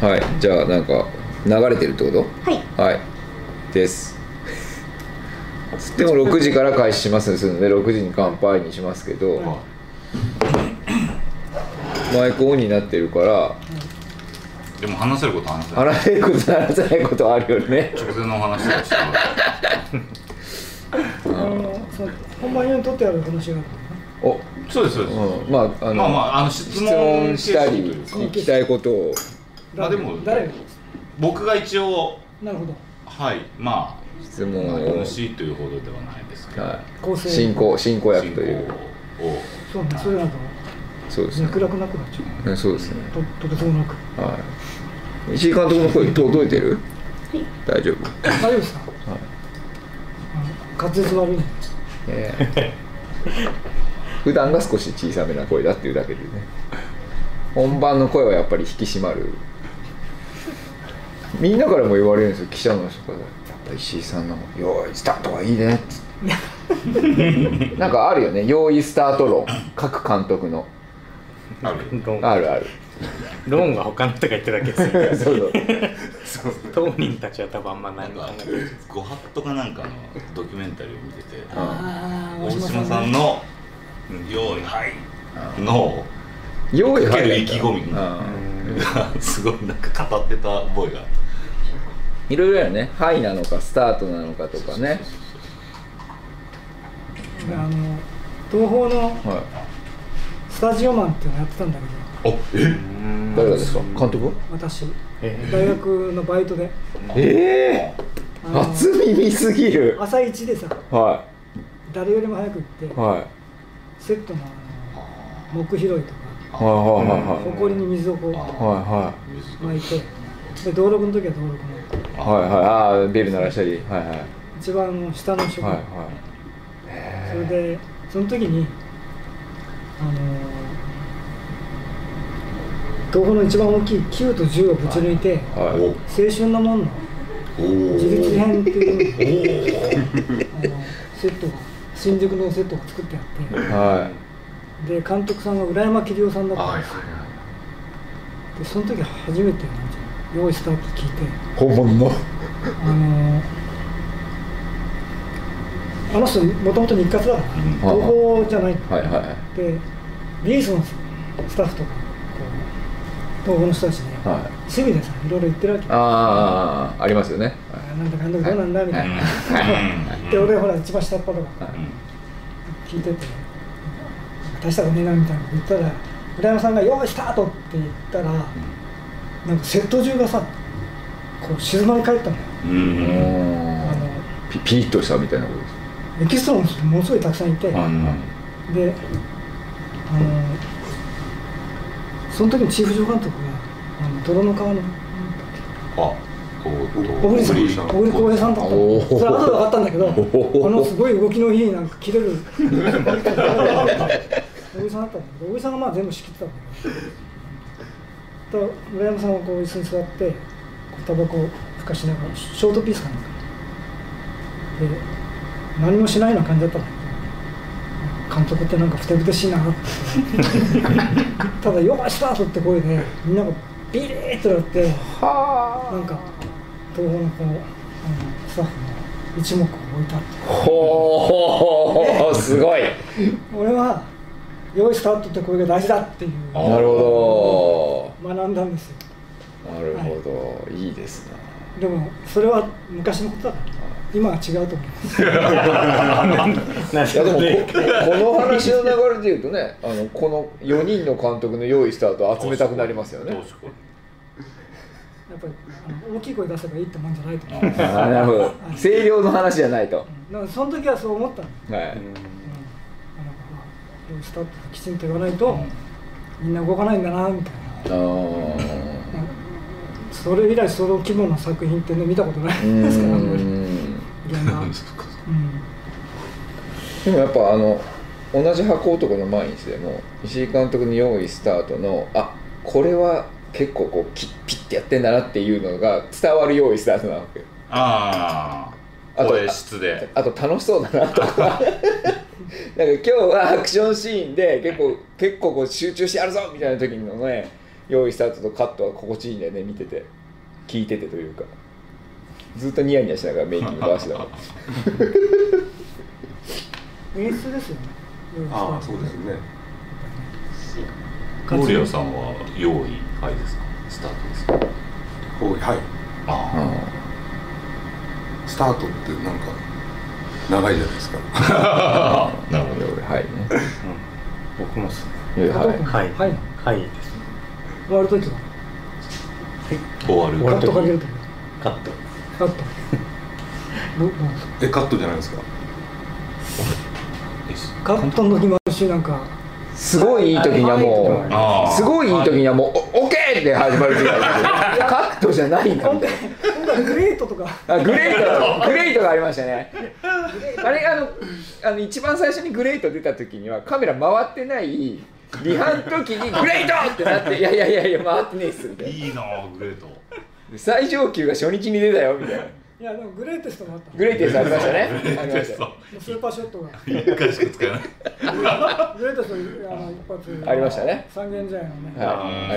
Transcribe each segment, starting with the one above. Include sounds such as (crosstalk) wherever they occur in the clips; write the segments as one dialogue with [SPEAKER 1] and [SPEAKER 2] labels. [SPEAKER 1] はいじゃあなんか流れてるってこ
[SPEAKER 2] はい
[SPEAKER 1] とはいですでも6時から開始しますので6時に乾杯にしますけど、マイクオンになってるから
[SPEAKER 3] でも話せることは話せない
[SPEAKER 1] 話せること話せないことあるよね
[SPEAKER 3] 直前のお話をしたら
[SPEAKER 4] あのそう本番用に取ってある話がある
[SPEAKER 1] お、
[SPEAKER 3] そうですそうです、
[SPEAKER 1] うん、まああの、
[SPEAKER 3] まあまああの質
[SPEAKER 1] 質
[SPEAKER 3] 問
[SPEAKER 1] 問したり
[SPEAKER 3] 形式とい
[SPEAKER 1] 聞
[SPEAKER 3] うか
[SPEAKER 1] きたいことを
[SPEAKER 3] まあでも
[SPEAKER 4] 誰が
[SPEAKER 3] 僕が一応
[SPEAKER 4] なるほど
[SPEAKER 3] はいま
[SPEAKER 1] 質
[SPEAKER 3] あ、まあ、
[SPEAKER 1] 問を、
[SPEAKER 3] MC というほどではないですけど、
[SPEAKER 1] はい、
[SPEAKER 4] 構成
[SPEAKER 1] 進行進行役
[SPEAKER 3] 進
[SPEAKER 1] と
[SPEAKER 3] 行
[SPEAKER 1] いう
[SPEAKER 3] を
[SPEAKER 4] そうねそれなんか
[SPEAKER 1] そうですね
[SPEAKER 4] 脈絡なくなっちゃう
[SPEAKER 1] うんそうですね
[SPEAKER 4] ととてつもなく
[SPEAKER 1] はい石井監督の声届いてる大丈夫
[SPEAKER 4] 大丈夫ですか
[SPEAKER 1] はい
[SPEAKER 4] あの滑舌悪いね
[SPEAKER 1] ええ普段が少し小さめな声だっていうだけでね本番の声はやっぱり引き締まるみんなからも言われるんですよ記者の人からやっぱ石井さんの「用意スタートはいいね」っつってなんかあるよね用意スタート論各監督の
[SPEAKER 3] ある
[SPEAKER 5] ロン
[SPEAKER 1] あるある
[SPEAKER 5] ロンが他の人が言っただけですよ
[SPEAKER 1] そうそう
[SPEAKER 5] 当人たちは多分あんま
[SPEAKER 3] な
[SPEAKER 5] 何
[SPEAKER 3] ん
[SPEAKER 5] も考
[SPEAKER 3] か
[SPEAKER 5] えてない
[SPEAKER 3] ご法度かなんかのドキュメンタリーを見てて
[SPEAKER 4] ああ
[SPEAKER 3] 大島さんの「用意はい」の
[SPEAKER 1] 用意入らない
[SPEAKER 3] かける意気込み
[SPEAKER 1] うん
[SPEAKER 3] がすごいなんか語ってたボイが
[SPEAKER 1] いろいろやね「はい」なのか「スタート」なのかとかね
[SPEAKER 4] あの東宝の
[SPEAKER 1] は
[SPEAKER 4] スタジオマンっていうのやってたんだけど
[SPEAKER 3] おえ
[SPEAKER 1] い誰がですか監督
[SPEAKER 4] 私
[SPEAKER 5] え
[SPEAKER 4] 大学のバイトで
[SPEAKER 1] ええ
[SPEAKER 4] あの
[SPEAKER 1] 初耳すぎる
[SPEAKER 4] 朝一でさ
[SPEAKER 1] は
[SPEAKER 4] 誰よりも早く行って
[SPEAKER 1] いはい
[SPEAKER 4] セットのあの木拾いとか
[SPEAKER 1] はいはいはいはいはいはい
[SPEAKER 4] 埃に水をこう
[SPEAKER 3] 水
[SPEAKER 4] 巻いてで道路の時は道路の
[SPEAKER 1] はいああベル鳴らしたりはいはい
[SPEAKER 4] 一番下の職、
[SPEAKER 1] はい
[SPEAKER 4] それでその時にあのー東宝の一番大きい9と10をぶち抜いて「
[SPEAKER 1] はいはい
[SPEAKER 4] 青春の門」の
[SPEAKER 3] おお
[SPEAKER 4] 自立編っていうあ
[SPEAKER 3] お
[SPEAKER 4] のセットが新宿のセットが作ってあっ
[SPEAKER 1] はい
[SPEAKER 4] てで監督さんが浦山桐夫さんだったんですよでその時初めて「用意スタート」聞いて
[SPEAKER 1] 本物の
[SPEAKER 4] あのーあの人もともと日活だから東宝じゃない
[SPEAKER 1] はいは
[SPEAKER 4] でリエーソンスタッフとかこう東宝の人たちね
[SPEAKER 1] いはい
[SPEAKER 4] 趣味でさいろいろ言ってるわけあ
[SPEAKER 1] ああありますよね
[SPEAKER 4] ーなんだかんだどうなんだみたいな、で俺ほら一番下っ端とか聞いてて、大したことねえなみたいなこと言ったら村山さんが「よーいスタート!」って言ったらなんかセット中がさこう静まり返ったのよ
[SPEAKER 3] うんうん
[SPEAKER 4] あの
[SPEAKER 1] ピピリッとしたみたいなことです
[SPEAKER 4] エキストラの人ものすごいたくさんいて、であのその時のチーフ助監督があの泥の川の
[SPEAKER 3] あお
[SPEAKER 4] 小栗さん小栗浩平さんだった
[SPEAKER 1] お
[SPEAKER 4] の
[SPEAKER 1] ー
[SPEAKER 4] それ後で分かったんだけど
[SPEAKER 1] ー
[SPEAKER 4] このすごい動きのいいなんか切
[SPEAKER 1] (laughs)
[SPEAKER 4] れる小栗さんだったんだけど小栗さんがまあ全部仕切ってたんだけどと村山さんはこう椅子に座ってこうタバコをふかしながらショートピースかなんかで何もしないような感じだったんだけど監督ってなんかふてぶてしいなって
[SPEAKER 1] (laughs)
[SPEAKER 4] ただ「よっスタート!」って声でみんながビリーッとなってなんか東宝のこうあのスタッフの一目を置いたって
[SPEAKER 1] ほーすごい
[SPEAKER 4] 俺は「用意スタート」って声が大事だっていう
[SPEAKER 3] あ
[SPEAKER 1] なるほ
[SPEAKER 4] 学んだんですよ
[SPEAKER 1] どなるほどいいですね
[SPEAKER 4] でもそれは昔のことだから今は違うと思います
[SPEAKER 5] ない
[SPEAKER 1] や
[SPEAKER 5] る
[SPEAKER 1] でもこ
[SPEAKER 5] ほどね
[SPEAKER 1] この話の流れで言うとねあのこの4人の監督の用意スタートを集めたくなりますよね
[SPEAKER 4] やっぱりあの大きい声出せばいいってもんじゃないと思
[SPEAKER 1] あ
[SPEAKER 4] う
[SPEAKER 1] ーなるほど声量の話じゃないと
[SPEAKER 4] だからその時はそう思ったの
[SPEAKER 1] はい
[SPEAKER 4] あの用意スタートってきちんと言わないとみんな動かないんだなみたいな
[SPEAKER 1] あー
[SPEAKER 4] それ以来その規模の作品ってね見たことな
[SPEAKER 1] うー
[SPEAKER 4] いですからあんまりい
[SPEAKER 1] ん
[SPEAKER 4] ろんな、うん、
[SPEAKER 1] でもやっぱあの同じ箱男の毎日でも石井監督の用意スタートのあこれは結構こうキッピッてやってんだなっていうのが伝わる用意スタートなわけよ
[SPEAKER 3] ああ声質で
[SPEAKER 1] あと楽しそうだなと
[SPEAKER 2] (laughs)
[SPEAKER 1] かなんか今日はアクションシーンで結構結構こう集中してやるぞみたいな時のね用意スタートとカットは心地いいんだよね見てて聞いててというかずっとニヤニヤしながらメイキング回してたもん
[SPEAKER 4] 演出ですよね
[SPEAKER 3] ああそうですね
[SPEAKER 4] かつ
[SPEAKER 2] モリアさんは用意はいですかスタート (laughs) ですか
[SPEAKER 3] おいはい
[SPEAKER 2] あ
[SPEAKER 3] スタートってなんか長いじゃないですか
[SPEAKER 2] あ
[SPEAKER 3] (laughs)
[SPEAKER 2] なるほ
[SPEAKER 1] で
[SPEAKER 2] ど
[SPEAKER 1] 俺はいね
[SPEAKER 5] 僕もっすね
[SPEAKER 1] いやはい
[SPEAKER 5] はい
[SPEAKER 4] はい
[SPEAKER 5] はいです
[SPEAKER 4] 終わるときは
[SPEAKER 2] 終わる
[SPEAKER 5] 終
[SPEAKER 4] カ
[SPEAKER 5] わ
[SPEAKER 4] ッ
[SPEAKER 5] る時
[SPEAKER 4] トかけるとき
[SPEAKER 5] カット
[SPEAKER 4] カットどうなんです
[SPEAKER 3] えカットじゃないですか
[SPEAKER 4] かカットの時もあるしなんか
[SPEAKER 1] すごいいい時にはもう
[SPEAKER 2] あー
[SPEAKER 1] すごいいい時にはもう「おオッケー!」って始まる時あるけどカットじゃないんだみたいな
[SPEAKER 4] 今度はグレートとか
[SPEAKER 1] あグレー (laughs) トグレートがありましたねあれあのあの一番最初にグレート出た時にはカメラ回ってないリハの時に「グレート!」ってなって「いやいやいやいや回ってねえっす」みたい
[SPEAKER 2] いいなあグレート
[SPEAKER 1] な最上級が初日に出たよみたいない
[SPEAKER 4] やでもグレーテストもあった
[SPEAKER 1] グレイテストありま
[SPEAKER 2] (laughs)
[SPEAKER 1] したねありま
[SPEAKER 2] テ
[SPEAKER 1] した
[SPEAKER 2] スト
[SPEAKER 4] スーパーショットが
[SPEAKER 2] 一回しか使えな
[SPEAKER 4] グ
[SPEAKER 2] い
[SPEAKER 4] レーテストあの一発
[SPEAKER 1] ありましたね
[SPEAKER 4] 三軒茶屋のね、
[SPEAKER 1] は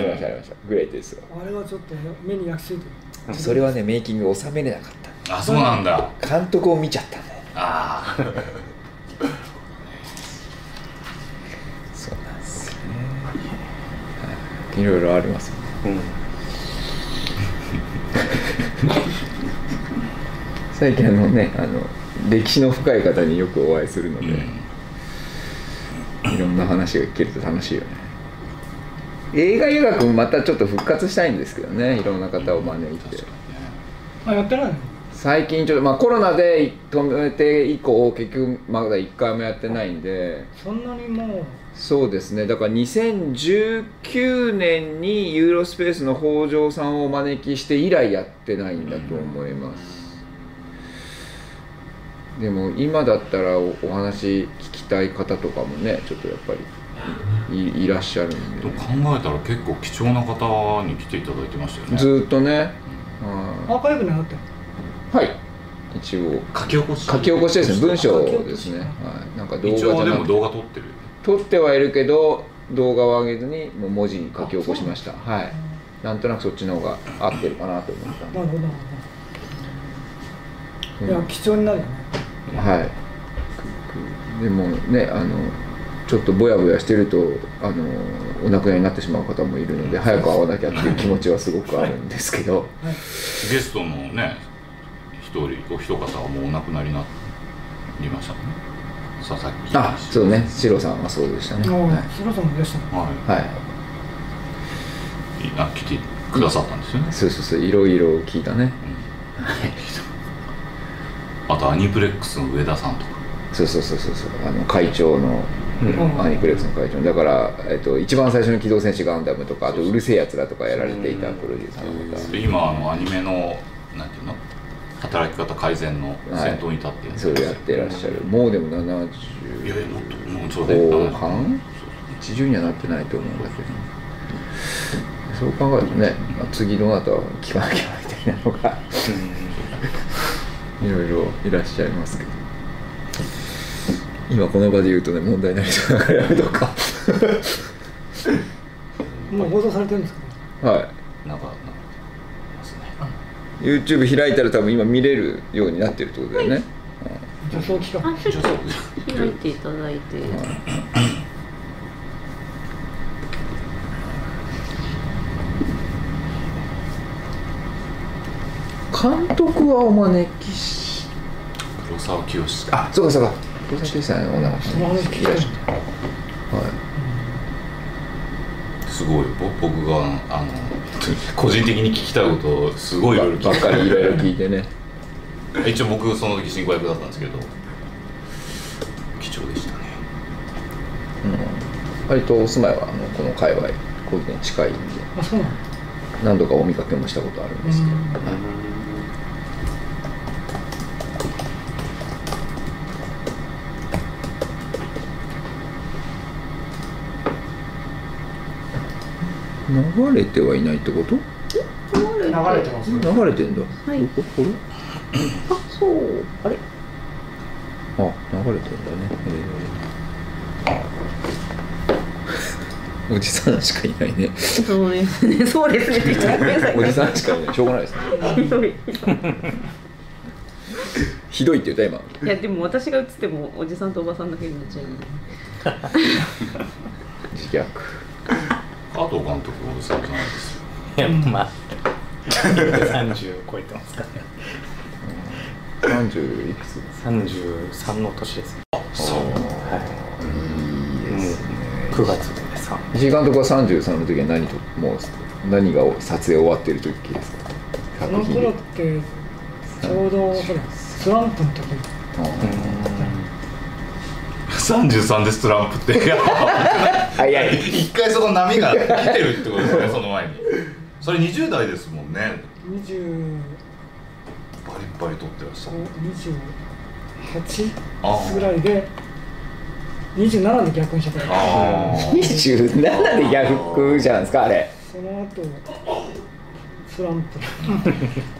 [SPEAKER 1] いありましたありましたグレイテスト
[SPEAKER 4] あれはちょっと目に焼き付いてる
[SPEAKER 1] それはねメイキング収めれなかっ
[SPEAKER 2] あそうなんだ
[SPEAKER 1] た監督を見ちゃったんだよね
[SPEAKER 2] ああ
[SPEAKER 1] そうなんですよねはいいろいろありますよね
[SPEAKER 5] うん
[SPEAKER 1] 最近あのねあの歴史の深い方によくお会いするので、いろんな話が聞けると楽しいよね映画医学もまたちょっと復活したいんですけどねいろんな方を招いて
[SPEAKER 4] あやってないの
[SPEAKER 1] 最近ちょっと、まあ、コロナで止めて以降結局まだ1回もやってないんで
[SPEAKER 4] そんなにもう
[SPEAKER 1] そうですねだから2019年にユーロスペースの北条さんをお招きして以来やってないんだと思います、でも今だったらおお話聞きたい方とかもねちょっとやっぱりいいらっしゃるんで
[SPEAKER 2] と考えたら結構貴重な方に来ていただいてましたよね
[SPEAKER 1] ずーっとね
[SPEAKER 4] ア
[SPEAKER 1] は
[SPEAKER 4] ーカイブになってる
[SPEAKER 1] いはい一応
[SPEAKER 2] 書き起こし
[SPEAKER 1] 書き起こしですね文章ですね
[SPEAKER 4] 書き起
[SPEAKER 1] はいなんか動画
[SPEAKER 2] 一
[SPEAKER 1] じゃ
[SPEAKER 2] 応で
[SPEAKER 1] な
[SPEAKER 2] も
[SPEAKER 1] くて
[SPEAKER 2] 動画撮ってるよね
[SPEAKER 1] 撮ってはいるけど動画を上げずにもう文字に書き起こしましたはいなんとなくそっちの方が合ってるかなと思ったんで
[SPEAKER 4] なるほどなるほど、
[SPEAKER 1] う
[SPEAKER 4] い
[SPEAKER 1] ん
[SPEAKER 4] や貴重になるよね
[SPEAKER 1] はいでもねあのちょっとぼやぼやしてるとあのお亡くなりになってしまう方もいるので早く会わなきゃっていう気持ちはすごくあるんですけど
[SPEAKER 2] ゲストのね一人お一方はもうお亡くなりになりましたね佐々木
[SPEAKER 1] あそうねシロさんはそうでしたね
[SPEAKER 4] もう
[SPEAKER 1] は、
[SPEAKER 4] 白さんもいらっしゃる
[SPEAKER 2] はい
[SPEAKER 1] はい
[SPEAKER 2] いあ来てくださったんですよね、
[SPEAKER 1] そうそうそういろいろ聞いたね
[SPEAKER 2] あとアニプレックスの上田さんとか
[SPEAKER 1] そうそうそうそうそうあの会長の
[SPEAKER 4] うん
[SPEAKER 1] アニプレックスの会長のだから、えっと、一番最初の「機動戦士ガンダム」とかあと「うるせえやつら」とかやられていたプロデューサーの方
[SPEAKER 2] で今あのアニメのなんていうの働き方改善の先頭に立ってや
[SPEAKER 1] それやってらっしゃるもうでも70
[SPEAKER 2] いやいやもっともうそうだよ
[SPEAKER 1] 後
[SPEAKER 2] 70
[SPEAKER 1] 半80にはなってないと思うんだけどそう考えるとねあ次どなたを聞かなきゃみたいなのがいろいろいらっしゃいますけど今この場で言うとね問題になりそうだからやめとくか
[SPEAKER 4] もう放送されてるんですかね
[SPEAKER 1] はい
[SPEAKER 2] なんかなんかますね
[SPEAKER 1] YouTube 開いたら多分今見れるようになってるってことだよね、
[SPEAKER 4] 女装企画
[SPEAKER 6] あちょっと開いていただいて、
[SPEAKER 1] 監督はお招きし
[SPEAKER 2] 黒沢清
[SPEAKER 1] あそうかそうか黒崎さんのお名前
[SPEAKER 4] その話聞きたい
[SPEAKER 1] いらっしゃったはい
[SPEAKER 2] すごいぼ僕があの個人的に聞きたいことをすごいいろいろ
[SPEAKER 1] ばっかりいろいろ聞いてね
[SPEAKER 2] 聞い一応僕その時進行役だったんですけど貴重でしたね
[SPEAKER 1] 割とお住まいはあのこの界隈こういうのに近いんで
[SPEAKER 4] あそうなの
[SPEAKER 1] 何度かお見かけもしたことあるんですけど、はい流れてはいないってこと
[SPEAKER 6] 流れて
[SPEAKER 5] 流れてます
[SPEAKER 1] 流れてんだ、
[SPEAKER 6] はい
[SPEAKER 1] どここれ
[SPEAKER 6] あそうあれ
[SPEAKER 1] あ流れてんだね、え (laughs) おじさんしかいないね
[SPEAKER 6] そうですね。そうですね。ごめんなさい。
[SPEAKER 1] おじさんしかいないしょうがないですね
[SPEAKER 6] ひどい。
[SPEAKER 1] ひどいって言った今
[SPEAKER 6] いやでも私が映ってもおじさんとおばさんだけになっちゃうので。
[SPEAKER 1] 自虐
[SPEAKER 2] 加藤監督はおじさんじゃないですよ
[SPEAKER 5] いやまあ30を超えてますからね
[SPEAKER 1] 30いくつ
[SPEAKER 5] 33の年です
[SPEAKER 2] そう
[SPEAKER 5] はい
[SPEAKER 1] いですね
[SPEAKER 5] 9月で3
[SPEAKER 1] 石井監督は33の時は何ともう何が撮影終わってる時ですか
[SPEAKER 4] そ
[SPEAKER 1] 作
[SPEAKER 4] の
[SPEAKER 1] 品
[SPEAKER 4] 頃
[SPEAKER 1] で
[SPEAKER 4] ってちょうどほらスランプの時
[SPEAKER 2] 33でスランプ (laughs) って
[SPEAKER 1] 早い
[SPEAKER 2] 一回その波が来てるってこと (laughs) ですねその前にそれ20代ですもんね
[SPEAKER 4] 20
[SPEAKER 2] バリバリ撮ってらっしゃる
[SPEAKER 4] 28ぐらいで27で逆にしちゃった
[SPEAKER 2] ああ
[SPEAKER 1] 27で逆じゃないですかあれ
[SPEAKER 4] その後スランプ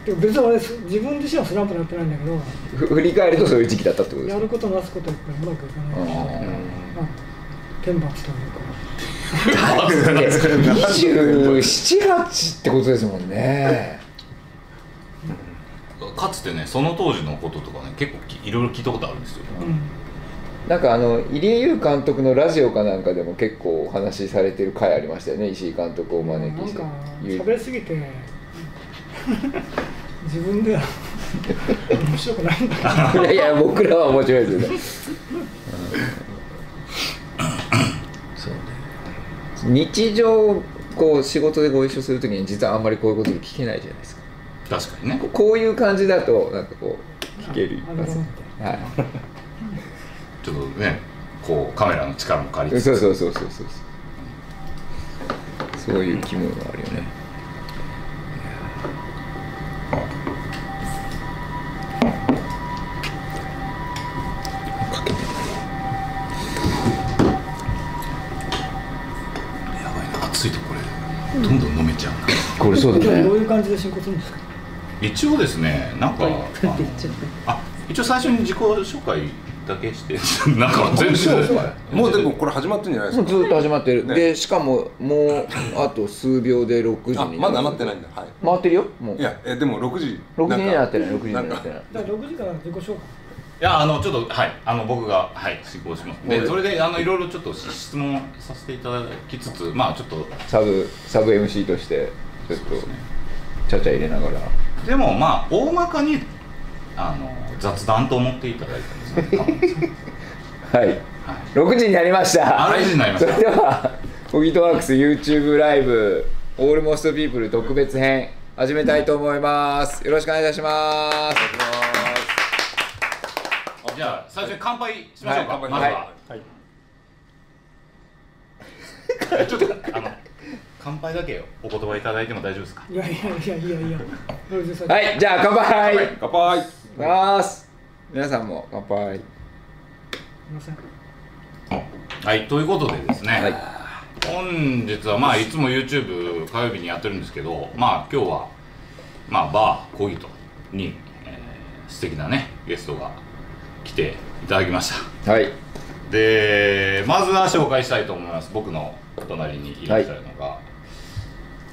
[SPEAKER 4] でも別に俺自分自身はスランプになってないんだけど
[SPEAKER 1] ふ振り返るとそういう時期だったってことで
[SPEAKER 4] や
[SPEAKER 1] す
[SPEAKER 4] る
[SPEAKER 1] か
[SPEAKER 4] ことなすことやっぱりうまくいかないまあ天罰というか
[SPEAKER 1] 278ってことですもんね
[SPEAKER 2] (laughs) かつてねその当時のこととかね結構きいろいろ聞いたことあるんですよ、
[SPEAKER 4] うん
[SPEAKER 1] なんかあの入江優監督のラジオかなんかでも結構お話しされてる回ありましたよね石井監督をお招
[SPEAKER 4] な
[SPEAKER 1] き
[SPEAKER 4] ん
[SPEAKER 1] して
[SPEAKER 4] か喋りすぎて自分では面白くないんだけ
[SPEAKER 1] (laughs)
[SPEAKER 4] ど
[SPEAKER 1] いやいや僕らは面白いですよね。そうね日常こう仕事でご一緒するときに実はあんまりこういうこと聞けないじゃないですか。
[SPEAKER 2] 確かにね
[SPEAKER 1] ここういう感じだとなんかこう聞ける一
[SPEAKER 4] ああなる
[SPEAKER 1] 発
[SPEAKER 4] ほ。
[SPEAKER 1] は
[SPEAKER 2] ちょっとねこうカメラの力も借り
[SPEAKER 1] い。
[SPEAKER 2] つつ
[SPEAKER 1] そうそうそうそうそうそう。そういう気分があるよね。
[SPEAKER 2] やばいな暑いとこれどんどん飲めちゃうな
[SPEAKER 1] これそう
[SPEAKER 4] 今
[SPEAKER 1] だ
[SPEAKER 4] 日どう
[SPEAKER 1] ね。
[SPEAKER 4] いう感じで進行するんですか
[SPEAKER 2] 一応ですねなんかあ
[SPEAKER 6] はい
[SPEAKER 2] の
[SPEAKER 6] 言っちゃっ
[SPEAKER 2] あ一応最初に自己紹介だけして (laughs) なんか全部
[SPEAKER 3] もうでもこれ始まってんじゃないで
[SPEAKER 1] も
[SPEAKER 3] す
[SPEAKER 1] う
[SPEAKER 3] か
[SPEAKER 1] ずっと始まってる。
[SPEAKER 3] ね
[SPEAKER 1] でしかももうあと数秒で6時
[SPEAKER 3] あ
[SPEAKER 1] に。
[SPEAKER 3] まだなってないんだはい
[SPEAKER 1] 回ってるよ。もう
[SPEAKER 3] い。やえでも6時
[SPEAKER 1] 6時にはなってない。
[SPEAKER 3] ん
[SPEAKER 1] 6
[SPEAKER 3] か
[SPEAKER 1] 時にはなってない。
[SPEAKER 4] じゃあ6時から自己紹介
[SPEAKER 2] いやあのちょっとはいあの僕がはい進行します
[SPEAKER 1] も
[SPEAKER 2] で
[SPEAKER 1] う
[SPEAKER 2] それであのいろいろちょっと質問させていただきつつまあちょっと
[SPEAKER 1] サブサブ MC としてちょっ
[SPEAKER 2] そうですね
[SPEAKER 1] とちゃちゃ入れながら
[SPEAKER 2] でもまあ大まかにあの雑談と思っていただいたんですね (laughs)
[SPEAKER 1] はい6時になりました
[SPEAKER 2] ある時になりまし
[SPEAKER 1] そ
[SPEAKER 2] た
[SPEAKER 1] れではホギトワークス YouTube ライブ「オールモストピープル」特別編始めたいと思いますよろしくお願いいたします
[SPEAKER 2] じゃあ最初に乾杯しましょうか、
[SPEAKER 3] はい
[SPEAKER 2] まずは、
[SPEAKER 5] はい
[SPEAKER 2] ちょっとあの乾杯だけお言葉いただいても大丈夫ですか
[SPEAKER 4] いやいやいやいやいやどうぞ
[SPEAKER 1] はいじゃあ乾杯い
[SPEAKER 3] 乾杯
[SPEAKER 1] きます皆さんも乾杯
[SPEAKER 4] すいません
[SPEAKER 2] はいということでですね、
[SPEAKER 1] はい
[SPEAKER 2] 本日はまあいつも YouTube 火曜日にやってるんですけどまあ今日はまあバーコギトに、えー素敵なねゲストが来ていただきました
[SPEAKER 1] はい
[SPEAKER 2] でまずは紹介したいと思います僕の隣にいらっしゃるのが、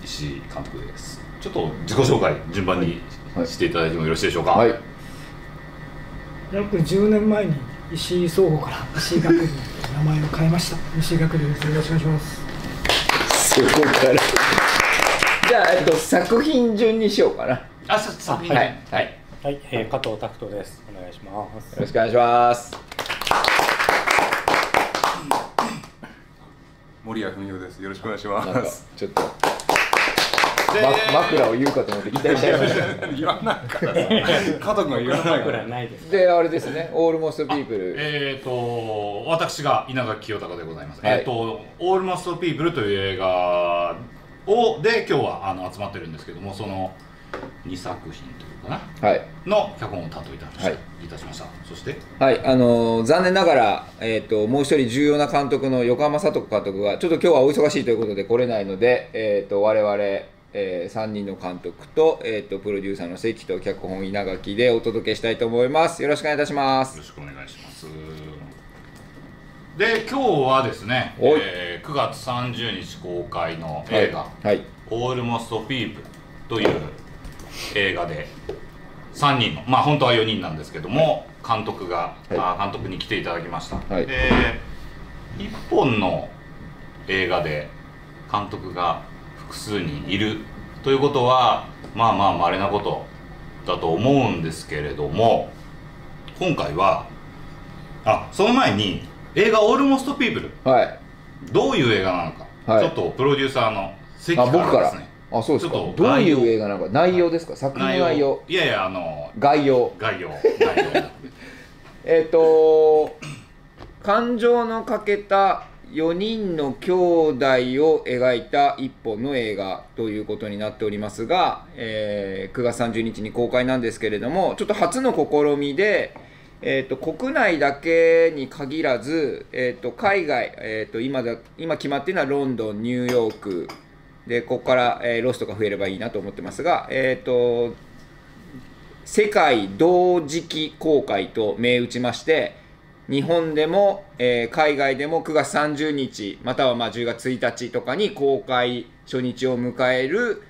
[SPEAKER 2] 石井監督ですちょっと自己紹介順番に
[SPEAKER 1] はい
[SPEAKER 2] していただいてもよろしいでしょうか
[SPEAKER 1] はい
[SPEAKER 4] 約10年前に石井総合から石井学部に名前を変えました石井学部ですよろしくお願いします
[SPEAKER 1] そこからじゃあ、えっと、作品順にしようかなよ
[SPEAKER 2] あささはい
[SPEAKER 1] はい
[SPEAKER 2] はい
[SPEAKER 5] はい、えー、加藤拓人ですお願いします
[SPEAKER 1] ろしくお願いします
[SPEAKER 3] 森谷文夫ですよろしくお願いし
[SPEAKER 1] なんか
[SPEAKER 3] (laughs) ます
[SPEAKER 1] ちょっと、ま、
[SPEAKER 2] で
[SPEAKER 1] 枕を言うかと思って期待しちゃいました
[SPEAKER 3] 言わない
[SPEAKER 1] (laughs)
[SPEAKER 3] からさ加藤君は言わない
[SPEAKER 5] こ
[SPEAKER 3] か
[SPEAKER 5] れは
[SPEAKER 3] ら
[SPEAKER 5] ないです
[SPEAKER 1] であれですね「オールモストピープル
[SPEAKER 2] えー、と私が稲垣清隆でございます、
[SPEAKER 1] はい
[SPEAKER 2] えっ、と「オールマストピープル」という映画をで今日はあの集まってるんですけどもその2作品というかな」
[SPEAKER 1] はい、
[SPEAKER 2] の脚本を担当いたしました,、
[SPEAKER 1] はい
[SPEAKER 2] い、たしましたそして
[SPEAKER 1] はい、あのー残念ながら、えー、ともう一人重要な監督の横浜聡子監督がちょっと今日はお忙しいということで来れないので、えー、と我々、え3人の監督と,、えー、とプロデューサーの関と脚本稲垣でお届けしたいと思いますよろしくお願いいたしま
[SPEAKER 2] よ
[SPEAKER 1] す
[SPEAKER 2] ろしくお願いします。で今日はですね、
[SPEAKER 1] おい
[SPEAKER 2] えー9月30日公開の映画
[SPEAKER 1] はいはい
[SPEAKER 2] 「オールモスト・フィープ」という映画で3人のまあ本当は4人なんですけども監督が、
[SPEAKER 1] はい
[SPEAKER 2] あ監督に来ていただきました、
[SPEAKER 1] はい
[SPEAKER 2] で1本の映画で監督が複数人いるということはまあまあまれなことだと思うんですけれども今回はあその前に映画「オールモスト・ピープル
[SPEAKER 1] はい」
[SPEAKER 2] どういう映画なのか、
[SPEAKER 1] はい
[SPEAKER 2] ちょっとプロデューサーの関
[SPEAKER 1] あ僕か
[SPEAKER 2] で
[SPEAKER 1] ら
[SPEAKER 2] すね
[SPEAKER 1] あそうですか
[SPEAKER 2] ちょ
[SPEAKER 1] ど
[SPEAKER 2] っと
[SPEAKER 1] う
[SPEAKER 2] 概
[SPEAKER 1] い
[SPEAKER 2] 要
[SPEAKER 1] う映画なのか内容ですか作品の内容
[SPEAKER 2] いやいやあの
[SPEAKER 1] 概要 (laughs)
[SPEAKER 2] 概要概要
[SPEAKER 1] えっ、と感情の欠けた4人の兄弟を描いた一本の映画ということになっておりますが、えー9月30日に公開なんですけれどもちょっと初の試みで、えー、と国内だけに限らず、えー、と海外、えー、と今だ今決まっているのはロンドンニューヨークでここから、えーロスとか増えればいいなと思ってますが、えー、と世界同時期公開と銘打ちまして日本でも、えー海外でも9月30日またはまあ10月1日とかに公開初日を迎える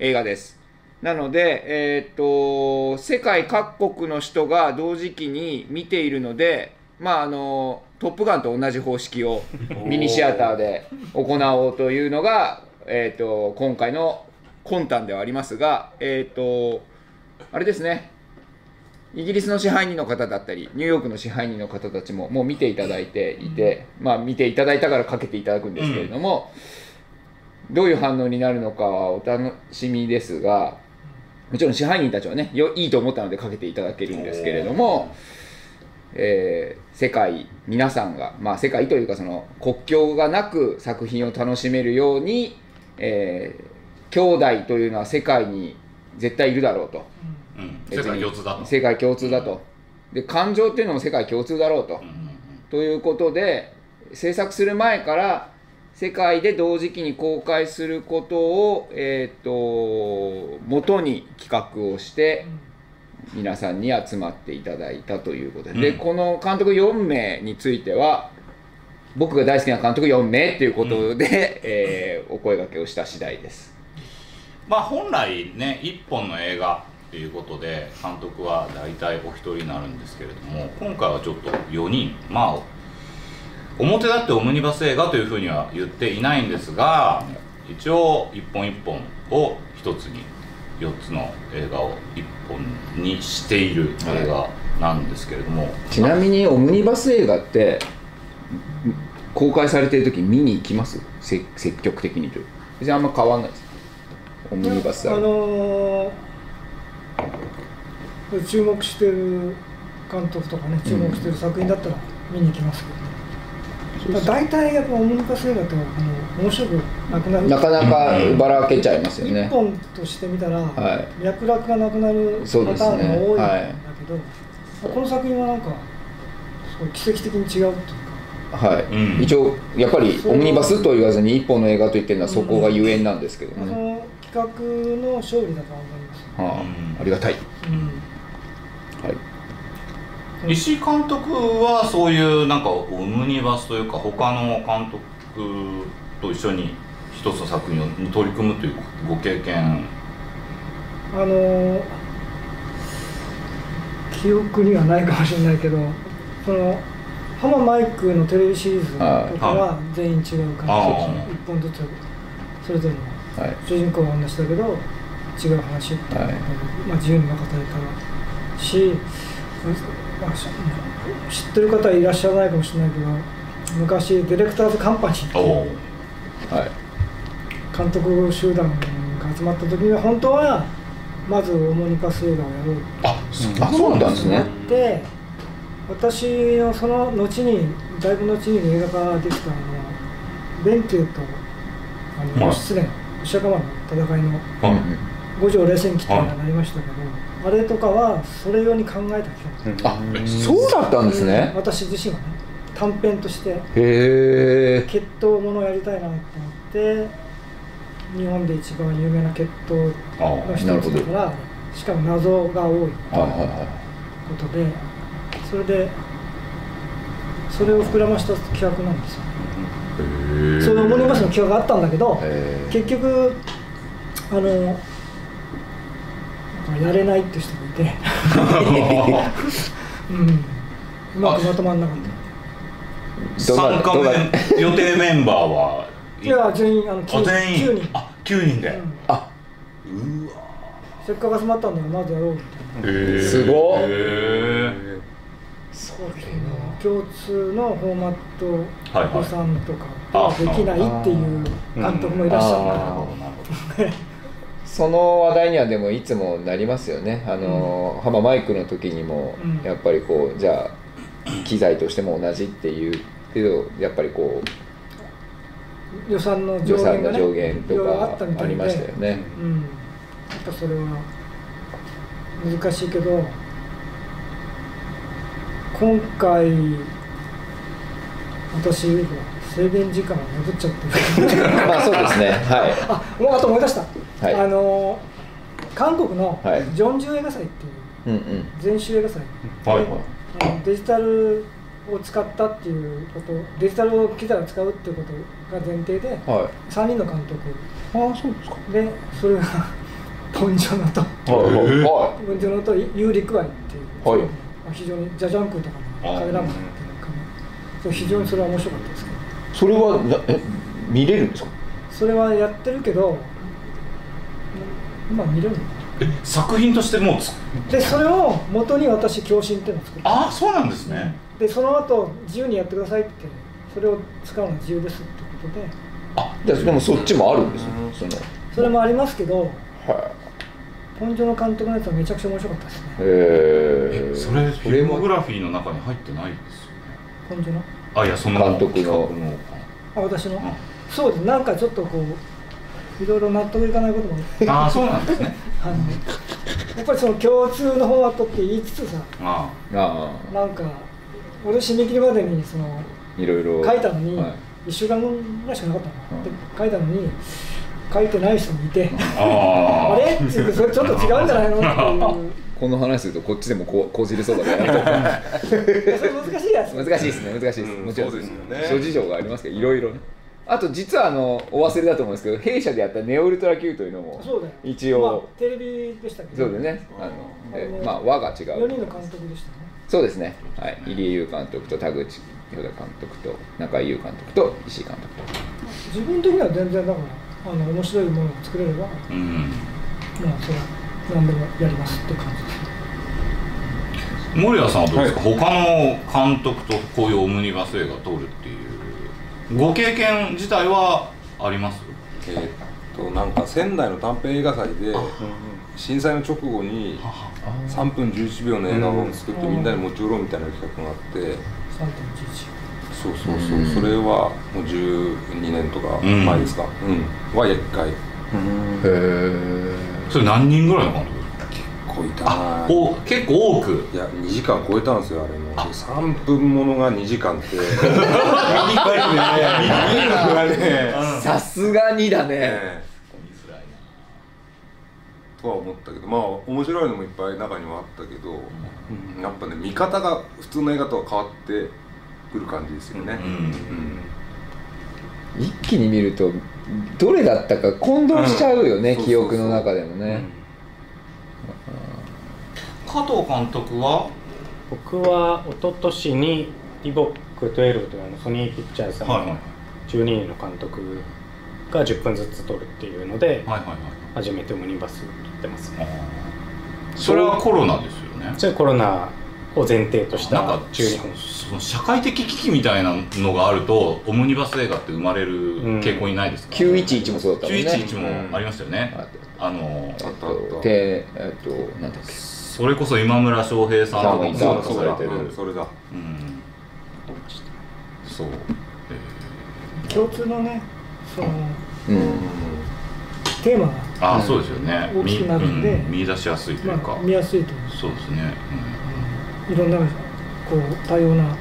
[SPEAKER 1] 映画ですなので、えーっと世界各国の人が同時期に見ているのでまああの「トップガン」と同じ方式をミニシアターで行おうというのが、えーっと今回の魂胆ではありますが、えーっとあれですねイギリスの支配人の方だったりニューヨークの支配人の方たちももう見ていただいていて、まあ見ていただいたからかけていただくんですけれども、どういう反応になるのかはお楽しみですがもちろん支配人たちはねよいいと思ったのでかけていただけるんですけれども、えー世界皆さんが、まあ、世界というかその国境がなく作品を楽しめるように、えー兄弟というのは世界に絶対いるだろうと。
[SPEAKER 2] うん世界四つだと
[SPEAKER 1] 世界共通だとで感情っていうのも世界共通だろうと、
[SPEAKER 2] うんうん
[SPEAKER 1] ということで制作する前から世界で同時期に公開することを、えー、と元に企画をして皆さんに集まっていただいたということで,、
[SPEAKER 2] うん
[SPEAKER 1] でこの監督4名については僕が大好きな監督4名ということで、えーお声掛けをした次第です。
[SPEAKER 2] まあ本来ね一本の映画ということで監督は大体お一人になるんですけれども今回はちょっと4人まあ表だってオムニバス映画というふうには言っていないんですが一応一本一本を一つに4つの映画を一本にしている映画なんですけれども、
[SPEAKER 1] ちなみにオムニバス映画って公開されてる時見に行きますせ積極的にという別にあんま変わんないですオムニバス
[SPEAKER 4] あ
[SPEAKER 1] は
[SPEAKER 4] のー注目してる監督とかね注目してる作品だったら見に行きますけどね、だから大体やっぱオムニバス映画ってあの面白くなくなる
[SPEAKER 1] なかなかばらけちゃいますよ
[SPEAKER 4] 一
[SPEAKER 1] ね
[SPEAKER 4] 本としてみたら、
[SPEAKER 1] はい
[SPEAKER 4] 脈絡がなくなるパタ
[SPEAKER 1] そう
[SPEAKER 4] ー
[SPEAKER 1] で
[SPEAKER 4] ン
[SPEAKER 1] すね
[SPEAKER 4] が多いんだ
[SPEAKER 1] はい
[SPEAKER 4] けど、この作品はなんかすごい奇跡的に違うっていうか
[SPEAKER 1] はい、
[SPEAKER 2] うん
[SPEAKER 1] 一応やっぱりオムニバスと言わずに一本の映画と言ってるのはそこがゆえんなんですけど
[SPEAKER 4] まあそ
[SPEAKER 1] ね、
[SPEAKER 4] の企画の勝利だとは思います、
[SPEAKER 1] は
[SPEAKER 2] うん
[SPEAKER 1] あ、ありがたい、
[SPEAKER 4] うん
[SPEAKER 1] はい、
[SPEAKER 2] 石井監督はそういうなんかオムニバスというか他の監督と一緒に一つの作品に取り組むというご経験
[SPEAKER 4] あのー記憶にはないかもしれないけどその浜マイクのテレビシリーズとかは全員違う感
[SPEAKER 2] は
[SPEAKER 4] じ一本ずつそれぞれの
[SPEAKER 1] はい
[SPEAKER 4] 主人公は同じだけど違う話っていうのが、
[SPEAKER 1] はい
[SPEAKER 4] まあ、自由に任されたし、まあし知ってる方はいらっしゃらないかもしれないけど昔ディレクターズカンパニーっていう
[SPEAKER 2] お
[SPEAKER 1] はい
[SPEAKER 4] 監督集団が集まった時には本当はまずオモニパス映画をやろう
[SPEAKER 1] あそうなんですね
[SPEAKER 4] で私のその後にだいぶ後に映画化できたあの弁慶とあの、
[SPEAKER 2] はい
[SPEAKER 4] 失恋牛若丸の戦いの
[SPEAKER 1] (laughs)
[SPEAKER 2] うん
[SPEAKER 4] 五条冷戦期っていうのがなりましたけど、あれとかはそれ用に考えた企画
[SPEAKER 1] あそうだったんですね
[SPEAKER 4] 私自身はね短編として
[SPEAKER 1] へえ
[SPEAKER 4] 決闘ものをやりたいなと思って日本で一番有名な決闘
[SPEAKER 2] ああ
[SPEAKER 4] の一つだからしかも謎が
[SPEAKER 1] はい
[SPEAKER 4] 多い
[SPEAKER 1] はいは
[SPEAKER 4] ことでそれでそれを膨らました企画なんですよ
[SPEAKER 1] ー
[SPEAKER 4] そういう思い出しの企画があったんだけど、
[SPEAKER 1] へー
[SPEAKER 4] 結局あのやれないって人がいて、 (laughs) うん、うまくまとまんなかった
[SPEAKER 1] どんな
[SPEAKER 2] 参加
[SPEAKER 1] どんな
[SPEAKER 2] メン予定メンバーはい
[SPEAKER 4] や全員あの
[SPEAKER 2] あ
[SPEAKER 4] 9,
[SPEAKER 2] 全員
[SPEAKER 4] 人、
[SPEAKER 2] あ9人で、
[SPEAKER 4] うん
[SPEAKER 1] あ
[SPEAKER 4] せっかく集まったんだからまずやろうみたいな
[SPEAKER 1] すごっ
[SPEAKER 2] へえ
[SPEAKER 4] 共通のフォーマットお
[SPEAKER 2] はいはい
[SPEAKER 4] 子さんとかはできないっていう監督もいらっしゃる
[SPEAKER 1] あー
[SPEAKER 4] か
[SPEAKER 1] その話題にはでもいつもなりますよねあの、浜マイクの時にも
[SPEAKER 4] うん
[SPEAKER 1] やっぱりこうじゃあ機材としても同じっていうけどやっぱりこう
[SPEAKER 4] ら予算の上
[SPEAKER 1] 予
[SPEAKER 4] 限
[SPEAKER 1] 算
[SPEAKER 4] が
[SPEAKER 1] の
[SPEAKER 4] ね
[SPEAKER 1] 上限
[SPEAKER 4] い
[SPEAKER 1] と
[SPEAKER 4] ろいろ
[SPEAKER 1] か
[SPEAKER 4] ったみ
[SPEAKER 1] あ
[SPEAKER 4] いで
[SPEAKER 1] りましたよね
[SPEAKER 4] うん、やっぱそれは難しいけど今回私制限時間を破っちゃってる
[SPEAKER 1] まあそうですねは
[SPEAKER 4] (laughs) あもうあと思い出した、
[SPEAKER 1] はい
[SPEAKER 4] あの韓国の
[SPEAKER 1] はい
[SPEAKER 4] ジョンジュ映画祭っていう
[SPEAKER 1] いうんうん
[SPEAKER 4] 全集映画祭
[SPEAKER 2] はい
[SPEAKER 4] あのデジタルを使ったっていうことデジタルを機材を使うっていうことが前提で
[SPEAKER 1] はい
[SPEAKER 4] 3人の監督
[SPEAKER 1] ああそうですか
[SPEAKER 4] でそれが (laughs) ポンジョノと
[SPEAKER 1] はいはいは
[SPEAKER 4] ポンジョノとユーリクワイっていう、
[SPEAKER 1] はい
[SPEAKER 4] まあ非常にジャジャンクとかもカメラマンだったりとかもそう非常にそれは面白かったですけど
[SPEAKER 1] いそれはなえ見れるんですか
[SPEAKER 4] それはやってるけど今見れるのか
[SPEAKER 2] 作品としてもうつ
[SPEAKER 4] なでそれを元に私共振っていうのを作った
[SPEAKER 2] ああそうなんですね、
[SPEAKER 4] でその後自由にやってくださいってそれを使うのは自由ですってことで
[SPEAKER 1] じゃあでもそっちもあるんですよその
[SPEAKER 4] それもありますけど
[SPEAKER 1] はい
[SPEAKER 4] ポンジョの監督のやつはめちゃくちゃ面白かったですね
[SPEAKER 1] へえ
[SPEAKER 2] えそれフ
[SPEAKER 1] そ
[SPEAKER 2] ィ
[SPEAKER 1] れ
[SPEAKER 2] ルモグ
[SPEAKER 1] も
[SPEAKER 2] ラフィーの中に入ってないですよね
[SPEAKER 4] ポンジョの
[SPEAKER 2] あいやその
[SPEAKER 1] 監督の
[SPEAKER 2] 企画
[SPEAKER 4] あ私の、
[SPEAKER 2] ん
[SPEAKER 4] そうですなんかちょっとこういろいろ納得いかないことも
[SPEAKER 2] ああそうなんですね
[SPEAKER 4] あのやっぱりその共通のフォーマットって言いつつさ
[SPEAKER 2] あ
[SPEAKER 1] あ
[SPEAKER 4] なんか俺締め切りまでにその
[SPEAKER 1] あいろいろ
[SPEAKER 4] 書いたのに
[SPEAKER 1] はい
[SPEAKER 4] 1週間ぐらいしかなかったの、
[SPEAKER 1] うん
[SPEAKER 4] で書いたのに書いてない人もいて、
[SPEAKER 2] ああ
[SPEAKER 4] あ
[SPEAKER 2] あ
[SPEAKER 4] れって言ってそれちょっと違うんじ
[SPEAKER 1] (laughs)
[SPEAKER 4] ゃないのっていう
[SPEAKER 1] この話するとこっちでもこうこじれそうだから
[SPEAKER 4] いやそれ難しいやつ
[SPEAKER 1] 難しいですね難しいです、
[SPEAKER 3] うん
[SPEAKER 1] もちろん
[SPEAKER 3] そうですよね
[SPEAKER 1] 諸事情がありますけどいろいろねあと実はあのお忘れだと思うんですけど弊社でやったネオウルトラ Q というのも
[SPEAKER 4] そうだよ
[SPEAKER 1] 一応、
[SPEAKER 4] まあ、テレビでしたけど
[SPEAKER 1] そうでねあの
[SPEAKER 4] うん
[SPEAKER 1] えまあ和が違
[SPEAKER 4] 4
[SPEAKER 1] う
[SPEAKER 4] 人の監督でしたね
[SPEAKER 1] そうですね、はい、入江優監督と田口洋田監督と中井優監督と石井監督と
[SPEAKER 4] 自分的には全然だからあの面白いものを作れればまあ
[SPEAKER 2] うん
[SPEAKER 4] それは何でもやりますって感じです
[SPEAKER 2] 森谷さんはどうですか、他の監督とこういうオムニバス映画を撮るっていうご経験自体はあります
[SPEAKER 3] えーっとなんか仙台の短編映画祭で震災の直後に3分11秒の映画を作ってみんなに持ち寄ろうみたいな企画があって
[SPEAKER 4] 3.11
[SPEAKER 3] そうそうそうそれはもう12年とか前ですかうんは1回
[SPEAKER 1] へ
[SPEAKER 2] それ何人ぐらいの監督ですか
[SPEAKER 3] こいたな
[SPEAKER 2] あお結構多く
[SPEAKER 3] いや2時間超えたんですよあれも3分ものが2時間
[SPEAKER 2] (laughs)
[SPEAKER 3] って短いね短いね
[SPEAKER 1] えさすがにだね
[SPEAKER 3] とは思ったけどまあ面白いのもいっぱい中にはあったけど、やっぱね見方が普通の映画とは変わってくる感じですよね、
[SPEAKER 2] うん
[SPEAKER 1] 一気に見るとどれだったか混同しちゃうよね、
[SPEAKER 3] うん
[SPEAKER 1] 記憶の中でもね、
[SPEAKER 2] 加藤監督は
[SPEAKER 5] 僕は一昨年に EVOC12 というあのソニーピクチャーズさん
[SPEAKER 2] はいはい
[SPEAKER 5] の12人の監督が10分ずつ撮るっていうので
[SPEAKER 2] はいはいはい
[SPEAKER 5] 初めてオムニバスを撮ってますね
[SPEAKER 2] それはコロナですよね
[SPEAKER 5] それコロナを前提とした
[SPEAKER 2] なんか
[SPEAKER 5] 12本
[SPEAKER 2] そその社会的危機みたいなのがあるとオムニバス映画って生まれる傾向にないですか、
[SPEAKER 1] 911もそうだったもんね
[SPEAKER 2] 911もありましたよね、
[SPEAKER 1] あと
[SPEAKER 2] あの
[SPEAKER 1] えっ
[SPEAKER 3] あったあ
[SPEAKER 1] と
[SPEAKER 3] った
[SPEAKER 1] てえっとなんだっけ
[SPEAKER 2] それこそ今村翔平さんとかも
[SPEAKER 1] うん
[SPEAKER 3] そう
[SPEAKER 2] 参
[SPEAKER 3] だ
[SPEAKER 2] 加
[SPEAKER 3] そう
[SPEAKER 2] さ
[SPEAKER 3] だ、
[SPEAKER 2] れてる
[SPEAKER 3] うんそれだ
[SPEAKER 2] うんそう
[SPEAKER 4] 共通のねその
[SPEAKER 1] うん
[SPEAKER 4] テーマが、
[SPEAKER 2] ああそうですよね
[SPEAKER 4] 大きくなるんで
[SPEAKER 2] 見うん見出しやすいというか、
[SPEAKER 4] まあ、見やすいと思
[SPEAKER 2] そうですね、
[SPEAKER 4] ういろんなこう多様な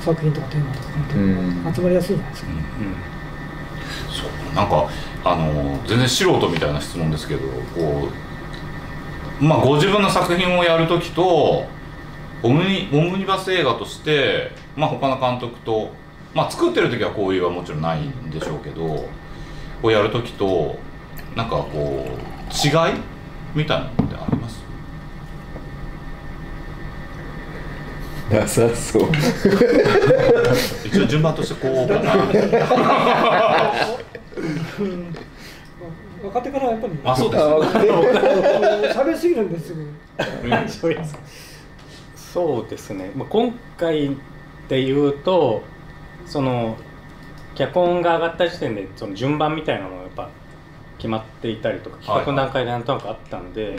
[SPEAKER 4] 作品とかテーマとか
[SPEAKER 1] う
[SPEAKER 4] 関
[SPEAKER 1] ん
[SPEAKER 4] 係集まりやすいんじゃないですか、
[SPEAKER 2] うんそうなんかあの全然素人みたいな質問ですけどこうまあご自分の作品をやるときとオムニオムニバス映画としてまあ、他の監督と、まあ、作ってる時は交流はもちろんないんでしょうけどこうやる時となんかこう違いみたいなのってあります
[SPEAKER 1] なさそう
[SPEAKER 2] 一応順番としてこうかな
[SPEAKER 4] うん若手からやっぱり
[SPEAKER 2] まあそうです
[SPEAKER 1] あ
[SPEAKER 2] よね
[SPEAKER 1] わかる
[SPEAKER 4] 喋りすぎるんですよ
[SPEAKER 2] うん
[SPEAKER 5] そうですね、まあ、今回で言うとその脚本が上がった時点でその順番みたいなのがやっぱ決まっていたりとか企画の段階でなんとなくあったんで、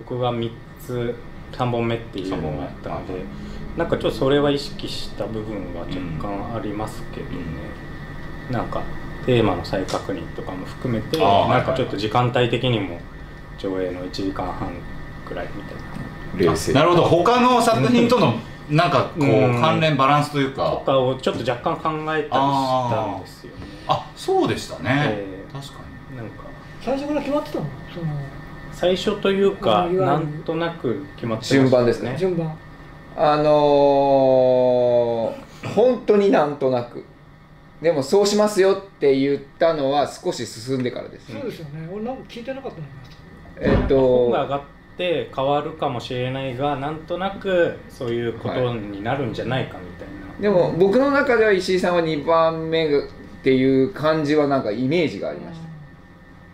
[SPEAKER 5] 僕が3つ3本目っていうのがあった
[SPEAKER 2] 三
[SPEAKER 5] ので、
[SPEAKER 2] 本
[SPEAKER 5] なんかちょっとそれは意識した部分は若干ありますけどね、なんかテーマの再確認とかも含めて
[SPEAKER 2] あー
[SPEAKER 5] なんかちょっと時間帯的にも上映の1時間半くらいみたいな。
[SPEAKER 1] (laughs) 冷静
[SPEAKER 2] なるほど他の作品とのなんかこう
[SPEAKER 5] うん
[SPEAKER 2] 関連バランスという
[SPEAKER 5] と
[SPEAKER 2] か
[SPEAKER 5] かをちょっと若干考えたりしたんですよね。
[SPEAKER 2] あそうでしたね
[SPEAKER 5] ええ
[SPEAKER 2] 確かに
[SPEAKER 5] なんか
[SPEAKER 4] 最初から決まってたのその
[SPEAKER 5] 最初というか
[SPEAKER 4] いわゆる
[SPEAKER 5] なんとなく決まってました
[SPEAKER 1] 順番ですね
[SPEAKER 4] 順番
[SPEAKER 1] あのー本当になんとなくでもそうしますよって言ったのは少し進んでからです、
[SPEAKER 4] そうですよね俺なんか聞いてなかったの
[SPEAKER 1] えっ
[SPEAKER 5] 本が上
[SPEAKER 1] と
[SPEAKER 5] がって変わるかもしれないがなんとなくそういうことになるんじゃないかみたいな。
[SPEAKER 1] でも僕の中では石井さんは2番目っていう感じはなんかイメージがありました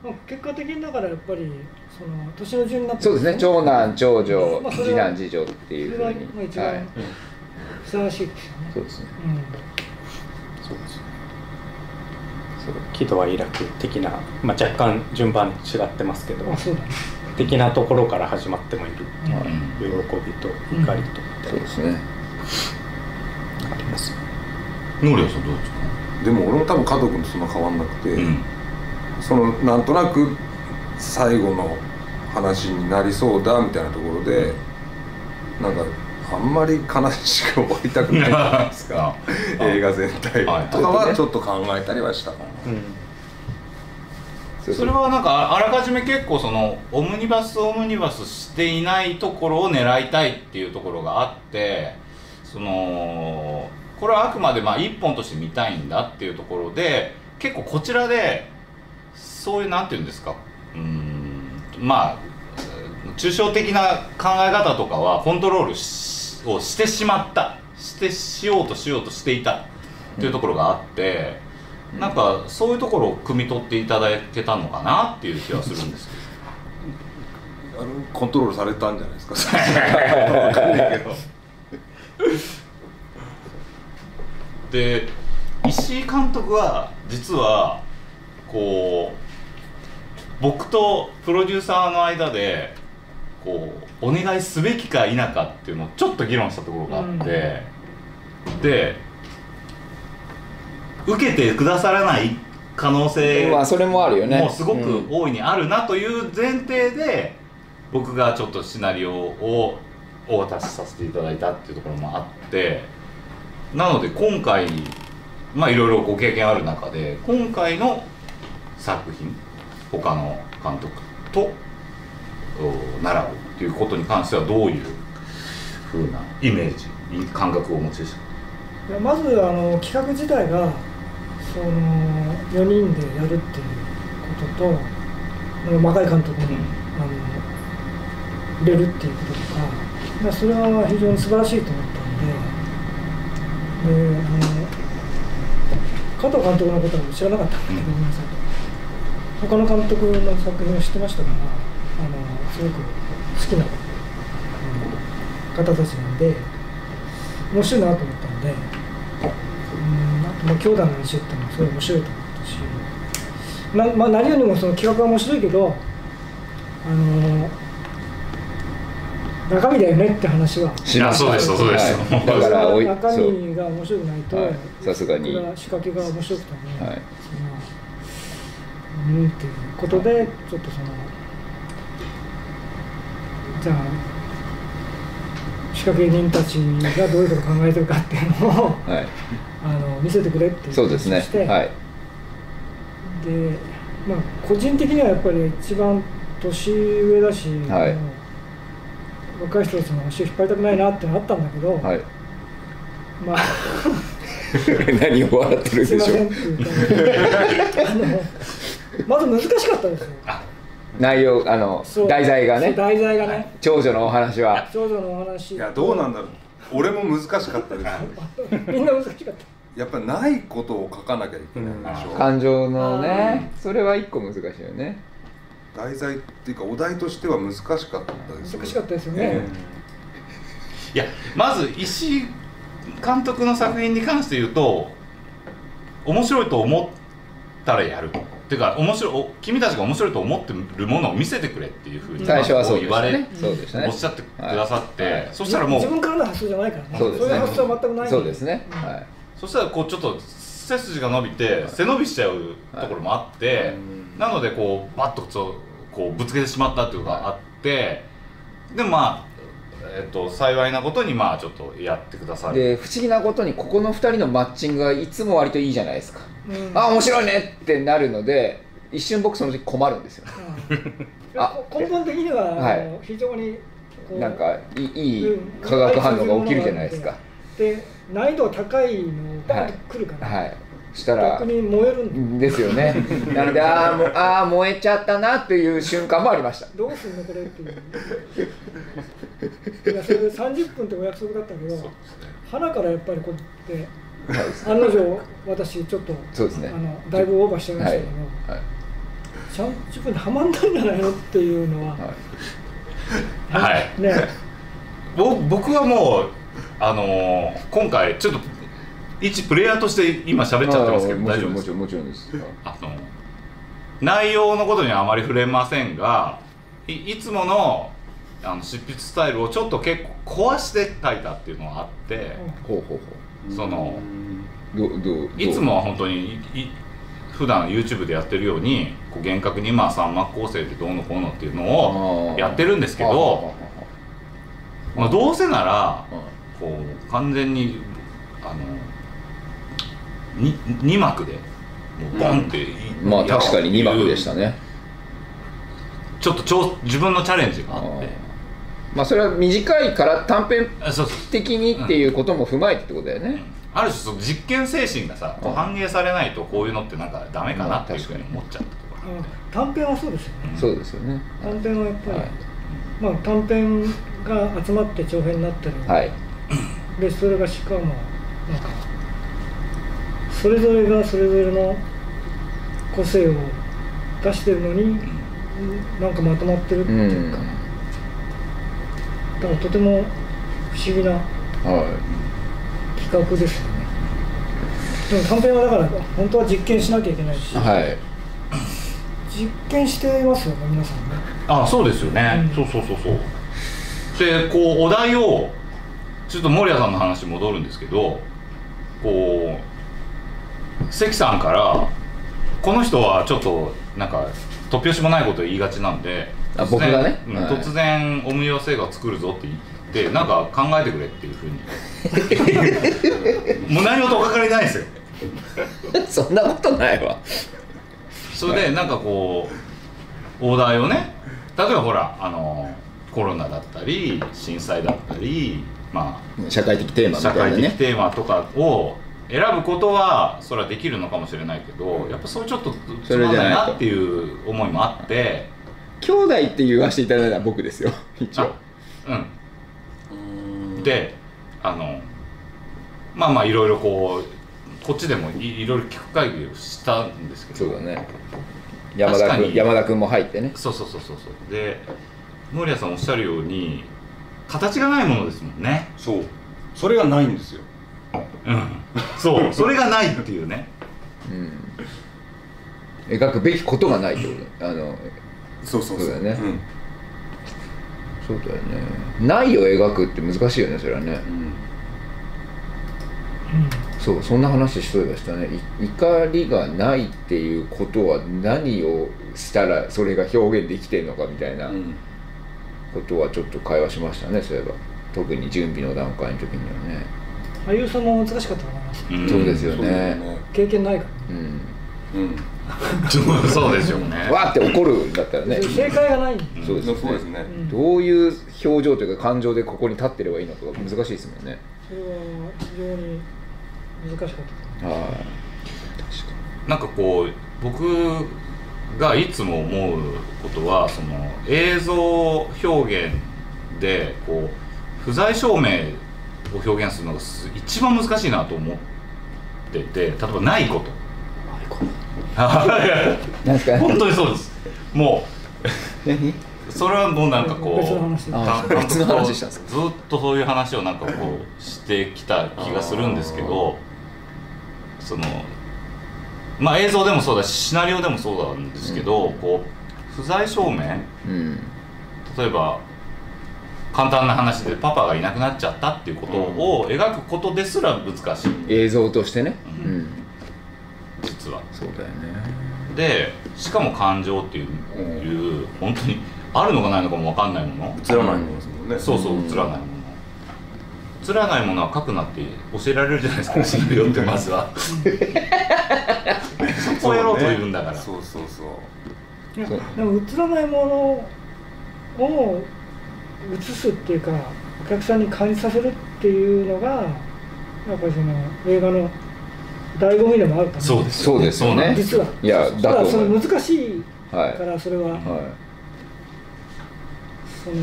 [SPEAKER 4] まあ結果的にだからやっぱりその年の順になって
[SPEAKER 1] そうですね長男長女
[SPEAKER 4] まあそれ
[SPEAKER 1] 次
[SPEAKER 4] は
[SPEAKER 1] 男次女っていう
[SPEAKER 4] そ
[SPEAKER 1] ふ
[SPEAKER 4] れ
[SPEAKER 1] う
[SPEAKER 4] は
[SPEAKER 1] に
[SPEAKER 4] まあ一
[SPEAKER 1] は
[SPEAKER 4] 番
[SPEAKER 1] い
[SPEAKER 4] ふさわしいですよね、
[SPEAKER 1] そうですね
[SPEAKER 5] そうですね
[SPEAKER 1] そう
[SPEAKER 5] 喜怒哀楽的な、まあ、若干順番違ってますけど
[SPEAKER 4] うん、あそうだね、
[SPEAKER 5] 的なところから始まってもいる
[SPEAKER 4] うん
[SPEAKER 1] はい
[SPEAKER 5] 喜びと怒りとみた
[SPEAKER 1] そう
[SPEAKER 5] い
[SPEAKER 1] ですね
[SPEAKER 5] なのがありますよね、
[SPEAKER 2] ノリアさんどうですか、
[SPEAKER 3] でも俺も多分加藤君とそんな変わんなくて、
[SPEAKER 2] うん
[SPEAKER 3] そのなんとなく最後の話になりそうだみたいなところでなんかあんまり悲しく終わりたくないじゃないで
[SPEAKER 2] (laughs)
[SPEAKER 3] すか映画全体
[SPEAKER 2] はい
[SPEAKER 3] とかはちょっと考えたりはしたかな、
[SPEAKER 5] うん
[SPEAKER 1] そう
[SPEAKER 2] それはなんかあらかじめ結構そのオムニバスオムニバスしていないところを狙いたいっていうところがあってそのこれはあくまでまあ一本として見たいんだっていうところで結構こちらでそういうなんていうんですかうーんまあ抽象的な考え方とかはコントロールしをしてしまったしてしようとしようとしていたっていうところがあって、なんかそういうところを汲み取っていただけたのかなっていう気はするんですけ
[SPEAKER 3] あのコントロールされたんじゃないですか
[SPEAKER 2] どで石井監督は実はこう僕とプロデューサーの間でこうお願いすべきか否かっていうのをちょっと議論したところがあって、で受けてくださらない可能性
[SPEAKER 1] まあそれもあるよね
[SPEAKER 2] もうすごく
[SPEAKER 1] うん
[SPEAKER 2] 大いにあるなという前提で、僕がちょっとシナリオをお渡しさせていただいたっていうところもあってなので今回まあいろいろご経験ある中で今回の作品他の監督とお並ぶっていうことに関してはどういうふうなイメージい感覚をお持ちでしたか
[SPEAKER 4] いやまずあの企画自体がその4人でやるっていうこととあの若い監督に、
[SPEAKER 2] うん
[SPEAKER 4] あの入れるっていうこととかまあそれは非常に素晴らしいと思ったんでであの加藤監督のことは知らなかったんだけど、
[SPEAKER 2] うん
[SPEAKER 4] ごめんなさい他の監督の作品を知ってましたからあのすごく好きなあの方たちなんで面白いなと思ったんで。うんあとまあ兄弟の話ってのもすごい面白いと思ったし、なまあ、何よりもその企画は面白いけど、あのー中身だよねって話は
[SPEAKER 1] しました
[SPEAKER 2] そうですよ (laughs) そうですよ
[SPEAKER 1] はいだからおい
[SPEAKER 4] 中
[SPEAKER 1] そう
[SPEAKER 4] 身が面白くないと、
[SPEAKER 1] はいさすがに
[SPEAKER 4] いくら仕掛けが面白くても、
[SPEAKER 1] はい
[SPEAKER 4] そのうんっていうことでちょっとそのじゃあ仕掛け人たちがどういうことを考えてるかっていう
[SPEAKER 1] (laughs)
[SPEAKER 4] のを
[SPEAKER 1] はい
[SPEAKER 4] あの見せてくれっていう
[SPEAKER 1] そうですね
[SPEAKER 4] 話をして
[SPEAKER 1] はい
[SPEAKER 4] で、まあ、個人的にはやっぱり一番年上だし、
[SPEAKER 1] はい
[SPEAKER 4] あの若い人たちの足を引っ張りたくないなってのあったんだけど、
[SPEAKER 1] はい
[SPEAKER 4] まあ
[SPEAKER 1] (laughs) 何を笑ってる
[SPEAKER 4] すい
[SPEAKER 1] で
[SPEAKER 4] ま
[SPEAKER 1] し
[SPEAKER 4] せ
[SPEAKER 1] ょ
[SPEAKER 4] んっていうかあのまず難しかったですよ
[SPEAKER 1] 内容あの
[SPEAKER 4] そう
[SPEAKER 1] 題材が
[SPEAKER 4] そう
[SPEAKER 1] ね
[SPEAKER 4] 題材がね
[SPEAKER 1] 長女のお話は
[SPEAKER 4] 少女のお話
[SPEAKER 3] いやどうなん
[SPEAKER 4] だ
[SPEAKER 3] だろう俺も難しかったです
[SPEAKER 4] みんな難しかった
[SPEAKER 3] やっぱないことを書かなきゃいけないんでしょ、
[SPEAKER 1] 感情の
[SPEAKER 4] あ
[SPEAKER 1] ねそれは一個難しいよね
[SPEAKER 3] 題材っていうかお題としては難しかったです
[SPEAKER 4] 難しかったですよね、
[SPEAKER 2] い
[SPEAKER 3] え
[SPEAKER 2] やまず石井監督の作品に関して言うと面白いと思ったらやるっていうか面白いお君たちが面白いと思ってるものを見せてくれっていうふうに
[SPEAKER 1] 最初はそうで
[SPEAKER 2] 言
[SPEAKER 1] し
[SPEAKER 2] わ
[SPEAKER 1] た
[SPEAKER 2] れ、
[SPEAKER 1] ねそうでした
[SPEAKER 2] お
[SPEAKER 1] ね
[SPEAKER 2] っしゃってくださって、
[SPEAKER 1] はい
[SPEAKER 2] そしたらもう
[SPEAKER 4] 自分からの発想じゃないからね
[SPEAKER 1] そうですね
[SPEAKER 4] いう発想は全くない
[SPEAKER 1] そうですね
[SPEAKER 4] うん
[SPEAKER 1] はい
[SPEAKER 2] そしたらこうちょっと背筋が伸びて背伸びしちゃうところもあって、なのでこうバッとそうこうぶつけてしまったっていうのがあってでもまあ、えっと幸いなことにまあちょっとやってくださる
[SPEAKER 1] で不思議なことにここの2人のマッチングがいつも割といいじゃないですか
[SPEAKER 4] うん
[SPEAKER 1] あ面白いねってなるので一瞬僕その時困るんですよあ
[SPEAKER 4] うん根本的には、
[SPEAKER 1] はい
[SPEAKER 4] あの非常にこう
[SPEAKER 1] なんかいいいい
[SPEAKER 4] うん
[SPEAKER 1] 化学反応が起きるじゃないですか
[SPEAKER 4] で難易度高いのがバンとくるから、
[SPEAKER 1] はいしたら
[SPEAKER 4] 逆に燃えるんだ
[SPEAKER 1] ですよねなのであーもうあー燃えちゃったなっていう瞬間もありました
[SPEAKER 4] どうすんのこれっていういやそれで30分ってお約束だったけど
[SPEAKER 2] そうですね
[SPEAKER 4] 花からやっぱりこうやって案の定私ちょっと
[SPEAKER 1] そうですね
[SPEAKER 4] あのだいぶオーバーしちゃいましたけど、
[SPEAKER 1] はい
[SPEAKER 4] 30分ではまんないんじゃないのっていうのは、
[SPEAKER 1] は
[SPEAKER 2] はい
[SPEAKER 4] ね
[SPEAKER 2] ぼ僕はもうあのー今回ちょっと一プレイヤーとして今喋っちゃってますけど
[SPEAKER 1] も
[SPEAKER 2] 大
[SPEAKER 1] ち
[SPEAKER 2] 丈
[SPEAKER 1] ろんも
[SPEAKER 2] 夫です
[SPEAKER 1] ち
[SPEAKER 2] か
[SPEAKER 1] ろんもちろんです
[SPEAKER 2] あの内容のことにはあまり触れませんがいいつものあの執筆スタイルをちょっと結構壊して書いたっていうのがあって、
[SPEAKER 1] ほうほうほ
[SPEAKER 2] その
[SPEAKER 1] うどうどうどう
[SPEAKER 2] いつもは本当にいい普段 YouTube でやってるようにこう厳格にまあ三幕構成でどうのこうのっていうの
[SPEAKER 1] あ
[SPEAKER 2] を
[SPEAKER 1] ー
[SPEAKER 2] やってるんですけどまあ、どうせなら
[SPEAKER 1] あーあーあーあー
[SPEAKER 2] こう完全にあのに2幕でもうボンってい、
[SPEAKER 1] うんまあ確かに2幕でした
[SPEAKER 2] ね
[SPEAKER 1] ね
[SPEAKER 2] ちょっとちょ自分のチャレンジがあっ
[SPEAKER 1] まあそれは短いから短編
[SPEAKER 2] てあそうそう
[SPEAKER 1] 的にっていうことも踏まえてってことだよね、
[SPEAKER 2] ある種その実験精神がさこう
[SPEAKER 1] うん
[SPEAKER 2] 反映されないとこういうのってなんかダメかなっていうふうに
[SPEAKER 1] まあ
[SPEAKER 2] 思っちゃったところ
[SPEAKER 4] あの短編はそうですよね
[SPEAKER 1] そうですよね
[SPEAKER 4] 短編はやっぱり、
[SPEAKER 1] はい
[SPEAKER 4] まあ、短編が集まって長編になってる、
[SPEAKER 1] はい
[SPEAKER 4] でそれがしかもなんかそれぞれがそれぞれの個性を出してるのになんかまとまってるって
[SPEAKER 1] う
[SPEAKER 4] い
[SPEAKER 1] ん
[SPEAKER 4] うか、だからとても不思議な
[SPEAKER 1] は
[SPEAKER 4] 企画ですよねでも短編はだから本当は実験しなきゃいけないし、
[SPEAKER 1] いはい (laughs)
[SPEAKER 4] 実験していますよね皆さんね
[SPEAKER 2] あそうですよね、
[SPEAKER 4] うん
[SPEAKER 2] そうそうそうそうでこうお題をちょっと守屋さんの話に戻るんですけどこう関さんからこの人はちょっとなんか突拍子もないことを言いがちなんで
[SPEAKER 1] あ
[SPEAKER 2] 突
[SPEAKER 1] 僕
[SPEAKER 2] 然
[SPEAKER 1] がね
[SPEAKER 2] うん
[SPEAKER 1] はい
[SPEAKER 2] 突然オムニバス映画を作るぞって言ってなんか考えてくれっていうふ
[SPEAKER 1] (laughs)
[SPEAKER 2] うにもう何事おかかりないですよ
[SPEAKER 1] そんなことないわ
[SPEAKER 2] それでなんかこうオーダーをね例えばほらあのコロナだったり震災だったりま
[SPEAKER 1] 社会的テー
[SPEAKER 2] あ
[SPEAKER 1] マみ
[SPEAKER 2] 社
[SPEAKER 1] た
[SPEAKER 2] 会
[SPEAKER 1] いな
[SPEAKER 2] 的
[SPEAKER 1] ね
[SPEAKER 2] テーマとかを選ぶことはそれはできるのかもしれないけどやっぱそれちょっとつまんないなっていう思いもあって
[SPEAKER 1] 兄弟って言わせていただいたのは僕ですよ一応
[SPEAKER 2] あうん
[SPEAKER 3] ー
[SPEAKER 2] であのまあまあいろいろこうこっちでもいいろいろ聞く会議をしたんですけど
[SPEAKER 1] そうだね山田
[SPEAKER 2] 確か
[SPEAKER 1] 君
[SPEAKER 2] に
[SPEAKER 1] 山田君も入ってね
[SPEAKER 2] そうそうそうそうそうで森谷さんおっしゃるように形がないものですもんね
[SPEAKER 3] そうそれがないんですよ
[SPEAKER 2] うんそうそれがないっていうね
[SPEAKER 1] うん描くべきことがないってことあの
[SPEAKER 3] そうそうそ
[SPEAKER 1] そう
[SPEAKER 3] う
[SPEAKER 1] だよね
[SPEAKER 3] ん
[SPEAKER 1] そうだよねないを描くって難しいよねそれはねそうそんな話しといえばしたねい怒りがないっていうことは何をしたらそれが表現できてるのかみたいな
[SPEAKER 3] うん
[SPEAKER 1] ことはちょっと会話しましたねそういえば特に準備の段階の時にはね、
[SPEAKER 4] 俳優さんも難しかったと思います
[SPEAKER 2] ん
[SPEAKER 1] そうですよ
[SPEAKER 3] そうだよ
[SPEAKER 1] ね
[SPEAKER 3] ね
[SPEAKER 4] 経験ないか
[SPEAKER 1] うん
[SPEAKER 3] うん
[SPEAKER 2] (laughs) そうそうですよね
[SPEAKER 1] わーって怒るんだったらね
[SPEAKER 4] ら正解がないんで
[SPEAKER 2] うん
[SPEAKER 1] そうですよね
[SPEAKER 3] そうですね
[SPEAKER 4] うん
[SPEAKER 1] どういう表情というか感情でここに立ってればいいのかが難しいですもんね、
[SPEAKER 4] それは非常に難しかった
[SPEAKER 1] はい
[SPEAKER 2] なんかこう僕がいつも思うことはその映像表現でこう不在証明を表現するのがす一番難しいなと思ってて例えばないこと
[SPEAKER 1] 何ですか
[SPEAKER 2] (laughs) 本当にそうですも
[SPEAKER 1] 何
[SPEAKER 2] うそれはもうなんかこう
[SPEAKER 4] 別の話
[SPEAKER 1] あ
[SPEAKER 2] 淡々と
[SPEAKER 1] 別の話したんですか
[SPEAKER 2] ずっとそういう話をなんかこうしてきた気がするんですけどそのまあ映像でもそうだしシナリオでもそうなんですけど、こう不在証明
[SPEAKER 1] うん
[SPEAKER 2] 例えば簡単な話でパパがいなくなっちゃったっていうことを描くことですら難しい
[SPEAKER 1] 映像としてねう
[SPEAKER 2] うん実は。
[SPEAKER 1] そうだよね
[SPEAKER 2] でしかも感情っていういう本当にあるのかないのかも分かんないもの
[SPEAKER 3] 映らないもんですもんね
[SPEAKER 2] そうそ
[SPEAKER 1] う
[SPEAKER 2] う
[SPEAKER 1] ん
[SPEAKER 2] 映らないもの映らないものは書くなって教えられるじゃないですかシナリオってまず (laughs) はそこをやろうというんだから
[SPEAKER 3] そうそうそう
[SPEAKER 4] いや
[SPEAKER 1] そう
[SPEAKER 4] でも映らないものを映すっていうかお客さんに感じさせるっていうのがやっぱりその映画の醍醐味でもあるかな
[SPEAKER 2] そうですよ
[SPEAKER 1] そうですよね
[SPEAKER 2] そうなんです
[SPEAKER 4] 実はい
[SPEAKER 1] や
[SPEAKER 4] た
[SPEAKER 1] だ
[SPEAKER 4] だ
[SPEAKER 1] と
[SPEAKER 4] そ
[SPEAKER 1] 思
[SPEAKER 4] の
[SPEAKER 1] う
[SPEAKER 4] 難しい
[SPEAKER 1] はい
[SPEAKER 4] からそれは、
[SPEAKER 1] は
[SPEAKER 4] その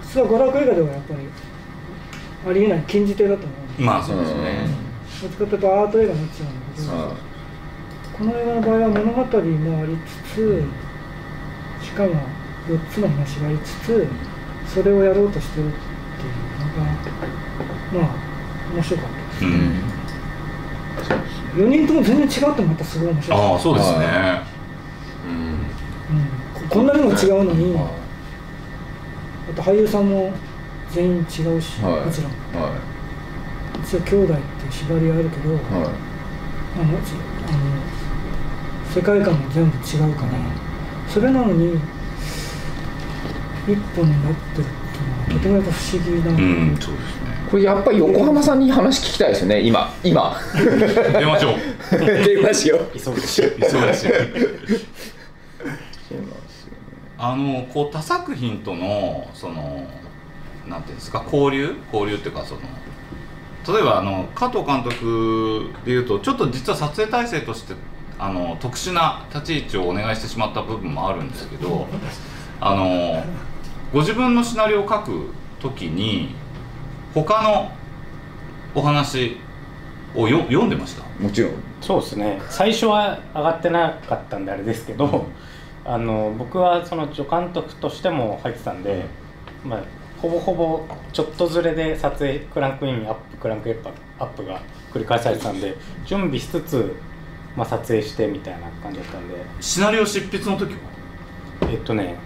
[SPEAKER 4] 普通は娯楽映画ではやっぱりありえない禁じ手だと思う
[SPEAKER 2] まあ
[SPEAKER 1] い
[SPEAKER 2] そうですね
[SPEAKER 4] どっちかっていうとアート映画になっちゃうんだ
[SPEAKER 1] う
[SPEAKER 4] け
[SPEAKER 1] ん
[SPEAKER 4] ど
[SPEAKER 1] は
[SPEAKER 4] この映画の場合は物語もありつつしかも4つの話がありつつそれをやろうとしてるっていうのがまあ面白かったです
[SPEAKER 2] う
[SPEAKER 1] いうん
[SPEAKER 2] ん
[SPEAKER 4] 4人とも全然違うってまたすごい面白
[SPEAKER 2] あ
[SPEAKER 4] か
[SPEAKER 2] あ
[SPEAKER 4] った、
[SPEAKER 2] そうですね、
[SPEAKER 3] うん
[SPEAKER 4] うん、ここんなにも違うのに、
[SPEAKER 3] はい
[SPEAKER 4] あと俳優さんも全員違うし、
[SPEAKER 1] はい
[SPEAKER 4] もちろん
[SPEAKER 1] は
[SPEAKER 4] 一応兄弟って縛りはあるけど、
[SPEAKER 1] いは
[SPEAKER 4] あのちあの世界観も全部違うから、それなのに一本になってるっていうのはとてもやっぱ不思議な、
[SPEAKER 2] うんそうですね
[SPEAKER 1] いこれやっぱり横浜さんに話聞きたいですよね今
[SPEAKER 4] (laughs)
[SPEAKER 1] 今
[SPEAKER 2] 出ましょう
[SPEAKER 1] 電話しよう
[SPEAKER 5] 急ぐ
[SPEAKER 2] (laughs)
[SPEAKER 5] し
[SPEAKER 2] 忙しい
[SPEAKER 1] そうなんですよ
[SPEAKER 2] あのこう他作品とのそのなんていうんですか交流交流っていうかその例えばあの加藤監督でいうとちょっと実は撮影体制としてあの特殊な立ち位置をお願いしてしまった部分もあるんですけどあのご自分のシナリオを書くときに他のお話をよ読んでました
[SPEAKER 1] もちろん
[SPEAKER 5] そうですね最初は上がってなかったんであれですけど、 (laughs) あの僕はその助監督としても入ってたんで、まあ、ほぼほぼちょっとずれで撮影クランクインアップクランクアップアップが繰り返されてたんで準備しつつ、まあ、撮影してみたいな感じだったんで
[SPEAKER 2] シナリオ執筆の時は
[SPEAKER 5] えっとね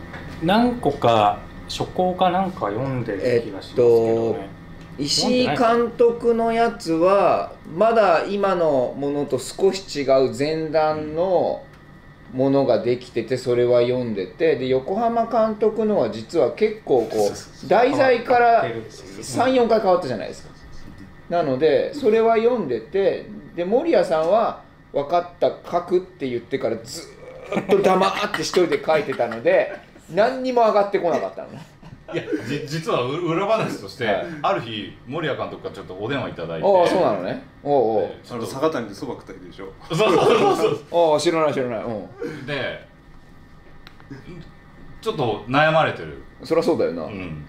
[SPEAKER 5] 何個か初稿かなんか読んでる気がしますけどね、
[SPEAKER 1] 石井監督のやつはまだ今のものと少し違う前段のものができててそれは読んでてで横浜監督のは実は結構こう題材から34回変わったじゃないですかなのでそれは読んでてで守屋さんは「分かった書く」って言ってからずーっと黙って一人で書いてたの (laughs) で何にも上がってこなかったのね
[SPEAKER 2] いやじ実はう裏話として、
[SPEAKER 1] はい
[SPEAKER 2] ある日守屋監督からちょっとお電話いただいて
[SPEAKER 1] ああそうなのねおうおう
[SPEAKER 2] ち
[SPEAKER 3] あ
[SPEAKER 2] ょっ
[SPEAKER 3] の
[SPEAKER 2] と
[SPEAKER 3] 佐賀谷でそば食ったりでしょ
[SPEAKER 2] そうそう (laughs) そうそう
[SPEAKER 1] ああ知らない知らないうん
[SPEAKER 2] でちょっと悩まれてる、
[SPEAKER 1] そりゃそうだよな、
[SPEAKER 2] うん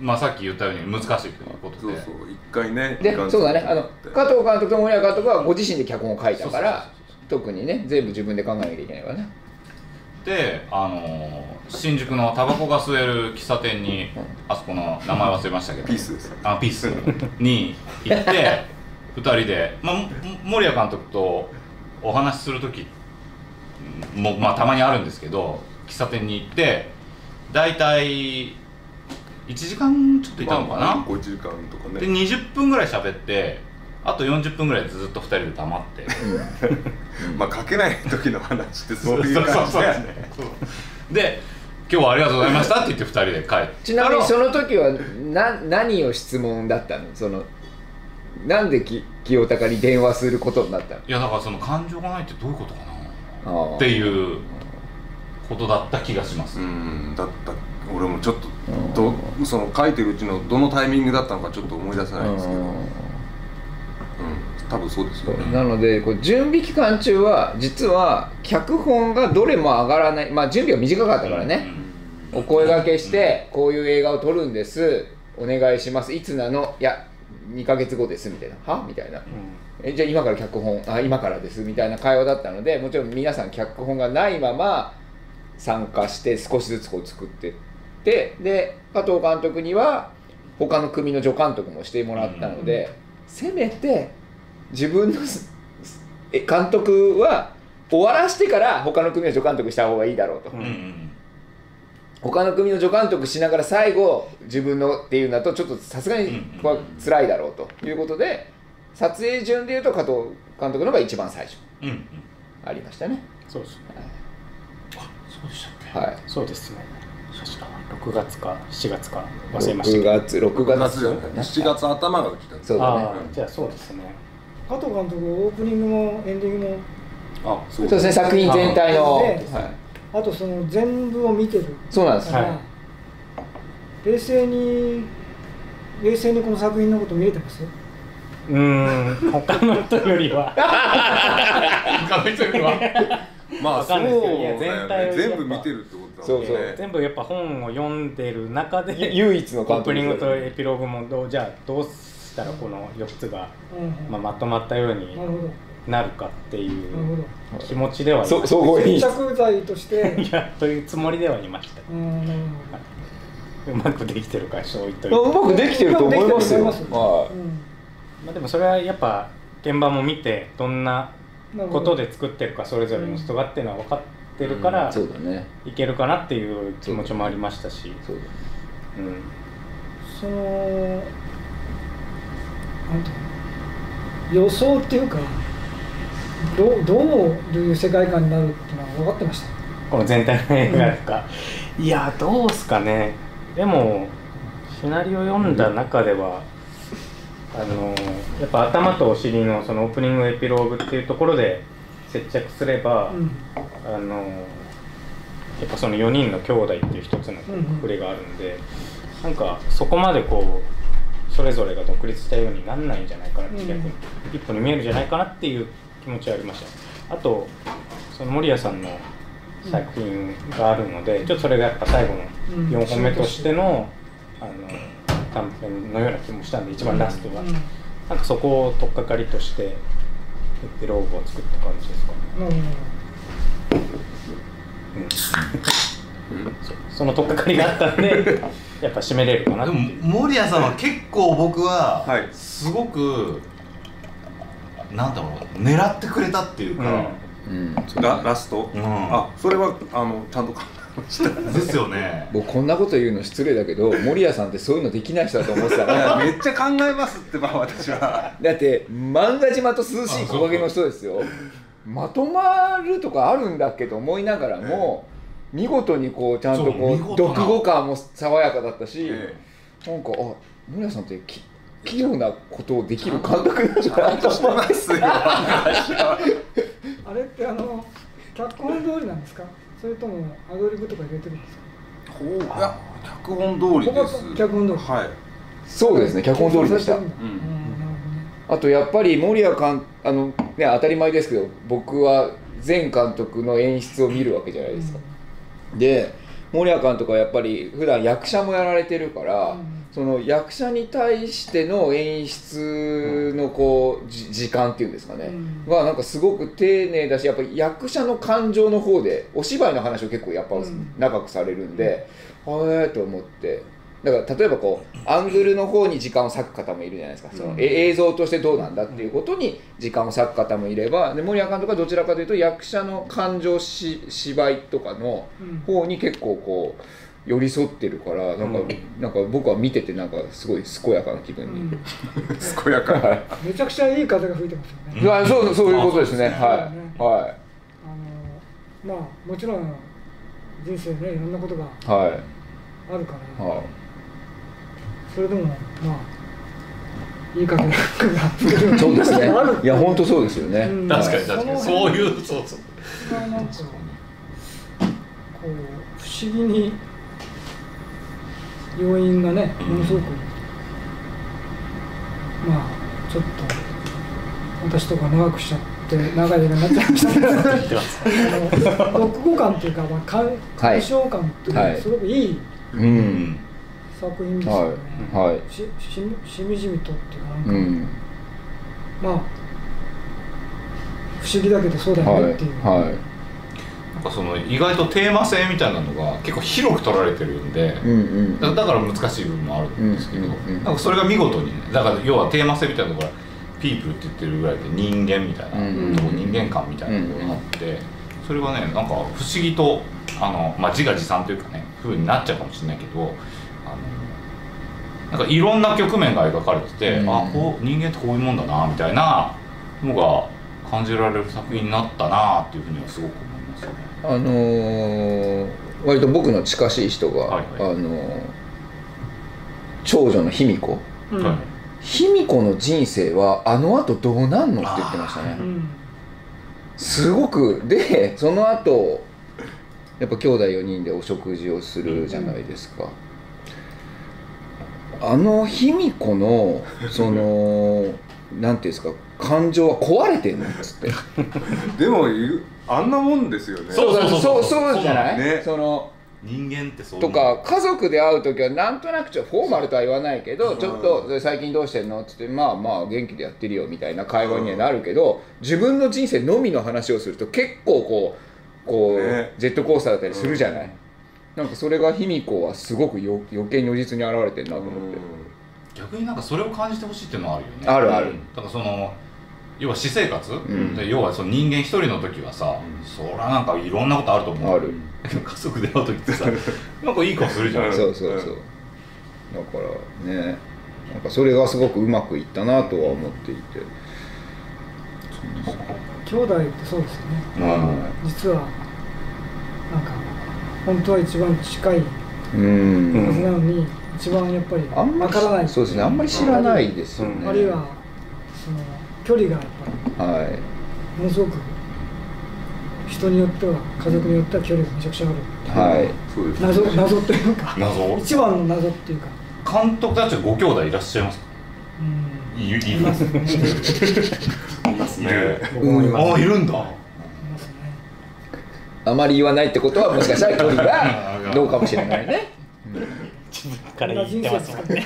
[SPEAKER 2] まあ、さっき言ったように難しいということ
[SPEAKER 3] そう
[SPEAKER 2] で
[SPEAKER 3] そう一回ね
[SPEAKER 1] で
[SPEAKER 3] 時間
[SPEAKER 1] そうだねあの加
[SPEAKER 3] か
[SPEAKER 1] 藤監督と森谷監督はご自身で脚本を書いたから
[SPEAKER 2] そうそう
[SPEAKER 1] 特にね全部自分で考えなきゃいけないからね
[SPEAKER 2] そうであのー新宿のタバコが吸える喫茶店にあそこの名前忘れましたけど
[SPEAKER 3] ピースです
[SPEAKER 2] あピースに行って
[SPEAKER 1] (laughs)
[SPEAKER 2] 二人で、まあ、も森谷監督とお話しする時も、まあ、たまにあるんですけど喫茶店に行って大体1時間ちょっといたのかな、
[SPEAKER 3] まあまあ5時間とか
[SPEAKER 2] で
[SPEAKER 3] ね
[SPEAKER 2] 20分ぐらい喋ってあと40分ぐらいずっと二人で黙って
[SPEAKER 3] まあ書けない時の話ってそういう
[SPEAKER 2] そ
[SPEAKER 3] 感
[SPEAKER 2] う
[SPEAKER 3] じ
[SPEAKER 2] そう
[SPEAKER 3] だ
[SPEAKER 2] です
[SPEAKER 3] よね
[SPEAKER 2] ねそうで今日はありがとうございましたって言って二人で帰って
[SPEAKER 1] ちなみにその時はな何を質問だったのそのなんでき清高に電話することになったの
[SPEAKER 2] いやだからその感情がないってどういうことかな
[SPEAKER 1] ああ
[SPEAKER 2] っていうことだった気がします、
[SPEAKER 3] うんだった俺もちょっとどその書いてるうちのどのタイミングだったのかちょっと思い出せないんですけど、うん、多分そうですよね
[SPEAKER 1] なのでこう準備期間中は実は脚本がどれも上がらないまあ準備は短かったからね、お声掛けして、こういう映画を撮るんですお願いしますいつなのいや2ヶ月後ですみたいなはみたいなえじゃあ今から脚本あ今からですみたいな会話だったのでもちろん皆さん脚本がないまま参加して少しずつこう作ってってで加藤監督には他の組の助監督もしてもらったので、せめて自分のすすえ監督は終わらしてから他の組の助監督した方がいいだろうと、
[SPEAKER 5] うん
[SPEAKER 2] うんうん
[SPEAKER 1] 他の組の助監督しながら最後自分のっていうのだとちょっとさすがにこれは辛いだろうということで撮影順でいうと加藤監督のが一番最初
[SPEAKER 2] うんうん
[SPEAKER 1] ありましたね
[SPEAKER 5] そうですね
[SPEAKER 2] あそうでしたっけ
[SPEAKER 1] はい
[SPEAKER 5] そうですね確か6月か7月か忘れました
[SPEAKER 1] 6
[SPEAKER 5] けど
[SPEAKER 1] 月6
[SPEAKER 3] 6
[SPEAKER 1] 月
[SPEAKER 3] 月じゃない7月頭が来たんです
[SPEAKER 1] そうだね
[SPEAKER 5] ああじゃあそうですね
[SPEAKER 4] 加藤監督オープニングもエンディングも
[SPEAKER 3] あそ
[SPEAKER 1] そうですね作品全体の、
[SPEAKER 4] あ
[SPEAKER 1] はい、
[SPEAKER 4] あとその全部を見てる
[SPEAKER 1] そうなんです、
[SPEAKER 4] から、
[SPEAKER 5] は
[SPEAKER 4] 冷静に冷静にこの作品のこと見れてますよ
[SPEAKER 5] うーん他の人よりは
[SPEAKER 1] (laughs)
[SPEAKER 2] 他の人よりは
[SPEAKER 3] まあ
[SPEAKER 5] わ
[SPEAKER 3] そ
[SPEAKER 5] か
[SPEAKER 3] う
[SPEAKER 5] な
[SPEAKER 3] んだ
[SPEAKER 5] いですけどいや
[SPEAKER 3] よ
[SPEAKER 5] 全体をや
[SPEAKER 3] ね
[SPEAKER 5] っぱ
[SPEAKER 3] 全部見てるってことだもんね
[SPEAKER 1] そうそう
[SPEAKER 5] 全部やっぱ本を読んでる中で
[SPEAKER 1] 唯一の監督
[SPEAKER 5] オープニングとエピローグもどうじゃあどうしたらこの4つが、
[SPEAKER 4] うん
[SPEAKER 5] まあ、まとまったように
[SPEAKER 4] なるほど
[SPEAKER 5] なるかってい
[SPEAKER 4] なるほ
[SPEAKER 5] う
[SPEAKER 4] ど
[SPEAKER 5] 気持ちではいま
[SPEAKER 1] そ
[SPEAKER 5] した
[SPEAKER 1] 総合演
[SPEAKER 4] 接
[SPEAKER 1] 出
[SPEAKER 4] 着剤として
[SPEAKER 1] (laughs)
[SPEAKER 5] いやというつもりではいました
[SPEAKER 4] うんなるほ
[SPEAKER 5] うまくできてる会社置いといて、
[SPEAKER 1] うまくできてると思いますよ
[SPEAKER 4] できてると
[SPEAKER 1] は
[SPEAKER 4] どうん
[SPEAKER 5] まあ、でもそれはやっぱ現場も見てどんな
[SPEAKER 4] なるほ
[SPEAKER 5] こ
[SPEAKER 4] ど
[SPEAKER 5] とで作ってるかそれぞれの人がっていうのは分かってるか
[SPEAKER 1] い
[SPEAKER 5] ら
[SPEAKER 1] そうだね
[SPEAKER 5] いけるかなっていう気持ちもありましたし、
[SPEAKER 1] そうだね
[SPEAKER 5] うん、
[SPEAKER 4] そのなんていうの予想っていうかどうどういう世界観になるっていうのは分かってました
[SPEAKER 5] この全体の映画とか、いやどうすかねでもシナリオ読んだ中では、あのやっぱ頭とお尻のそのオープニングエピローグっていうところで接着すれば、
[SPEAKER 4] うん
[SPEAKER 5] あのやっぱその4人の兄弟っていう一つのくれがあるんで、なんかそこまでこうそれぞれが独立したようになんないんじゃないかなって
[SPEAKER 4] うん
[SPEAKER 5] 逆に、一歩に見えるんじゃないかなっていう気持ちはありましたあとその守屋さんの作品があるので、ちょっとそれがやっぱ最後の
[SPEAKER 4] うん
[SPEAKER 5] 4本目としての,、あの短編のような気もしたんで一番ラストが、
[SPEAKER 4] うん
[SPEAKER 5] なんかそこを取っかかりとしてエピローグを作った感じですかね。
[SPEAKER 4] なるほど
[SPEAKER 5] その取っかかりがあったんでやっぱ締めれるかな
[SPEAKER 2] で
[SPEAKER 5] って
[SPEAKER 2] も
[SPEAKER 5] いう
[SPEAKER 2] 守屋さんは結構僕は
[SPEAKER 3] はい
[SPEAKER 2] すごく、なんだろう狙ってくれたっていうか、
[SPEAKER 1] うん
[SPEAKER 3] ララスト、
[SPEAKER 2] うん
[SPEAKER 3] あそれはあのちゃんと考えました
[SPEAKER 2] ですよね
[SPEAKER 1] 僕こんなこと言うの失礼だけど守屋さんってそういうのできない人だと思ってたか
[SPEAKER 3] いや
[SPEAKER 1] ら
[SPEAKER 3] めっちゃ考えますってば私 (laughs) は
[SPEAKER 1] だって漫画島と涼しい木陰の人ですよまとまるとかあるんだっけと思いながらも、見事にこうちゃんとこ
[SPEAKER 2] そう
[SPEAKER 1] う
[SPEAKER 2] 見事な
[SPEAKER 1] 読語感も爽やかだったし、
[SPEAKER 3] え
[SPEAKER 1] なんかあ村さんってき器用なことをできる監督なんじゃない
[SPEAKER 3] ちゃんとしてますよ
[SPEAKER 4] あれってあの脚本通りなんですかそれともアドリブとか入れてるんですか
[SPEAKER 3] こういや脚本通りです
[SPEAKER 4] ここ脚本通り
[SPEAKER 3] はい
[SPEAKER 1] そうですね脚本通りでした
[SPEAKER 4] そうされてるんだ
[SPEAKER 3] う
[SPEAKER 4] うんなるほどね
[SPEAKER 1] あとやっぱり森谷監あの、ね、当たり前ですけど僕は前監督の演出を見るわけじゃないですか、で森谷監督はやっぱり普段役者もやられてるから、
[SPEAKER 4] うん
[SPEAKER 1] その役者に対しての演出のこう、じ時間っていうんですかね、
[SPEAKER 4] うん
[SPEAKER 1] がなんかすごく丁寧だしやっぱり役者の感情の方でお芝居の話を結構やっぱ
[SPEAKER 4] うん
[SPEAKER 1] 長くされるんで、はえと思って。だから例えばこうアングルの方に時間を割く方もいるじゃないですか、そのえ映像としてどうなんだっていうことに時間を割く方もいればで森谷監督はどちらかというと役者の感情し芝居とかの
[SPEAKER 4] うん
[SPEAKER 1] 方に結構こう寄り添ってるからなんか、
[SPEAKER 5] うん
[SPEAKER 1] なんか僕は見ててなんかすごい健やかな気分
[SPEAKER 4] う
[SPEAKER 1] に、
[SPEAKER 4] ん
[SPEAKER 3] 健やか
[SPEAKER 1] はい
[SPEAKER 4] めちゃくちゃいい風が吹いてますよ
[SPEAKER 1] (laughs)
[SPEAKER 4] ね
[SPEAKER 1] いやそうそういうことですね
[SPEAKER 2] あ
[SPEAKER 1] は
[SPEAKER 4] そうですね
[SPEAKER 1] いは
[SPEAKER 4] あのまあもちろん人生ねいろんなことが
[SPEAKER 1] いはい
[SPEAKER 4] あるから
[SPEAKER 1] は
[SPEAKER 4] それでもまあいい風が吹けるよ
[SPEAKER 1] いそうですね
[SPEAKER 4] ある
[SPEAKER 1] いや本当そうですよね、
[SPEAKER 4] うん
[SPEAKER 2] 確かに確かに
[SPEAKER 4] はい
[SPEAKER 2] そういうそうそう
[SPEAKER 4] なんかこう不思議に要因がね
[SPEAKER 2] うん
[SPEAKER 4] ものすごくまあちょっと私とか長くしちゃって長い間になっちゃいましたけど (laughs) あの読後感というか、まあ、か鑑賞感というか、
[SPEAKER 1] はい
[SPEAKER 4] すごくいいう
[SPEAKER 2] うんん
[SPEAKER 4] 作品ですよね、
[SPEAKER 1] はいはい
[SPEAKER 4] ししみしみじみとっていうかなんか、
[SPEAKER 1] うん
[SPEAKER 4] まあ不思議だけどそうだ
[SPEAKER 1] はい
[SPEAKER 4] よねっていう、
[SPEAKER 1] は
[SPEAKER 2] なんかその意外とテーマ性みたいなのが結構広く取られてるんで、
[SPEAKER 1] いうんうん
[SPEAKER 2] だだから難しい部分もあるんですけど、
[SPEAKER 1] うんうんうん
[SPEAKER 2] なんかそれが見事にねだから要はテーマ性みたいなところはピープルって言ってるぐらいで人間みたいな、
[SPEAKER 1] うん
[SPEAKER 2] とこ人間観みたいなところがあって、それはねなんか不思議とあの、まあ、自画自賛というかねふうになっちゃうかもしれないけどあのなんかいろんな局面が描かれてて、
[SPEAKER 1] うん
[SPEAKER 2] あこう人間ってこういうもんだなみたいなのが感じられる作品になったなっていうふうにはすごく思いますよね。
[SPEAKER 1] あのー割と僕の近しい人が、
[SPEAKER 2] はいは
[SPEAKER 1] あのー長女の卑弥呼
[SPEAKER 6] うん
[SPEAKER 2] はい
[SPEAKER 1] 卑弥呼の人生はあのあとどうなんのって言ってましたね
[SPEAKER 4] うん
[SPEAKER 1] すごくでその後やっぱ兄弟4人でお食事をするじゃないですか、あの卑弥呼のそのなんていうんですか感情は壊れてんのっつって
[SPEAKER 3] でも言うあんなもんですよね
[SPEAKER 2] (laughs) そうそうそうそう
[SPEAKER 1] そうじゃない、
[SPEAKER 3] ね
[SPEAKER 1] その
[SPEAKER 2] 人間ってそう
[SPEAKER 1] とか家族で会う時はなんとなくちょっとフォーマルとは言わないけど
[SPEAKER 3] うん
[SPEAKER 1] ちょっとそれ最近どうしてんのって言ってまあまあ元気でやってるよみたいな会話にはなるけど自分の人生のみの話をすると結構こうこ
[SPEAKER 3] ね
[SPEAKER 1] うジェットコースターだったりするじゃないなんかそれが卑弥呼はすごくよ余計に如実に現れてるなと
[SPEAKER 3] う
[SPEAKER 1] 思っ
[SPEAKER 3] ん
[SPEAKER 1] て
[SPEAKER 2] 逆になんかそれを感じてほしいっていうのはあるよね
[SPEAKER 1] あるある
[SPEAKER 2] だからその要は私生活、
[SPEAKER 1] ん
[SPEAKER 2] で要はその人間一人の時はさ、そりゃなんかいろんなことあると思う
[SPEAKER 1] ある
[SPEAKER 2] だけど (laughs) 家族で会う時ってさなんかいい顔するじゃない
[SPEAKER 3] うん
[SPEAKER 1] そうそうそうだからねなんかそれがすごくうまくいったなとは思っていて
[SPEAKER 4] 兄弟ってそうですよね
[SPEAKER 1] は
[SPEAKER 4] 実はなんか本当は一番近い
[SPEAKER 1] いうん
[SPEAKER 4] はずなのに、一番やっぱり
[SPEAKER 1] あんまり
[SPEAKER 4] 分からない
[SPEAKER 1] そうですねあんまり知らないですよね
[SPEAKER 4] あるいはその距離がやっぱ
[SPEAKER 1] はい
[SPEAKER 4] りものすごく人によっては家族によっては距離がめちゃくちゃある
[SPEAKER 1] はい
[SPEAKER 3] そうですね
[SPEAKER 4] 謎謎というか
[SPEAKER 2] 謎
[SPEAKER 4] 一番の謎っていうか
[SPEAKER 2] 監督たちご兄弟いらっしゃいますか
[SPEAKER 4] うん
[SPEAKER 2] いるい
[SPEAKER 4] い
[SPEAKER 2] る
[SPEAKER 4] ますね (laughs) いますね
[SPEAKER 3] います
[SPEAKER 2] いる
[SPEAKER 5] 僕もいます
[SPEAKER 2] あいるんだ
[SPEAKER 1] あまり言わないってことはもしかしたら距離がどうかもしれないね。
[SPEAKER 5] 自分から言ってますもんね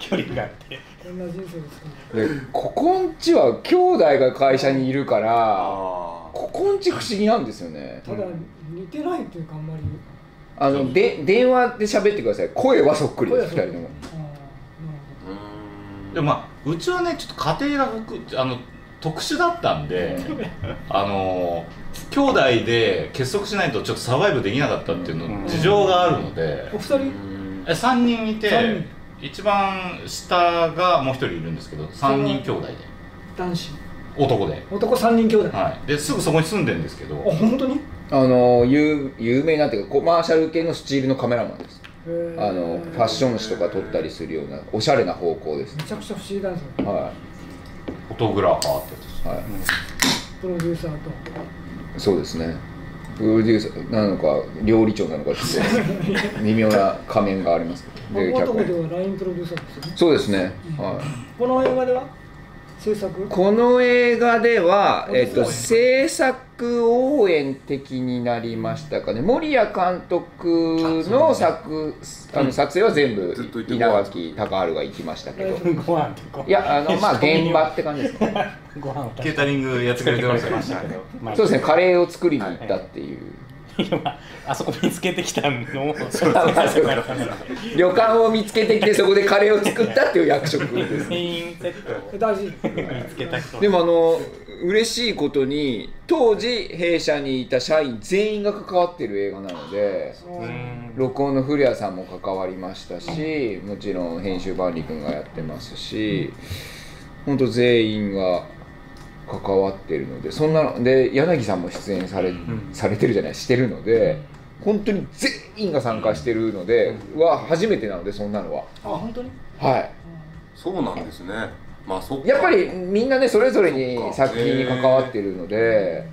[SPEAKER 5] 距離があって
[SPEAKER 4] こんな人生ですか
[SPEAKER 1] で
[SPEAKER 4] ら
[SPEAKER 1] ここんちは兄弟が会社にいるから
[SPEAKER 3] あ
[SPEAKER 1] ここんち不思議なんですよね
[SPEAKER 4] ただ似てないっていうかあんまり
[SPEAKER 1] あので電話で喋ってください声はそっくりです2人とも
[SPEAKER 4] あーなる
[SPEAKER 3] あ
[SPEAKER 2] でもまあうちはねちょっと家庭が僕あの特殊だったん (laughs) であの兄弟で結束しないとちょっとサバイブできなかったっていうの事情があるので
[SPEAKER 4] ほどお二人
[SPEAKER 2] え3人いて
[SPEAKER 4] 三
[SPEAKER 2] 一番下がもう一人いるんですけど3人兄弟で
[SPEAKER 4] 男子
[SPEAKER 2] 男で、
[SPEAKER 4] 男三人兄弟あ
[SPEAKER 2] はい、ですぐそこに住んでるんですけど
[SPEAKER 4] 本当に
[SPEAKER 1] あの有有名なっていうかコマーシャル系のスチールのカメラマンですあのファッション誌とか撮ったりするようなおしゃれな方向です
[SPEAKER 4] めちゃくちゃ不思議なんですよ
[SPEAKER 1] は
[SPEAKER 2] フォトグラファーってやつです
[SPEAKER 1] いはい
[SPEAKER 4] プロデューサーと
[SPEAKER 1] そうですねプロデューサーなのか料理長なのかちょっと微妙な仮面がありますけどで
[SPEAKER 4] 孫男
[SPEAKER 1] 脚
[SPEAKER 4] で
[SPEAKER 1] 本
[SPEAKER 4] は LINE プロデューサーですよね
[SPEAKER 1] そうですねはい
[SPEAKER 4] この映画では制作
[SPEAKER 1] この映画では、えっと、
[SPEAKER 4] そう
[SPEAKER 1] 制作応援的になりましたかね森谷監督の作あの撮影は全部
[SPEAKER 3] ずっと言って
[SPEAKER 1] 稲垣隆治が行きましたけど
[SPEAKER 5] ご飯とか
[SPEAKER 1] いやあのまあ現場って感じですね
[SPEAKER 5] ご飯を
[SPEAKER 2] ケータリングやってくれてましたね
[SPEAKER 1] そうですねカ
[SPEAKER 5] レ
[SPEAKER 1] レーを作りに行ったっていう
[SPEAKER 5] ーあそこ見つけてきたのをそう
[SPEAKER 1] 旅館を見つけてきてそこでカレーを作ったっていう役職ですね
[SPEAKER 5] 全員セットを
[SPEAKER 4] え大事
[SPEAKER 5] 見つけた人
[SPEAKER 1] でもあの嬉しいことに当時弊社にいた社員全員が関わってる映画なので
[SPEAKER 5] うーん
[SPEAKER 1] 録音の古谷さんも関わりましたしもちろん編集万里君がやってますし本当全員が関わってるのでそんなので柳さんも出演され,、
[SPEAKER 5] ん
[SPEAKER 1] されてるじゃないしてるので本当に全員が参加してるので、は初めてなのでそんなのは
[SPEAKER 4] あ本当に
[SPEAKER 1] はい
[SPEAKER 3] そうなんですねまあそっか
[SPEAKER 1] やっぱりみんなねそれぞれに
[SPEAKER 3] そっか
[SPEAKER 1] 作品に関わってるので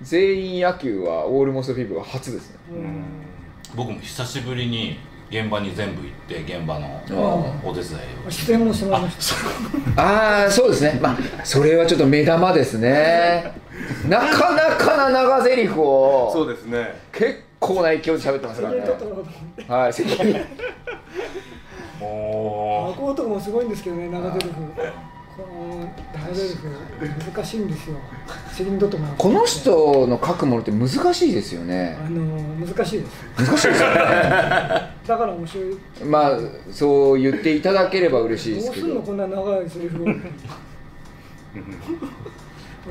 [SPEAKER 1] 全員野球はオールモストフィーブが初ですね
[SPEAKER 4] うん
[SPEAKER 2] 僕も久しぶりに現場に全部行って現場の
[SPEAKER 1] あ
[SPEAKER 2] お手伝いを
[SPEAKER 4] 出演もしてもらいました
[SPEAKER 1] あーそうですねまあそれはちょっと目玉ですね (laughs) なかなかな長台詞
[SPEAKER 3] そう
[SPEAKER 1] を
[SPEAKER 3] ですね
[SPEAKER 1] 結構な勢いで喋ってますから
[SPEAKER 4] 責任取った
[SPEAKER 1] ね
[SPEAKER 4] のかと
[SPEAKER 1] はい責任
[SPEAKER 2] も
[SPEAKER 4] 思ってこうとかもすごいんですけどね長ゼルフこの長ゼルフ難しいんですよ責任取ってもらう
[SPEAKER 1] この人の書くものって難しいですよ
[SPEAKER 4] あ
[SPEAKER 1] ね
[SPEAKER 4] の難しいです
[SPEAKER 1] 難しい
[SPEAKER 4] (laughs)
[SPEAKER 1] ですよね
[SPEAKER 4] だから面白い
[SPEAKER 1] まあそう言っていただければ嬉しいで
[SPEAKER 4] ど
[SPEAKER 1] す
[SPEAKER 4] う
[SPEAKER 1] け
[SPEAKER 4] すんの
[SPEAKER 1] ど
[SPEAKER 4] こんな長いセリフを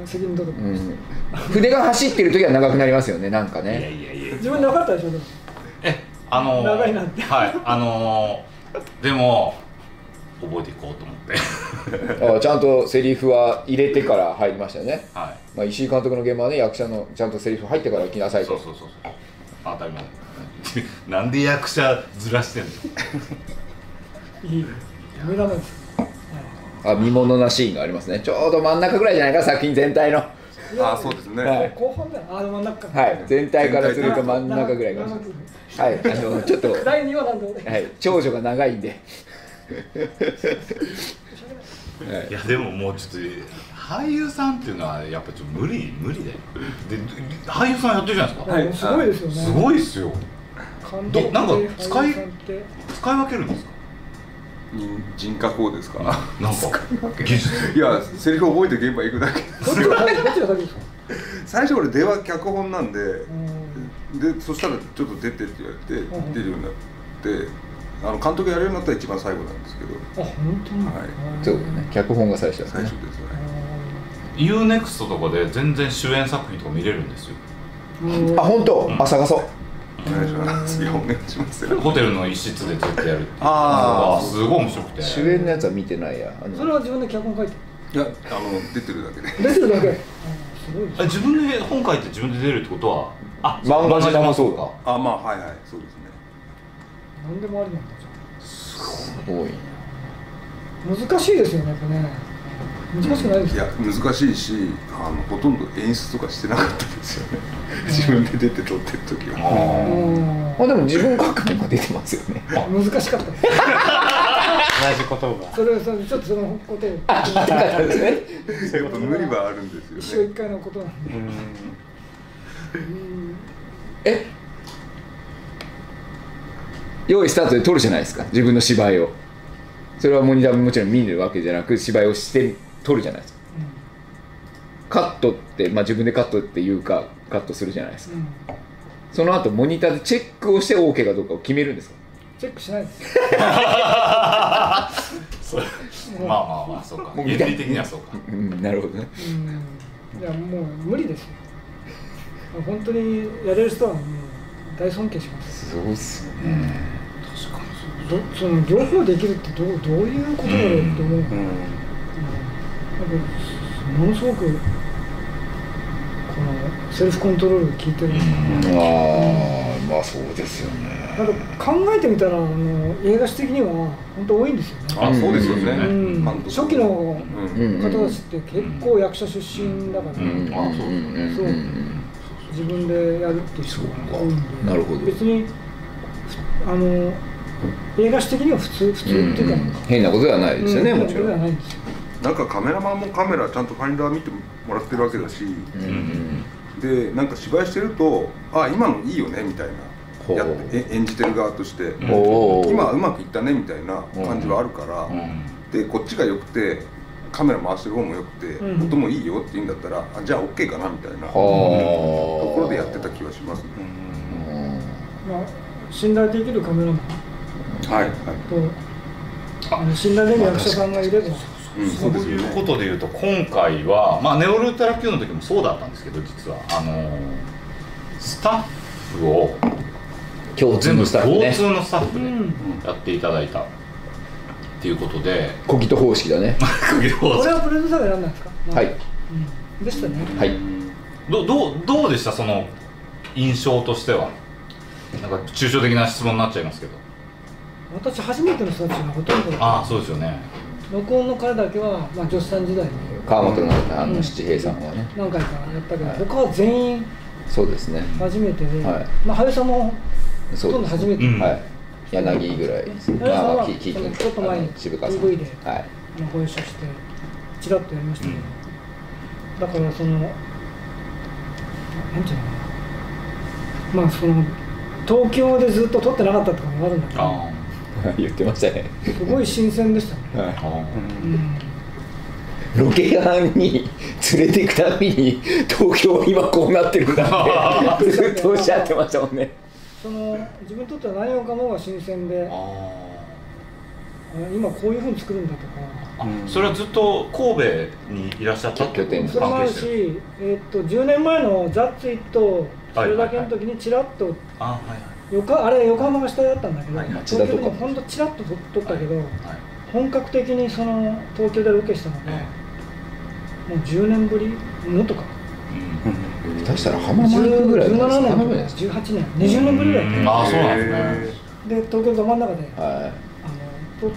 [SPEAKER 4] 責任取って
[SPEAKER 1] う
[SPEAKER 4] もらう、
[SPEAKER 1] ん、筆が走ってる時は長くなりますよねなんか
[SPEAKER 2] ういや
[SPEAKER 1] ね
[SPEAKER 2] いやいや
[SPEAKER 4] 自分なかったでしょでも
[SPEAKER 2] えあのー、
[SPEAKER 4] 長いなって
[SPEAKER 2] はいあのー、でも覚えていこうと思って (laughs)
[SPEAKER 1] あちゃんとセリフは入れてから入りましたよね、
[SPEAKER 2] は
[SPEAKER 1] まあ、石井監督の現場はね役者のちゃんとセリフ入ってから来なさ
[SPEAKER 2] い
[SPEAKER 1] い
[SPEAKER 2] そ
[SPEAKER 1] と
[SPEAKER 2] うそうそうそう当たり前 (laughs) なんで役者ずらしてんの
[SPEAKER 4] いい目玉です
[SPEAKER 1] あ見ものなシーンがありますねちょうど真ん中ぐらいじゃないか作品全体の
[SPEAKER 4] いや
[SPEAKER 3] ああそうですね、
[SPEAKER 1] はい
[SPEAKER 4] 後半だよああでも真ん中か
[SPEAKER 1] はい全体からすると
[SPEAKER 3] 全体
[SPEAKER 1] 真ん中ぐらいが
[SPEAKER 4] 長
[SPEAKER 1] は
[SPEAKER 4] く
[SPEAKER 1] いあのちょっと、は
[SPEAKER 4] 第2話なんで俺
[SPEAKER 1] い、長女が長いんで、はい
[SPEAKER 2] いやでももうちょっと俳優さんっていうのはやっぱちょっと無理無理だよで俳優さんやってるじゃないですか、
[SPEAKER 4] はい、すごいですよね。
[SPEAKER 2] すごいっすよ
[SPEAKER 4] 感
[SPEAKER 2] ど
[SPEAKER 4] 動
[SPEAKER 2] なんか
[SPEAKER 4] 的
[SPEAKER 2] 使
[SPEAKER 4] 俳
[SPEAKER 2] い
[SPEAKER 4] 優さんって
[SPEAKER 2] 使い分けるんですか
[SPEAKER 3] 人人格をですか
[SPEAKER 2] なんか技術
[SPEAKER 3] いやセリフ覚えて現場行くだけ
[SPEAKER 4] どっちが先どっちが先ですか。
[SPEAKER 3] 最初俺電話脚本なんで、
[SPEAKER 4] うん
[SPEAKER 3] でそしたらちょっと出てって言われ
[SPEAKER 4] う
[SPEAKER 3] て
[SPEAKER 4] ん
[SPEAKER 3] 出るようになってあの監督やるようになったら一番最後なんですけど
[SPEAKER 4] あ、本当に。
[SPEAKER 3] はい
[SPEAKER 4] あー
[SPEAKER 1] そうですね。脚本が最初です
[SPEAKER 3] 最
[SPEAKER 1] ね
[SPEAKER 3] 初です
[SPEAKER 4] あ
[SPEAKER 3] ね
[SPEAKER 2] UNEXT とかで全然主演作品とか見れるんですよ
[SPEAKER 4] ー
[SPEAKER 1] あ本当あ探そう
[SPEAKER 3] お願いしますいやお願いしますよ
[SPEAKER 2] ホテルの一室でずっとやるっていう
[SPEAKER 3] あー
[SPEAKER 2] のがすごい面白くて
[SPEAKER 1] 主演のやつは見てないやあの
[SPEAKER 4] それは自分で脚本書いて。
[SPEAKER 3] いやあの出てるだけで
[SPEAKER 4] 出てるだけ。あーすごいです
[SPEAKER 2] あ自分で本書いて自分で出るってことはあ
[SPEAKER 1] 漫画自体もそうだ
[SPEAKER 3] あまあはいはいそうですね
[SPEAKER 4] 何でもありなんだ
[SPEAKER 1] 多い
[SPEAKER 4] じゃん。難しいですよね、やっぱね。難しくないです
[SPEAKER 3] い
[SPEAKER 4] か
[SPEAKER 3] や。難しいしあのほとんど演出とかしてなかったですよね自分で出て撮ってる時
[SPEAKER 2] あ
[SPEAKER 3] は
[SPEAKER 4] う
[SPEAKER 2] ー
[SPEAKER 4] ん
[SPEAKER 1] まあでも自分書くのが出てますよね
[SPEAKER 4] 難しかった。
[SPEAKER 5] じことが
[SPEAKER 4] それ、それ、ちょっとそのことを。
[SPEAKER 3] やっぱ無理はあるんです
[SPEAKER 4] 一
[SPEAKER 3] よ
[SPEAKER 4] 生一
[SPEAKER 3] ね
[SPEAKER 4] 回のことなんで。うん
[SPEAKER 1] え用意スタートで撮るじゃないですか自分の芝居をそれはモニターももちろん見るわけじゃなく芝居をして撮るじゃないですかカットって、まあ、自分でカットっていうかカットするじゃないです
[SPEAKER 4] う
[SPEAKER 1] か
[SPEAKER 4] んうん
[SPEAKER 1] その後モニターでチェックをして OK かどうかを決めるんですか
[SPEAKER 4] チェックしないです。
[SPEAKER 2] そう
[SPEAKER 4] もう
[SPEAKER 2] まあまあまあそうか
[SPEAKER 1] もう
[SPEAKER 2] 原
[SPEAKER 1] 見たい
[SPEAKER 2] 理的にはそうか
[SPEAKER 1] うんなるほどね
[SPEAKER 4] うんいやもう無理ですよ本当にやれる人はもう大尊敬します
[SPEAKER 1] そうっすね
[SPEAKER 4] どその両方できるってどうどういうことだろうって思う、うんや
[SPEAKER 5] う
[SPEAKER 4] っ
[SPEAKER 5] ん
[SPEAKER 4] ぱものすごくこのセルフコントロールが効いてる、
[SPEAKER 1] ああまあそうですよね
[SPEAKER 4] なんか考えてみたらあの映画史的には本当多いんですよね、
[SPEAKER 3] あそうですよね、
[SPEAKER 4] うん
[SPEAKER 3] 監督
[SPEAKER 4] 初期の
[SPEAKER 3] うん
[SPEAKER 1] ん
[SPEAKER 4] 方たちって結構役者出身だから、
[SPEAKER 2] うんあそう
[SPEAKER 1] うんうん
[SPEAKER 4] そう
[SPEAKER 1] うん
[SPEAKER 4] 自分でやるっていう人が多いんで
[SPEAKER 1] なるほど
[SPEAKER 4] 別にふあの映画史的には普通普通って
[SPEAKER 1] うん
[SPEAKER 4] いう
[SPEAKER 1] う
[SPEAKER 4] か、
[SPEAKER 1] ん変なことではないですよね
[SPEAKER 4] うん
[SPEAKER 1] もちろん
[SPEAKER 4] 変なことではないんですよ
[SPEAKER 3] なんかカメラマンもカメラちゃんとファインダー見てもらってるわけだし、
[SPEAKER 1] うんうん
[SPEAKER 3] でなんか芝居してるとあ今のいいよねみたい
[SPEAKER 1] ほう
[SPEAKER 3] なやってえ演じてる側として、
[SPEAKER 2] ん
[SPEAKER 1] おー
[SPEAKER 3] 今はうまくいったねみたいな感じはあるから、
[SPEAKER 2] うん
[SPEAKER 3] でこっちが良くてカメラ回してる方も良くて、
[SPEAKER 4] うん
[SPEAKER 3] 音もいいよって言うんだったらあじゃあ OK かなみたいな
[SPEAKER 1] あー
[SPEAKER 3] ところでやってた気はしますね、
[SPEAKER 4] まあ、信頼できるカメラマン
[SPEAKER 3] はいはい、
[SPEAKER 4] とあの信頼できる役者さんがいれば、
[SPEAKER 3] うん、
[SPEAKER 2] そ
[SPEAKER 3] そううです
[SPEAKER 2] い
[SPEAKER 3] よ
[SPEAKER 2] うこ
[SPEAKER 3] ね
[SPEAKER 2] とでいうと今回は、まあ、ネオルテラ Q の時もそうだったんですけど実はあのースタッフを
[SPEAKER 1] 共通
[SPEAKER 2] 全部
[SPEAKER 1] のスタッフ
[SPEAKER 2] 共
[SPEAKER 1] ね
[SPEAKER 2] 通のスタッフ
[SPEAKER 4] う
[SPEAKER 2] で
[SPEAKER 4] ん、
[SPEAKER 2] やっていただいたっていうことで、
[SPEAKER 1] 小木と方式だ
[SPEAKER 4] (laughs)
[SPEAKER 1] ね
[SPEAKER 4] これはプロデューサーがやらないんですか、まあ
[SPEAKER 1] はい
[SPEAKER 4] うん、でしたね
[SPEAKER 1] はい
[SPEAKER 2] どどうどうでしたその印象としてはなんか抽象的な質問になっちゃいますけど
[SPEAKER 4] 私初めての人たちがほとんど
[SPEAKER 2] ああそうですよね
[SPEAKER 4] 録音の彼だけは、まあ、女子さん時代に
[SPEAKER 1] 川本のあの七平さんはね
[SPEAKER 4] 何回かやったけど、
[SPEAKER 1] はい
[SPEAKER 4] 他は全員
[SPEAKER 1] そうですね
[SPEAKER 4] 初めてで、
[SPEAKER 1] はい
[SPEAKER 4] まあ、羽生さんもほ
[SPEAKER 1] そ
[SPEAKER 4] と
[SPEAKER 1] う
[SPEAKER 4] んど
[SPEAKER 1] です
[SPEAKER 4] 初めて、
[SPEAKER 2] うん
[SPEAKER 1] はい柳ぐらい
[SPEAKER 4] 柳さん
[SPEAKER 1] まあ
[SPEAKER 4] は
[SPEAKER 1] まあききき
[SPEAKER 4] そのちょっと前
[SPEAKER 1] あ
[SPEAKER 4] に
[SPEAKER 1] の渋川さん
[SPEAKER 4] PV で
[SPEAKER 1] はい (laughs)
[SPEAKER 4] あのご一緒してちらっとやりましたけど、だからそのなんていうのかなまあその東京でずっと撮ってなかったとかもあるんだけど
[SPEAKER 2] あ
[SPEAKER 1] 言ってましたね、
[SPEAKER 4] すごい新鮮でしたね、
[SPEAKER 1] はい
[SPEAKER 2] あー
[SPEAKER 4] うん、
[SPEAKER 1] ロケ班に連れてくたびに東京は今こうなってるんだって
[SPEAKER 4] (laughs)
[SPEAKER 1] ずっとおっしゃってましたもんね
[SPEAKER 4] その自分にとっては何もかもが新鮮であ
[SPEAKER 2] あ
[SPEAKER 4] 今こういうふうに作るんだとか
[SPEAKER 2] ーあそれはずっと神戸にいらっしゃったってこと
[SPEAKER 1] うん
[SPEAKER 4] それもある
[SPEAKER 2] してる
[SPEAKER 4] し、えっと10年前の「ザッツイットそれだけの時にちらっと
[SPEAKER 2] あはいはい
[SPEAKER 4] よかあれ横浜が主体だったんだけど、
[SPEAKER 2] はいはい
[SPEAKER 4] 東京でもほんとちらっと撮撮ったけど、
[SPEAKER 2] はい
[SPEAKER 4] 本格的にその東京でロケしたのが、も
[SPEAKER 2] え
[SPEAKER 4] う10年ぶりもっとか
[SPEAKER 2] え
[SPEAKER 1] 下手したら浜松
[SPEAKER 4] 10
[SPEAKER 1] ぐらい
[SPEAKER 4] 17
[SPEAKER 1] じゃないですか浜
[SPEAKER 4] 年
[SPEAKER 1] 松じ
[SPEAKER 4] 18年20年ぶりぐらいだ
[SPEAKER 2] うん
[SPEAKER 4] っ
[SPEAKER 2] あーそうなんですね
[SPEAKER 4] たで東京ど真ん中で
[SPEAKER 1] ゃ
[SPEAKER 4] あ
[SPEAKER 1] ないは
[SPEAKER 4] の撮っ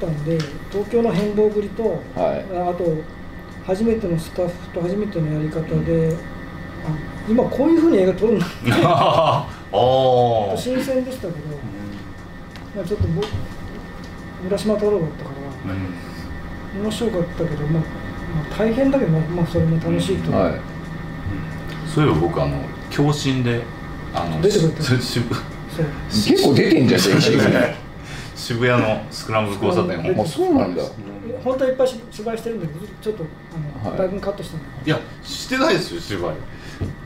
[SPEAKER 4] たんで東京の変貌ぶりと、
[SPEAKER 1] いはい
[SPEAKER 4] ああと初めてのスタッフと初めてのやり方で、あ今こういうふうに映画撮るんだ
[SPEAKER 2] ああー
[SPEAKER 4] 新鮮でしたけど、まあ、ちょっとぼ浦島太郎だったから、
[SPEAKER 2] うん
[SPEAKER 4] 面白かったけど、まあ、まあ大変だけど、まあまあ、それも楽しいと、
[SPEAKER 1] はい
[SPEAKER 2] そういえば僕あの共振であの
[SPEAKER 4] 出てくれた
[SPEAKER 2] しし
[SPEAKER 4] そう
[SPEAKER 1] 結構出てんじゃん先生
[SPEAKER 2] 渋谷のスクランブル交差点
[SPEAKER 4] うん
[SPEAKER 1] あそうなんだ
[SPEAKER 4] え本当はいっぱいし芝居してるんだけどちょっとあの、
[SPEAKER 1] はい
[SPEAKER 4] だいぶカットしたんだけ
[SPEAKER 2] いやしてないですよ芝居
[SPEAKER 4] ど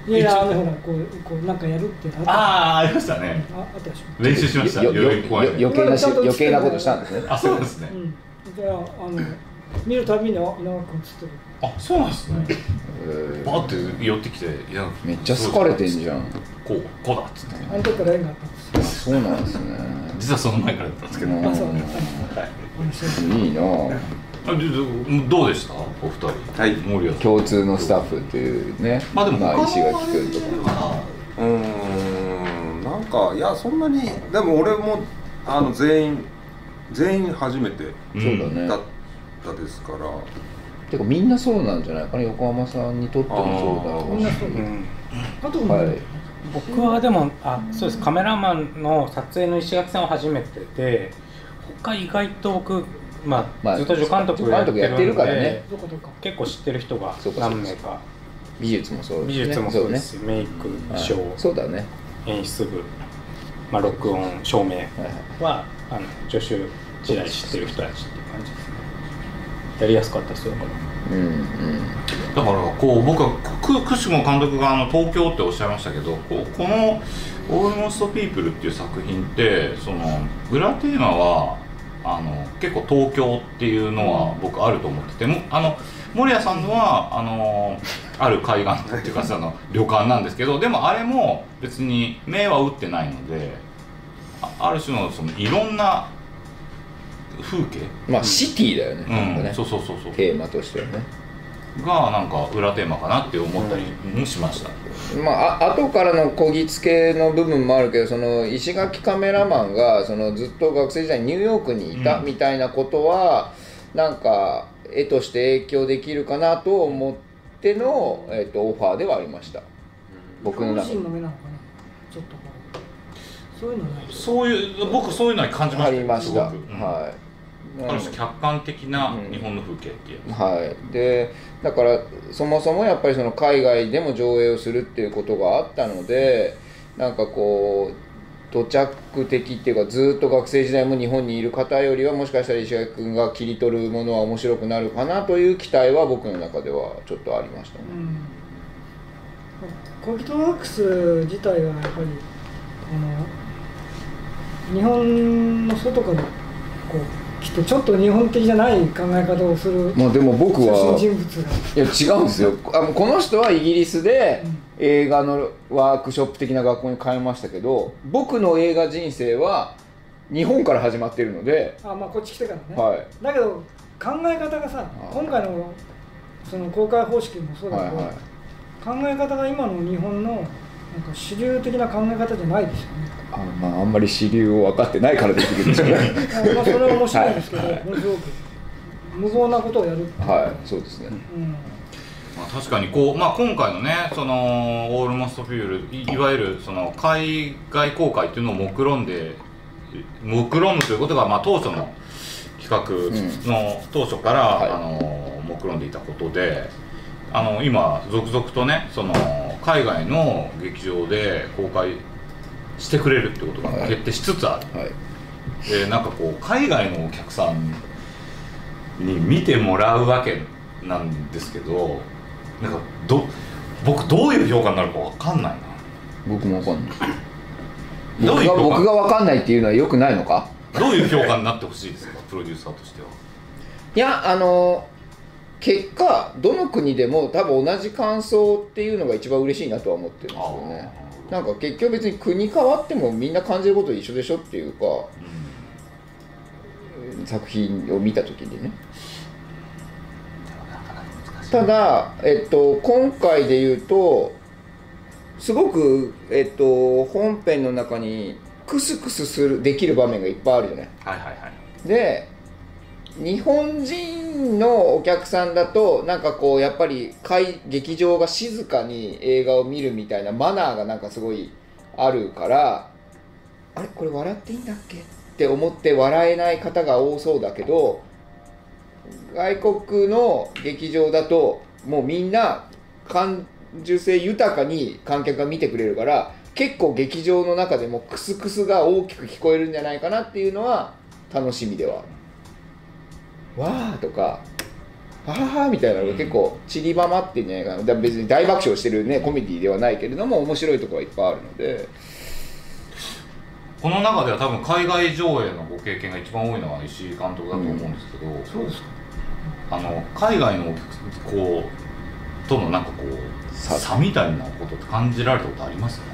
[SPEAKER 4] いやい
[SPEAKER 2] 一応
[SPEAKER 4] やあのほらこうこうなんかやるってなあ
[SPEAKER 2] ああありましたね
[SPEAKER 4] ああったでしょ、
[SPEAKER 2] 練習しました
[SPEAKER 1] よ
[SPEAKER 2] 代
[SPEAKER 1] よ
[SPEAKER 2] 々木公園
[SPEAKER 1] よ余計なし余計なことしたんですね
[SPEAKER 2] あそうですね
[SPEAKER 4] うん、じゃああの見るたびにあ稲垣君映ってる
[SPEAKER 2] あそうなんですね
[SPEAKER 1] えー
[SPEAKER 2] バーって寄ってきていや
[SPEAKER 1] めっちゃ好かれてんじゃん
[SPEAKER 2] こうこうだっつって
[SPEAKER 4] あの時から縁があったんですよ
[SPEAKER 1] あそうなんですね
[SPEAKER 2] 実はその前からだったんですけど
[SPEAKER 1] うん
[SPEAKER 4] あそう話を
[SPEAKER 1] いいなあ
[SPEAKER 2] あででどうでしたお二人
[SPEAKER 3] はい
[SPEAKER 2] 森谷さん
[SPEAKER 1] 共通のスタッフっていうね
[SPEAKER 2] まあでも他の
[SPEAKER 1] 石垣君とか
[SPEAKER 3] うーんなんかいやそんなにでも俺もあの全員全員初めて
[SPEAKER 2] う
[SPEAKER 1] そうだ
[SPEAKER 2] ん
[SPEAKER 1] ね
[SPEAKER 3] だったですから、
[SPEAKER 1] てかみんなそうなんじゃないかな横浜さんにとってもそうだろうし
[SPEAKER 4] あーみんなあとも、
[SPEAKER 1] はい
[SPEAKER 5] 僕はでもあそうですカメラマンの撮影の石垣さんは初めてで他意外と僕、まあ
[SPEAKER 1] まあ
[SPEAKER 5] ずっと助監督
[SPEAKER 1] 助監督やってるからね
[SPEAKER 5] やってるんで
[SPEAKER 4] どこどこ
[SPEAKER 5] 結構知ってる人が
[SPEAKER 1] そうかそうか
[SPEAKER 5] 何名か
[SPEAKER 1] 美術もそうだ
[SPEAKER 5] 美
[SPEAKER 1] しね
[SPEAKER 5] 術もそうですし、メイク
[SPEAKER 1] そうね
[SPEAKER 5] 衣
[SPEAKER 1] はい
[SPEAKER 5] 装
[SPEAKER 1] そうだね
[SPEAKER 5] 演出部、まあ、録音照明
[SPEAKER 1] はいはい
[SPEAKER 5] はあの助手時代知ってる人たちっていう感じですねやりやすかったですよ
[SPEAKER 1] うん
[SPEAKER 2] だからこう僕はくくしくも監督があの東京っておっしゃいましたけどこうこの「オールモスト・ピープル」っていう作品ってその裏テーマはあの結構東京っていうのは僕あると思っててもあの森谷さんのはあのある海岸っていうかそ (laughs) の旅館なんですけどでもあれも別に目は打ってないのであある種のそのいろんな風景、
[SPEAKER 1] うんまあシティだよねなんか
[SPEAKER 2] う
[SPEAKER 1] ね
[SPEAKER 2] ん、そうそうそうそう
[SPEAKER 1] テーマとしてはね
[SPEAKER 2] がなんか裏テーマかなって思ったりもしました、
[SPEAKER 1] まあ、あ後からのこぎつけの部分もあるけどその石垣カメラマンがそのずっと学生時代にニューヨークにいた
[SPEAKER 2] うん
[SPEAKER 1] みたいなことは、なんか絵として影響できるかなと思っての、えっとオファーではありました僕の
[SPEAKER 4] 個
[SPEAKER 1] 中で
[SPEAKER 4] 人の目なのかなちょっとこうそういうのない
[SPEAKER 2] そういう僕そういうのは感じま
[SPEAKER 1] あ
[SPEAKER 2] した
[SPEAKER 1] りました、
[SPEAKER 2] すごくうん
[SPEAKER 1] はい
[SPEAKER 2] ある種客観的な日本の風景っていう、
[SPEAKER 1] はい、でだからそもそもやっぱりその海外でも上映をするっていうことがあったのでなんかこう土着的っていうかずっと学生時代も日本にいる方よりはもしかしたら石垣君が切り取るものは面白くなるかなという期待は僕の中ではちょっとありましたね
[SPEAKER 4] う。んコギトワークス自体がやっぱりあの日本の外からこう来てちょっと日本的じゃない考え方をする
[SPEAKER 1] まあ、でも僕
[SPEAKER 4] 中
[SPEAKER 1] は
[SPEAKER 4] 心人物が
[SPEAKER 1] いや違うんですよあのこの人はイギリスで
[SPEAKER 4] うん
[SPEAKER 1] 映画のワークショップ的な学校に通いましたけど僕の映画人生は日本から始まっているので、
[SPEAKER 4] あまあこっち来てからね、
[SPEAKER 1] はい、
[SPEAKER 4] だけど考え方がさ
[SPEAKER 1] あ
[SPEAKER 4] 今回のその公開方式もそうだ
[SPEAKER 1] は
[SPEAKER 4] け
[SPEAKER 1] い
[SPEAKER 4] ど、
[SPEAKER 1] はい
[SPEAKER 4] 考え方が今の日本のなんか主流的な考え方じゃないですよね
[SPEAKER 1] あのまあ、あんまり支流を分かってないからできるんですけど (laughs)
[SPEAKER 4] まあそれは面白いんですけど、
[SPEAKER 1] はいはい
[SPEAKER 4] ものすごく無謀なことをやるっていうか
[SPEAKER 1] はいそうですね
[SPEAKER 4] うん
[SPEAKER 2] まあ、確かにこう、まあ、今回のねそのオールモストフュールいいわゆるその海外公開っていうのを目論んで目論むということが、まあ、当初の企画の当初から、
[SPEAKER 1] はい
[SPEAKER 2] あの目論んでいたことであの今続々とねその海外の劇場で公開してくれるってこと
[SPEAKER 1] は
[SPEAKER 2] が
[SPEAKER 1] い
[SPEAKER 2] 決定しつつある、
[SPEAKER 1] はい
[SPEAKER 2] でなんかこう海外のお客さんに見てもらうわけなんですけどなんかど僕どういう評価になるかわかんない
[SPEAKER 1] 僕もわかんない
[SPEAKER 2] などう
[SPEAKER 1] 僕
[SPEAKER 2] いう
[SPEAKER 1] が
[SPEAKER 2] 評
[SPEAKER 1] 僕が
[SPEAKER 2] 価
[SPEAKER 1] わかんないっていうのはよくないのか
[SPEAKER 2] どういう評価になってほしいですか (laughs) プロデューサーとしてはい
[SPEAKER 1] やあの結果どの国でも多分同じ感想っていうのが一番嬉しいなとは思ってるんですよね
[SPEAKER 2] あー
[SPEAKER 1] なんか結局別に国変わってもみんな感じること一緒でしょっていうか
[SPEAKER 2] うん
[SPEAKER 1] 作品を見た時にね
[SPEAKER 2] でもなかなか難しい
[SPEAKER 1] ただ、えっと、今回で言うとすごく、えっと、本編の中にクスクスするできる場面がいっぱいあるよね
[SPEAKER 2] はいはいはい
[SPEAKER 1] で日本人のお客さんだとなんかこうやっぱり会劇場が静かに映画を見るみたいなマナーがなんかすごいあるからあれこれ笑っていいんだっけって思って笑えない方が多そうだけど外国の劇場だともうみんな感受性豊かに観客が見てくれるから結構劇場の中でもクスクスが大きく聞こえるんじゃないかなっていうのは楽しみではあるわーとかはははみたいなのが結構散りばまってんじゃないかなだ別に大爆笑してるねコメディではないけれども面白いところはいっぱいあるので
[SPEAKER 2] この中では多分海外上映のご経験が一番多いのは石井監督だと思うんですけど、
[SPEAKER 3] そうですか
[SPEAKER 2] あの海外のお客さんこうとのなんかこう
[SPEAKER 1] 差
[SPEAKER 2] 差みたいなことって感じられたことありますね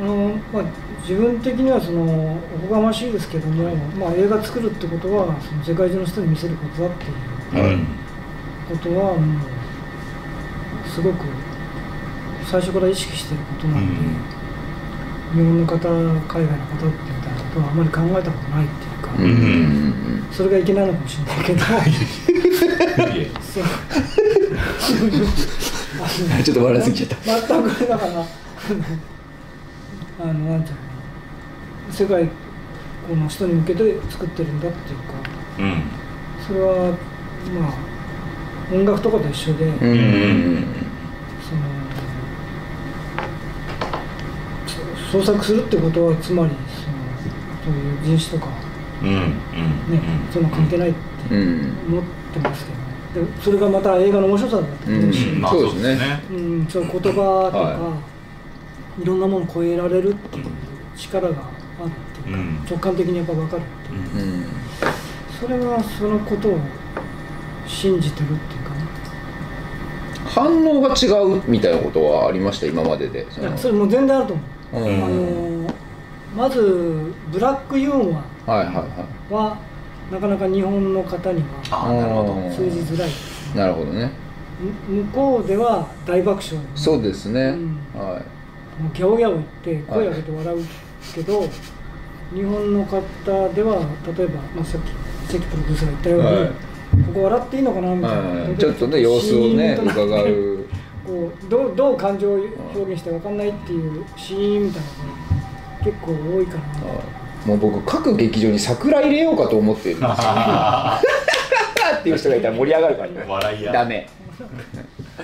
[SPEAKER 4] あのまあ、自分的にはそのおこがましいですけども、まあ、映画作るってことはその世界中の人に見せることだっていう
[SPEAKER 1] うん
[SPEAKER 4] ことはもうすごく最初から意識してること
[SPEAKER 2] う
[SPEAKER 4] なんで、
[SPEAKER 2] ん
[SPEAKER 4] 日本の方海外の方ってみたいなことはあまり考えたことないっていうか、
[SPEAKER 2] ん
[SPEAKER 4] それがいけないのかもしれないけど
[SPEAKER 2] いえ
[SPEAKER 4] そ
[SPEAKER 1] (laughs)
[SPEAKER 4] う
[SPEAKER 1] ちょっと笑いすぎちゃった
[SPEAKER 4] 全くだからあのなんていうのかな世界この人に向けて作ってるんだっていうか
[SPEAKER 2] うん
[SPEAKER 4] それはまあ音楽とかと一緒で、
[SPEAKER 1] うんうん
[SPEAKER 4] そのそ創作するってことはつまりそのそういう人種とか、
[SPEAKER 2] うんうんう
[SPEAKER 4] ね
[SPEAKER 2] ん
[SPEAKER 4] そういうの関係ないって
[SPEAKER 1] うんうん
[SPEAKER 4] 思ってますけど、でそれがまた映画の面白さだと思うし、
[SPEAKER 2] うんまあ
[SPEAKER 1] そ
[SPEAKER 2] そうう
[SPEAKER 1] で
[SPEAKER 2] です
[SPEAKER 1] ね
[SPEAKER 2] すね
[SPEAKER 4] うん、その言葉とか、、
[SPEAKER 1] はい
[SPEAKER 4] ろんなものを超えられるっていう力があるっていうか、
[SPEAKER 2] うん
[SPEAKER 4] 直感的にやっぱ分かるっていう
[SPEAKER 2] うん
[SPEAKER 4] それはそのことを信じてるっていうかね
[SPEAKER 1] 反応が違うみたいなことはありました今まででそ
[SPEAKER 4] いや
[SPEAKER 1] の
[SPEAKER 4] それもう全然あると思う、
[SPEAKER 1] うん
[SPEAKER 2] ん
[SPEAKER 4] あのまずブラックユーモ
[SPEAKER 1] はいはいはい
[SPEAKER 4] アはなかなか日本の方には
[SPEAKER 2] ああなるほど
[SPEAKER 1] うん
[SPEAKER 4] 通じづらい
[SPEAKER 1] なるほどね
[SPEAKER 4] む向こうでは大爆笑
[SPEAKER 1] そうですね、
[SPEAKER 4] うん
[SPEAKER 1] は
[SPEAKER 4] もうギャオギャオ言って声上げて笑うけど、日本の方では例えば、まあ、さっき関プロデューサーが言ったように、
[SPEAKER 1] はい
[SPEAKER 4] ここ笑っていいのかなみ
[SPEAKER 1] い、
[SPEAKER 4] たいな、
[SPEAKER 1] はい、ちょっとね様子をね
[SPEAKER 4] シーンとなっ
[SPEAKER 1] 伺
[SPEAKER 4] て
[SPEAKER 1] う
[SPEAKER 4] こうどうどう感情を表現して分かんないっていうシーンみたいなのが結構多いかな
[SPEAKER 1] もう僕各劇場に桜入れようかと思ってるんです
[SPEAKER 4] (laughs)
[SPEAKER 1] よっていう人がいたら盛り上がるからね
[SPEAKER 2] 笑いや
[SPEAKER 1] ダメ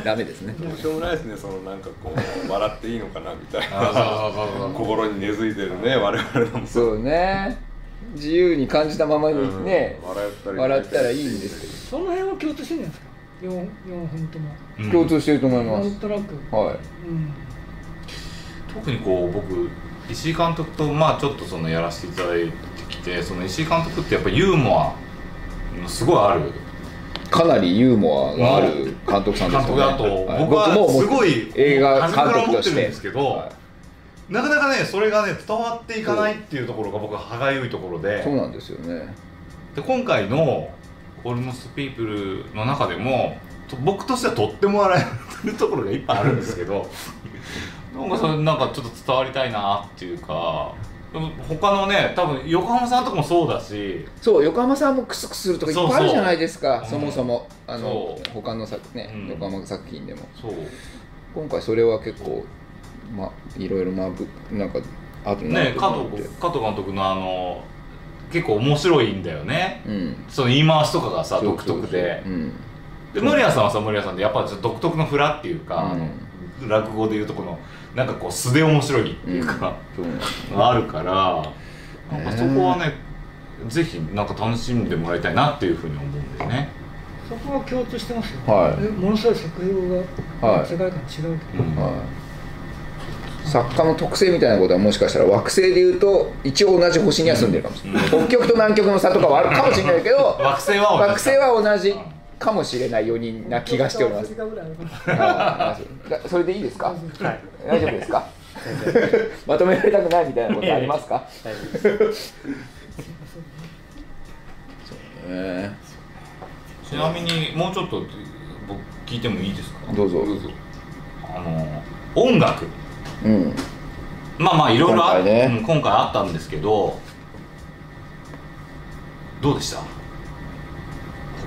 [SPEAKER 1] ダメですね
[SPEAKER 3] どうしようもないですねそのなんかこ (laughs) う笑っていいのかなみたいな
[SPEAKER 2] あそうそうそうそう
[SPEAKER 3] 心に根付いてるね我々のも
[SPEAKER 1] そうね自由に感じたままにね、
[SPEAKER 3] 笑ったり
[SPEAKER 1] 笑ったらいいんです
[SPEAKER 4] その辺は共通してるんじゃないですか 4, 4本とも
[SPEAKER 1] けど共通してると思いま
[SPEAKER 4] な
[SPEAKER 1] す
[SPEAKER 4] んとなく、
[SPEAKER 1] はい
[SPEAKER 4] うん、
[SPEAKER 2] 特にこう僕石井監督とまあちょっとそのやらせていただいてきてその石井監督ってやっぱユーモアのすごいある
[SPEAKER 1] かなりユーモアがある監督さんで
[SPEAKER 2] 監
[SPEAKER 1] すよね
[SPEAKER 2] 督だと
[SPEAKER 1] はい
[SPEAKER 2] 僕は
[SPEAKER 1] も
[SPEAKER 2] すごい
[SPEAKER 1] 映画監督
[SPEAKER 2] 思
[SPEAKER 1] と
[SPEAKER 2] って
[SPEAKER 1] し
[SPEAKER 2] るん
[SPEAKER 1] て
[SPEAKER 2] ですけど
[SPEAKER 1] は
[SPEAKER 2] なかなかねそれがね伝わっていかないっていうところが僕は歯がゆいところ
[SPEAKER 1] い
[SPEAKER 2] で
[SPEAKER 1] そうなんですよね
[SPEAKER 2] で今回の「オルモス・ピープル」の中でもと僕としてはとっても笑えるところがいっぱいあるんです
[SPEAKER 1] (laughs)
[SPEAKER 2] けどなんかそれなんかちょっと伝わりたいなっていうかでも他のね多分横浜さんとかもそうだし
[SPEAKER 1] そう横浜さんもクスクスするとかいっぱいあるじゃないですかそ
[SPEAKER 2] そうそう
[SPEAKER 1] もそもあの
[SPEAKER 2] そう
[SPEAKER 1] 他の作ね、
[SPEAKER 2] うん
[SPEAKER 1] 横浜作品でも
[SPEAKER 2] そう
[SPEAKER 1] 今回それは結構まあいろいろまぶなんかあと何
[SPEAKER 2] ね加
[SPEAKER 1] と思っ
[SPEAKER 2] 藤
[SPEAKER 1] て
[SPEAKER 2] 加藤監督のあの結構面白いんだよね
[SPEAKER 1] うん
[SPEAKER 2] その言い回しとかがさ
[SPEAKER 1] そう
[SPEAKER 2] 独特で
[SPEAKER 1] そうそううん
[SPEAKER 2] で森谷さんはさ森谷さんでやっぱちょっと独特のフラっていうか、
[SPEAKER 1] うん
[SPEAKER 2] あの落語でいうとこのなんかこう素で面白いっていうか、
[SPEAKER 1] そうなんです
[SPEAKER 2] があるからなんかそこはね、ぜひなんか楽しんでもらいたいなっていうふうに思うんだよね、
[SPEAKER 4] そこは共通してますよ、
[SPEAKER 1] はい
[SPEAKER 4] えものすごい作風が、
[SPEAKER 1] はい
[SPEAKER 4] 世界観違うけど、
[SPEAKER 2] うん
[SPEAKER 1] はい作家の特性みたいなことはもしかしたら惑星でいうと一応同じ星には住んでるかもしれない、北極と南極の差とかはあるかもしれないけど
[SPEAKER 2] 惑星は
[SPEAKER 1] (laughs) 惑
[SPEAKER 2] 同
[SPEAKER 1] 星
[SPEAKER 2] じ
[SPEAKER 1] は同じかもしれない4人な気がしております
[SPEAKER 4] 時間ぐらいあります
[SPEAKER 1] あーだそれでいいですか
[SPEAKER 5] はい
[SPEAKER 1] 大丈夫ですか (laughs) まとめられたくないみたいなことありますか
[SPEAKER 5] 大丈夫です
[SPEAKER 1] え
[SPEAKER 2] ちなみにもうちょっと僕聞いてもいいですか
[SPEAKER 1] ーどうぞ
[SPEAKER 3] どうぞ
[SPEAKER 2] あの音楽
[SPEAKER 1] うん
[SPEAKER 2] まあまあいろいろあ
[SPEAKER 1] 今回ね
[SPEAKER 2] うん今回あったんですけどどうでした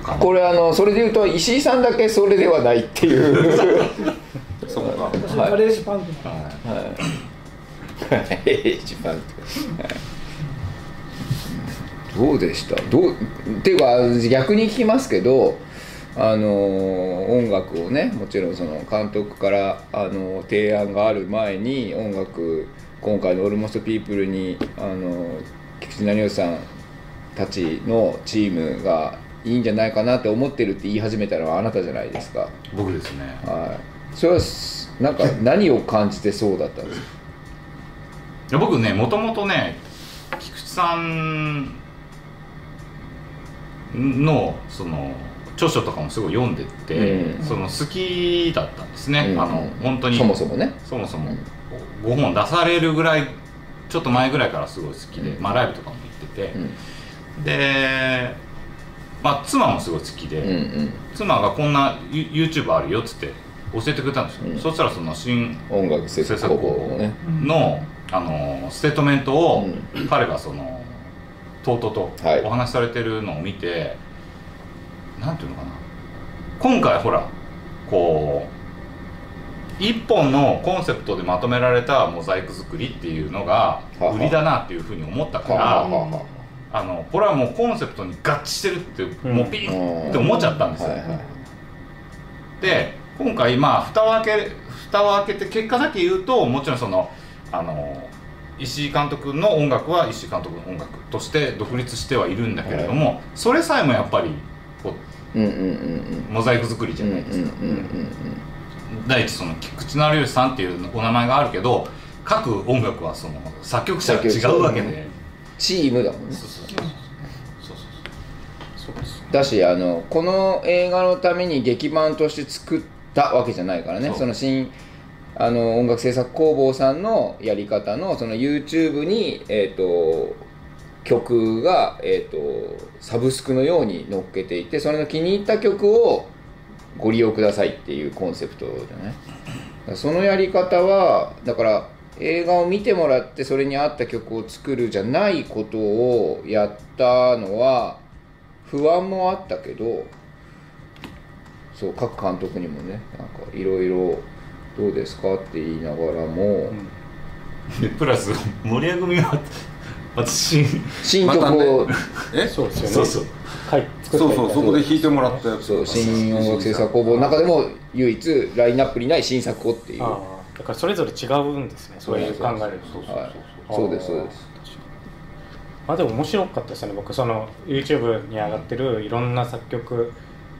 [SPEAKER 2] 他の
[SPEAKER 1] これあのそれで言うと石井さんだけそれではないっていう
[SPEAKER 3] そこか
[SPEAKER 4] 私
[SPEAKER 1] はい
[SPEAKER 4] ガレージパンクの
[SPEAKER 2] はい
[SPEAKER 1] はい一番どうでしたどうっていうか逆に聞きますけどあの音楽をねもちろんその監督からあの提案がある前に音楽今回の「オルモストピープルに」あの菊池成吉さんたちのチームがいいんじゃないかなって思ってるって言い始めたのはあなたじゃないですか。
[SPEAKER 2] 僕ですね
[SPEAKER 1] はい、それはすなんか何を感じてそうだったんですか
[SPEAKER 2] いや僕ねもともとね菊池さんのその著書とかもすごい読んでて、
[SPEAKER 1] うん
[SPEAKER 2] その好きだったんですね、
[SPEAKER 1] うん
[SPEAKER 2] あの本当に
[SPEAKER 1] そもそもね
[SPEAKER 2] そもそも
[SPEAKER 1] うん
[SPEAKER 2] 5本出されるぐらいちょっと前ぐらいからすごい好きで、
[SPEAKER 1] うん
[SPEAKER 2] まあ、ライブとかも行ってて
[SPEAKER 1] う、ん
[SPEAKER 2] で、まあ、妻もすごい好きで、
[SPEAKER 1] うんうん
[SPEAKER 2] 妻がこんな YouTube あるよっつって教えてくれたんですよ、
[SPEAKER 1] うん
[SPEAKER 2] そしたらその新
[SPEAKER 1] 音楽制作高校のね
[SPEAKER 2] の,、あのステートメントを
[SPEAKER 1] う
[SPEAKER 2] 彼がそのとうとうと
[SPEAKER 1] はい
[SPEAKER 2] お話しされてるのを見て、なんていうのかな今回ほらこう一本のコンセプトでまとめられたモザイク作りっていうのが
[SPEAKER 1] はあ
[SPEAKER 2] 売りだなっていうふうに思ったか
[SPEAKER 1] はあはあ
[SPEAKER 2] ら
[SPEAKER 1] はあは
[SPEAKER 2] あのこれはもうコンセプトに合致してるって
[SPEAKER 5] うん
[SPEAKER 2] もうピンって思っちゃったんです
[SPEAKER 1] あ
[SPEAKER 2] よ。
[SPEAKER 1] はいはい
[SPEAKER 2] で今回まあ蓋を開け蓋を開けて結果だけ言うともちろんそのあの石井監督の音楽は石井監督の音楽として独立してはいるんだけれども、それさえもやっぱりこ
[SPEAKER 1] うんうんうん
[SPEAKER 2] うモザイク作りじ
[SPEAKER 1] う
[SPEAKER 2] ゃ
[SPEAKER 1] んうん
[SPEAKER 2] ないですか、
[SPEAKER 1] うんうん
[SPEAKER 2] 第一その菊池成吉さんっていうお名前があるけど各音楽はその作曲者が違うわけ
[SPEAKER 1] 作曲者だ
[SPEAKER 2] で、
[SPEAKER 1] チームだもんね
[SPEAKER 2] そうそうそうそうそう
[SPEAKER 5] そうです
[SPEAKER 1] だしあのこの映画のために劇版として作ったわけじゃないからね
[SPEAKER 2] そう
[SPEAKER 1] その新あの音楽制作工房さんのやり方のその YouTube に、えー、と曲が、えー、とサブスクのように載っけていてそれの気に入った曲をご利用くださいっていうコンセプトじゃないだからそのやり方はだから映画を見てもらってそれに合った曲を作るじゃないことをやったのは不安もあったけどそう各監督にもねなんかいろいろどうですかって言いながらも、
[SPEAKER 5] ん
[SPEAKER 2] そうでプラス森谷組は私
[SPEAKER 1] 新曲を、
[SPEAKER 3] え
[SPEAKER 5] そうですよね
[SPEAKER 2] そうそう
[SPEAKER 5] はい作った
[SPEAKER 3] そうそうそこで弾いてもらったやつ
[SPEAKER 1] そう新音楽制作工房の中でも唯一ラインナップにない新作をっていう
[SPEAKER 5] あ
[SPEAKER 1] は
[SPEAKER 5] あだからそれぞれ違うんですねそういう考えると
[SPEAKER 3] そうそう
[SPEAKER 1] いそうですそうです
[SPEAKER 5] まあでも面白かったですね僕その YouTube に上がってるいろんな作曲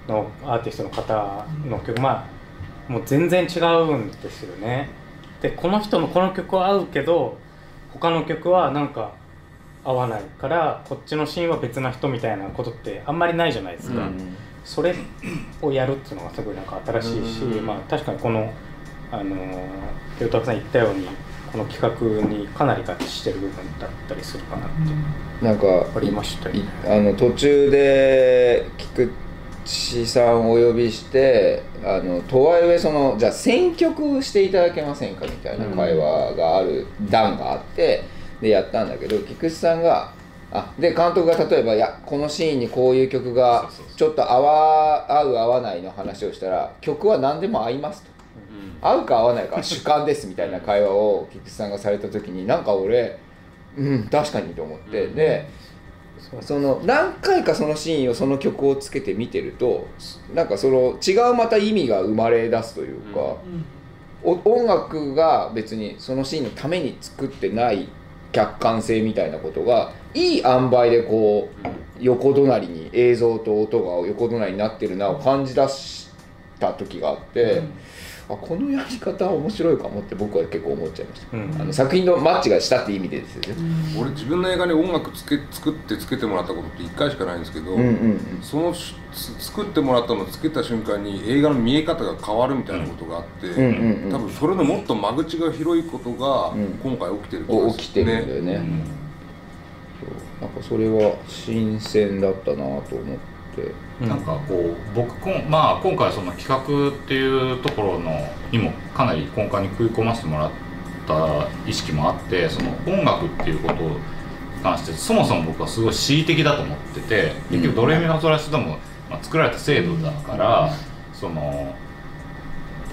[SPEAKER 5] のアーティストの方の曲まあもう全然違うんですよねでこの人のこの曲は合うけど他の曲はなんか合わないからこっちのシーンは別な人みたいなことってあんまりないじゃないですか、
[SPEAKER 1] うん
[SPEAKER 5] それをやるっていうのがすごいなんか新しいし、
[SPEAKER 3] うん
[SPEAKER 5] まあ、確かにこの、あのー、清田さん言ったようにこの企画にかなり合致してる部分だったりするかなって
[SPEAKER 1] なんか
[SPEAKER 5] ありましたよ
[SPEAKER 1] い
[SPEAKER 5] ね。
[SPEAKER 1] あの途中で菊池さんをお呼びしてあのとはいえそのじゃあ選曲していただけませんかみたいな会話がある段があってでやったんだけど菊池さんがあで監督が例えばいやこのシーンにこういう曲が
[SPEAKER 2] そうそうそう
[SPEAKER 1] ちょっと合わ合う合わないの話をしたら曲は何でも合いますと。合うか合わないかは主観ですみたいな会話を菊池さんがされた時になんか俺うん確かにと思って、
[SPEAKER 2] うん
[SPEAKER 1] でその何回かそのシーンをその曲をつけて見てるとなんかその違うまた意味が生まれ出すというか、お音楽が別にそのシーンのために作ってない客観性みたいなことがいい塩梅でこう横隣に映像と音が横隣になってるなを感じ出した時があって、あこのやり方は面白いかもって僕は結構思っちゃいました、
[SPEAKER 5] うん
[SPEAKER 1] あの作品のマッチがしたって意味でですよね、
[SPEAKER 3] 俺自分の映画に音楽つけ作ってつけてもらったことって1回しかないんですけど、
[SPEAKER 1] うんうん
[SPEAKER 3] そのしつ作ってもらったのをつけた瞬間に映画の見え方が変わるみたいなことがあって、
[SPEAKER 1] うんうんうん
[SPEAKER 3] 多分それのもっと間口が広いことが
[SPEAKER 1] うん
[SPEAKER 3] 今回起きてる気
[SPEAKER 1] うん
[SPEAKER 3] が
[SPEAKER 1] お起きてるんだよねそうなんかそれは新鮮だったなと思って
[SPEAKER 2] なんかこう僕こん、まあ、今回その企画っていうところのにもかなり根幹に食い込ませてもらった意識もあってその音楽っていうことに関してそもそも僕はすごい恣意的だと思ってて結局ドレミファソラシドも、まあ、作られた制度だからその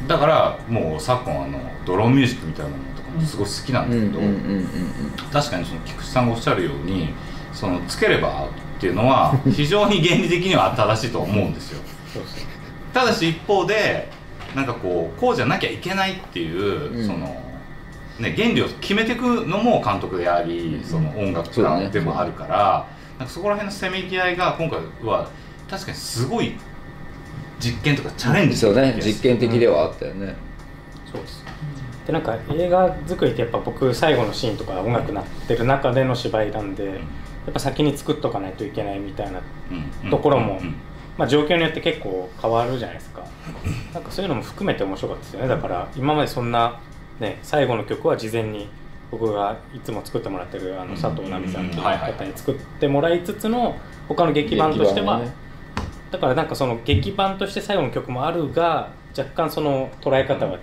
[SPEAKER 2] だからもう昨今あのドローンミュージックみたいなものとかもすごい好きなんだけど。確かにその菊池さんがおっしゃるようにそのつければっていうのは非常に原理的には正しいと思うんですよ
[SPEAKER 5] そうですね
[SPEAKER 2] ただし一方でなんかこうこうじゃなきゃいけないっていう、
[SPEAKER 1] うん
[SPEAKER 2] そのね原理を決めていくのも監督でありその音楽
[SPEAKER 1] そうだね
[SPEAKER 2] 家でもあるから、なんかそこら辺のせめぎ合いが今回は確かにすごい実験とかチャレンジ
[SPEAKER 1] そうね
[SPEAKER 2] する
[SPEAKER 1] 実験的ではあったよね、
[SPEAKER 5] そうですでなんか映画作りってやっぱ僕最後のシーンとか音楽なってる中での芝居なんで、やっぱ先に作っとかないといけないみたいな、
[SPEAKER 2] うん
[SPEAKER 5] ところも
[SPEAKER 2] うんうん
[SPEAKER 5] まあ、状況によって結構変わるじゃないですかなんかそういうのも含めて面白かったですよねだから今までそんな、ね、最後の曲は事前に僕がいつも作ってもらってるあの佐藤奈美さんという方に作ってもらいつつの他の劇版としては、
[SPEAKER 1] 劇
[SPEAKER 5] だからなんかその劇版として最後の曲もあるが若干その捉え方が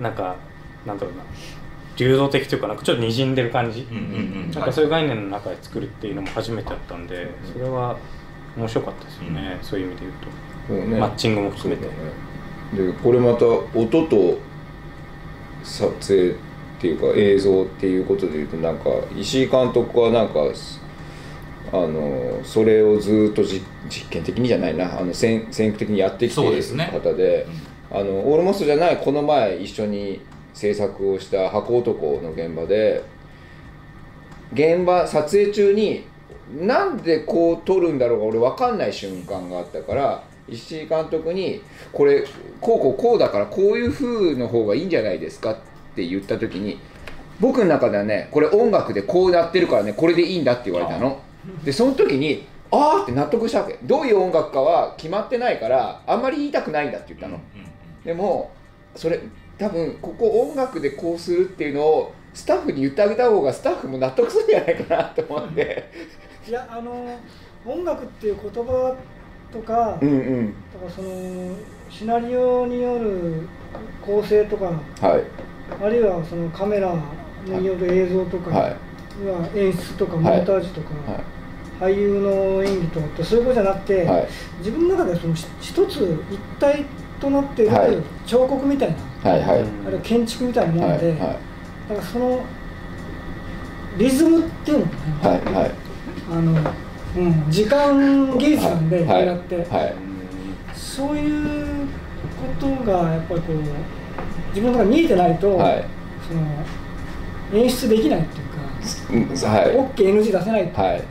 [SPEAKER 5] なんかなんだろうな流動的というかなんかちょっとにじんでる感じ、
[SPEAKER 2] うんうんうんうん
[SPEAKER 5] なんかそういう概念の中で作るっていうのも初めてだったんで、それは面白かったですよね、そういう意味で言う
[SPEAKER 1] そう
[SPEAKER 5] と、
[SPEAKER 1] ね
[SPEAKER 5] マッチングも
[SPEAKER 1] そう
[SPEAKER 5] 含
[SPEAKER 1] だ
[SPEAKER 5] め
[SPEAKER 1] ね
[SPEAKER 5] て、
[SPEAKER 1] でこれまた音と撮影っていうか映像っていうことでいうとなんか石井監督はなんかすあのそれをずっとじ実験的にじゃないなあの先先駆的にやってきて
[SPEAKER 2] そう
[SPEAKER 1] い
[SPEAKER 2] で
[SPEAKER 1] る
[SPEAKER 2] すね
[SPEAKER 1] 方であのオールモストじゃないこの前一緒に制作をした「箱男」の現場で現場撮影中になんでこう撮るんだろうか俺分かんない瞬間があったから石井監督に「これこうこうこうだからこういう風の方がいいんじゃないですか」って言った時に僕の中ではねこれ音楽でこうなってるからねこれでいいんだって言われたの。でその時にあーって納得したわけどういう音楽かは決まってないからあんまり言いたくないんだって言ったの、でもそれ多分ここ音楽でこうするっていうのをスタッフに言ってあげた方がスタッフも納得するんじゃないかなと思って
[SPEAKER 4] いやあの音楽っていう言葉とか、
[SPEAKER 1] うんうん
[SPEAKER 4] だからそのシナリオによる構成とか
[SPEAKER 1] はい
[SPEAKER 4] あるいはそのカメラによる映像とか、
[SPEAKER 1] はい
[SPEAKER 4] 要は演出とかモ
[SPEAKER 1] はい
[SPEAKER 4] ンタージュとか、
[SPEAKER 1] は
[SPEAKER 4] 俳優の演技とかってそういうことじゃなくて、
[SPEAKER 1] いはい
[SPEAKER 4] 自分の中でその一一つ一体となっている
[SPEAKER 1] はい
[SPEAKER 4] 彫刻みたいな、
[SPEAKER 1] はいはい
[SPEAKER 4] あるいは建築みたいなも
[SPEAKER 1] は
[SPEAKER 4] の
[SPEAKER 1] い
[SPEAKER 4] で、
[SPEAKER 1] は
[SPEAKER 4] だからそのリズムっていうのかな、
[SPEAKER 1] いはい
[SPEAKER 4] あの、うん、時間芸術なんで、
[SPEAKER 1] はい
[SPEAKER 4] こうやって、
[SPEAKER 1] はい
[SPEAKER 4] そういうことがやっぱりこう自分の中に見えてないと、
[SPEAKER 1] はい
[SPEAKER 4] その演出できないっていうか、
[SPEAKER 1] うんはい
[SPEAKER 4] OKNG 出せないって
[SPEAKER 1] はい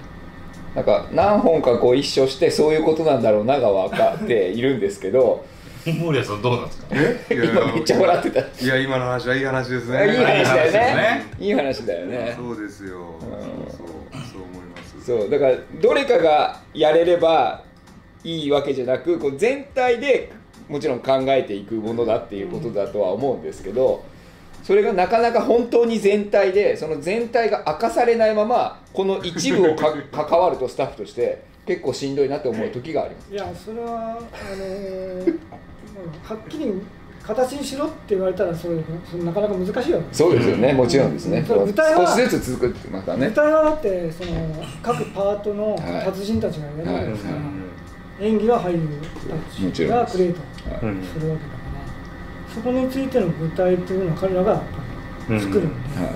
[SPEAKER 1] なんか何本かこう一緒してそういうことなんだろうなが分かっているんですけど
[SPEAKER 2] 森谷さんどうなんですか
[SPEAKER 3] え
[SPEAKER 1] 今めっちゃ笑ってた
[SPEAKER 3] いや今の話はいい話です
[SPEAKER 1] いい
[SPEAKER 3] ね
[SPEAKER 1] 話だよ
[SPEAKER 2] いい話
[SPEAKER 1] ねいい話だよね
[SPEAKER 3] そうですよそうそうそう思います
[SPEAKER 1] そうだからどれかがやれればいいわけじゃなくこう全体でもちろん考えていくものだっていうことだとは思うんですけどそれがなかなか本当に全体でその全体が明かされないままこの一部を (laughs) か関わるとスタッフとして結構しんどいなって思う時があります。
[SPEAKER 4] いやそれはあのーはっきり形にしろって言われたらそれそれなかなか難しいわけです
[SPEAKER 1] そうですよね、もちろんですね。
[SPEAKER 4] それ舞台は
[SPEAKER 1] 少しずつ続くってますからね
[SPEAKER 4] 舞。台はだってその各パートの
[SPEAKER 1] はい
[SPEAKER 4] 達人たちがやるわけですから、
[SPEAKER 5] うん
[SPEAKER 4] 演技は俳優
[SPEAKER 1] もち
[SPEAKER 4] たち
[SPEAKER 1] ろん
[SPEAKER 4] が
[SPEAKER 1] です
[SPEAKER 4] クリエイト
[SPEAKER 5] うん
[SPEAKER 4] するわけだかそこについての具体というのは彼らがやっぱり作るんで、
[SPEAKER 1] は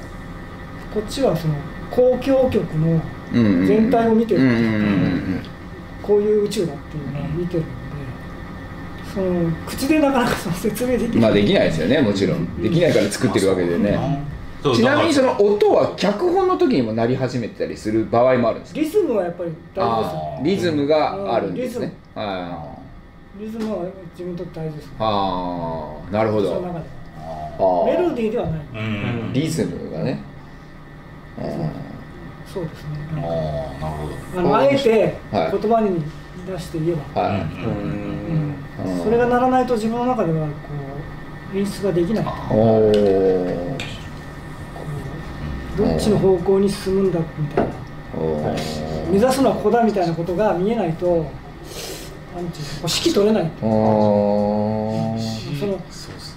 [SPEAKER 4] こっちはその公共局の
[SPEAKER 1] いうんうんうん
[SPEAKER 4] 全体を見てる
[SPEAKER 1] うんうんうん
[SPEAKER 4] こういう宇宙だっていうのを見てるんでその口でなかなかその説明でき
[SPEAKER 1] うん
[SPEAKER 4] な
[SPEAKER 1] ま
[SPEAKER 4] い、
[SPEAKER 1] あできないですよねもちろんできないから作ってるわけでね
[SPEAKER 2] そう
[SPEAKER 1] ちなみにそ
[SPEAKER 2] だか
[SPEAKER 1] の音は脚本の時にも鳴り始めてたりする場合もあるんですか
[SPEAKER 4] リズムはやっぱり大事ですよ
[SPEAKER 1] あーリズムがあるんですねは
[SPEAKER 4] リズムは自分にとって大事です
[SPEAKER 1] いああなるほ
[SPEAKER 4] その
[SPEAKER 1] ど
[SPEAKER 4] 中で
[SPEAKER 1] あ
[SPEAKER 4] メロ
[SPEAKER 1] ー
[SPEAKER 4] ディーではない
[SPEAKER 2] うん
[SPEAKER 1] リズムがねあ
[SPEAKER 4] そうですね
[SPEAKER 2] ああなるほど
[SPEAKER 4] あのあえて
[SPEAKER 1] はい
[SPEAKER 4] 言葉に出して言えば、
[SPEAKER 1] ーはい
[SPEAKER 5] うんうん
[SPEAKER 1] うん
[SPEAKER 4] それがならないと自分の中ではこう演出ができないこ
[SPEAKER 1] おお
[SPEAKER 4] うどっちの方向に進むんだみたいな
[SPEAKER 1] お
[SPEAKER 4] 目指すのはここだみたいなことが見えないとなんていうのこう指揮取れない
[SPEAKER 1] おお
[SPEAKER 4] その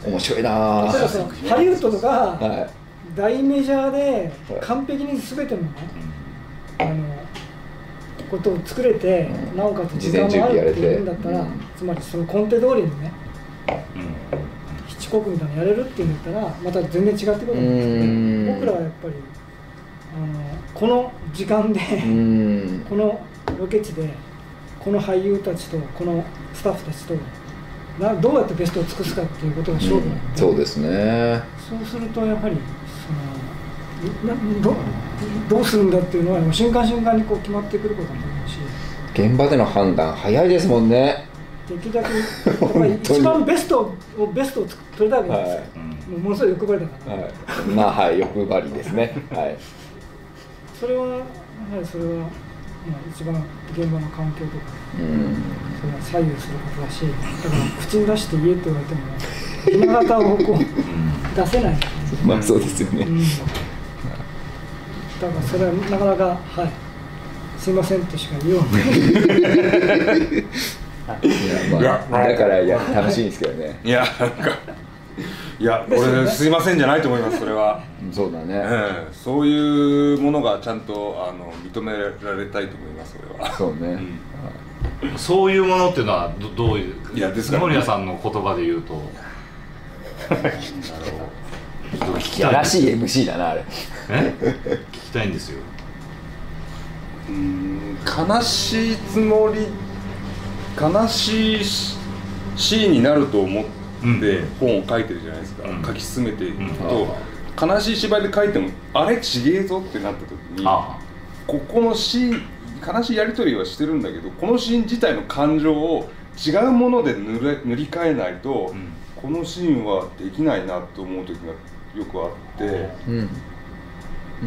[SPEAKER 1] 面白いな
[SPEAKER 4] 例えばそのハリウッドとか
[SPEAKER 1] は
[SPEAKER 4] 大メジャーで完璧に全てのねあのことを作れて
[SPEAKER 1] うん
[SPEAKER 4] なおかつ時間もあるっていうんだった
[SPEAKER 1] 事
[SPEAKER 4] ら
[SPEAKER 1] 前準備やれて
[SPEAKER 4] つまりそのコンテ通りにねヒッチコックみたいなのやれるっていうんだったらまた全然違ってくるんですよ
[SPEAKER 1] う
[SPEAKER 4] ね
[SPEAKER 1] ん
[SPEAKER 4] 僕らはやっぱりあのこの時間で
[SPEAKER 1] いうん
[SPEAKER 4] このロケ地でこの俳優たちとこのスタッフたちとなどうやってベストを尽くすかっていうことが勝負なんで、
[SPEAKER 1] そうですね
[SPEAKER 4] そうするとやはりそのなどどうするんだっていうのはもう瞬間瞬間にこう決まってくることになるし
[SPEAKER 1] 現場での判断早いですもんね
[SPEAKER 4] できるだけやっぱり
[SPEAKER 1] (laughs) 本当に
[SPEAKER 4] 一番ベストをベストをつ取れたわけじゃないですか、もうものすごい欲張りだから、
[SPEAKER 1] はいまあはい欲張りですねはい
[SPEAKER 4] それはやはりそれは、まあ、一番現場の環境とか
[SPEAKER 1] うん
[SPEAKER 4] それは左右することだしだから口に出して言えって言われても今方をこう出せない、
[SPEAKER 1] (laughs) まあそうですよね
[SPEAKER 4] うん、だからそれはなかなかはいすいませんとしか言おうな
[SPEAKER 1] い
[SPEAKER 4] い
[SPEAKER 1] やまあだからいや楽しいんですけどね
[SPEAKER 3] いやなんかいや
[SPEAKER 4] ですよね
[SPEAKER 3] 俺すいませんじゃないと思いますそれは、
[SPEAKER 1] そうだね
[SPEAKER 3] ええそういうものがちゃんとあの認められたいと思いますそれは
[SPEAKER 1] そうね
[SPEAKER 2] そういうものっていうのはどどういう
[SPEAKER 3] いやですから
[SPEAKER 2] 森谷さんの言葉で言うとちょっと聞きたい
[SPEAKER 1] らしい MC だなあれ
[SPEAKER 2] え聞きたいんですよ
[SPEAKER 3] うん悲しいつもり悲しいしシーンになると思って
[SPEAKER 2] うん
[SPEAKER 3] 本を書いてるじゃないですか、
[SPEAKER 2] うん
[SPEAKER 3] 書き進めていく
[SPEAKER 1] う
[SPEAKER 3] と、悲しい芝居で書いてもあれちげえぞってなった時に
[SPEAKER 2] あ
[SPEAKER 3] ここのシーン悲しいやり取りはしてるんだけどこのシーン自体の感情を違うもので塗れ塗り替えないと、
[SPEAKER 2] あうん
[SPEAKER 3] このシーンはできないなと思う時がよくあって、
[SPEAKER 1] うん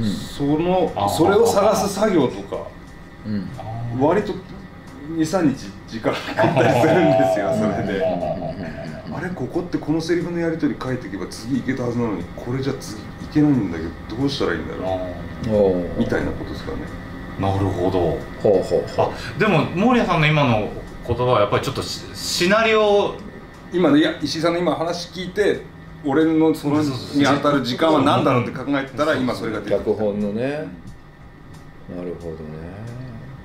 [SPEAKER 3] その
[SPEAKER 2] あー
[SPEAKER 3] それを探す作業とか
[SPEAKER 1] うんうん
[SPEAKER 3] 割と23日時間かかったりするんですよそれで。あれここってこのセリフのやり取り書いていけば次いけたはずなのにこれじゃ次いけないんだけどどうしたらいいんだろ
[SPEAKER 1] お
[SPEAKER 3] うみたいなことですかね
[SPEAKER 2] なるほど
[SPEAKER 1] ほうほうほ
[SPEAKER 2] あでも守屋さんの今の言葉はやっぱりちょっとシシナリオ
[SPEAKER 3] 今ねいや石井さんの今話聞いて俺のその
[SPEAKER 2] そうそうそう
[SPEAKER 3] に当たる時間は何だろうって考えてたら今それが
[SPEAKER 1] う
[SPEAKER 3] 出てき
[SPEAKER 1] 脚
[SPEAKER 3] た
[SPEAKER 1] 本のねなるほどね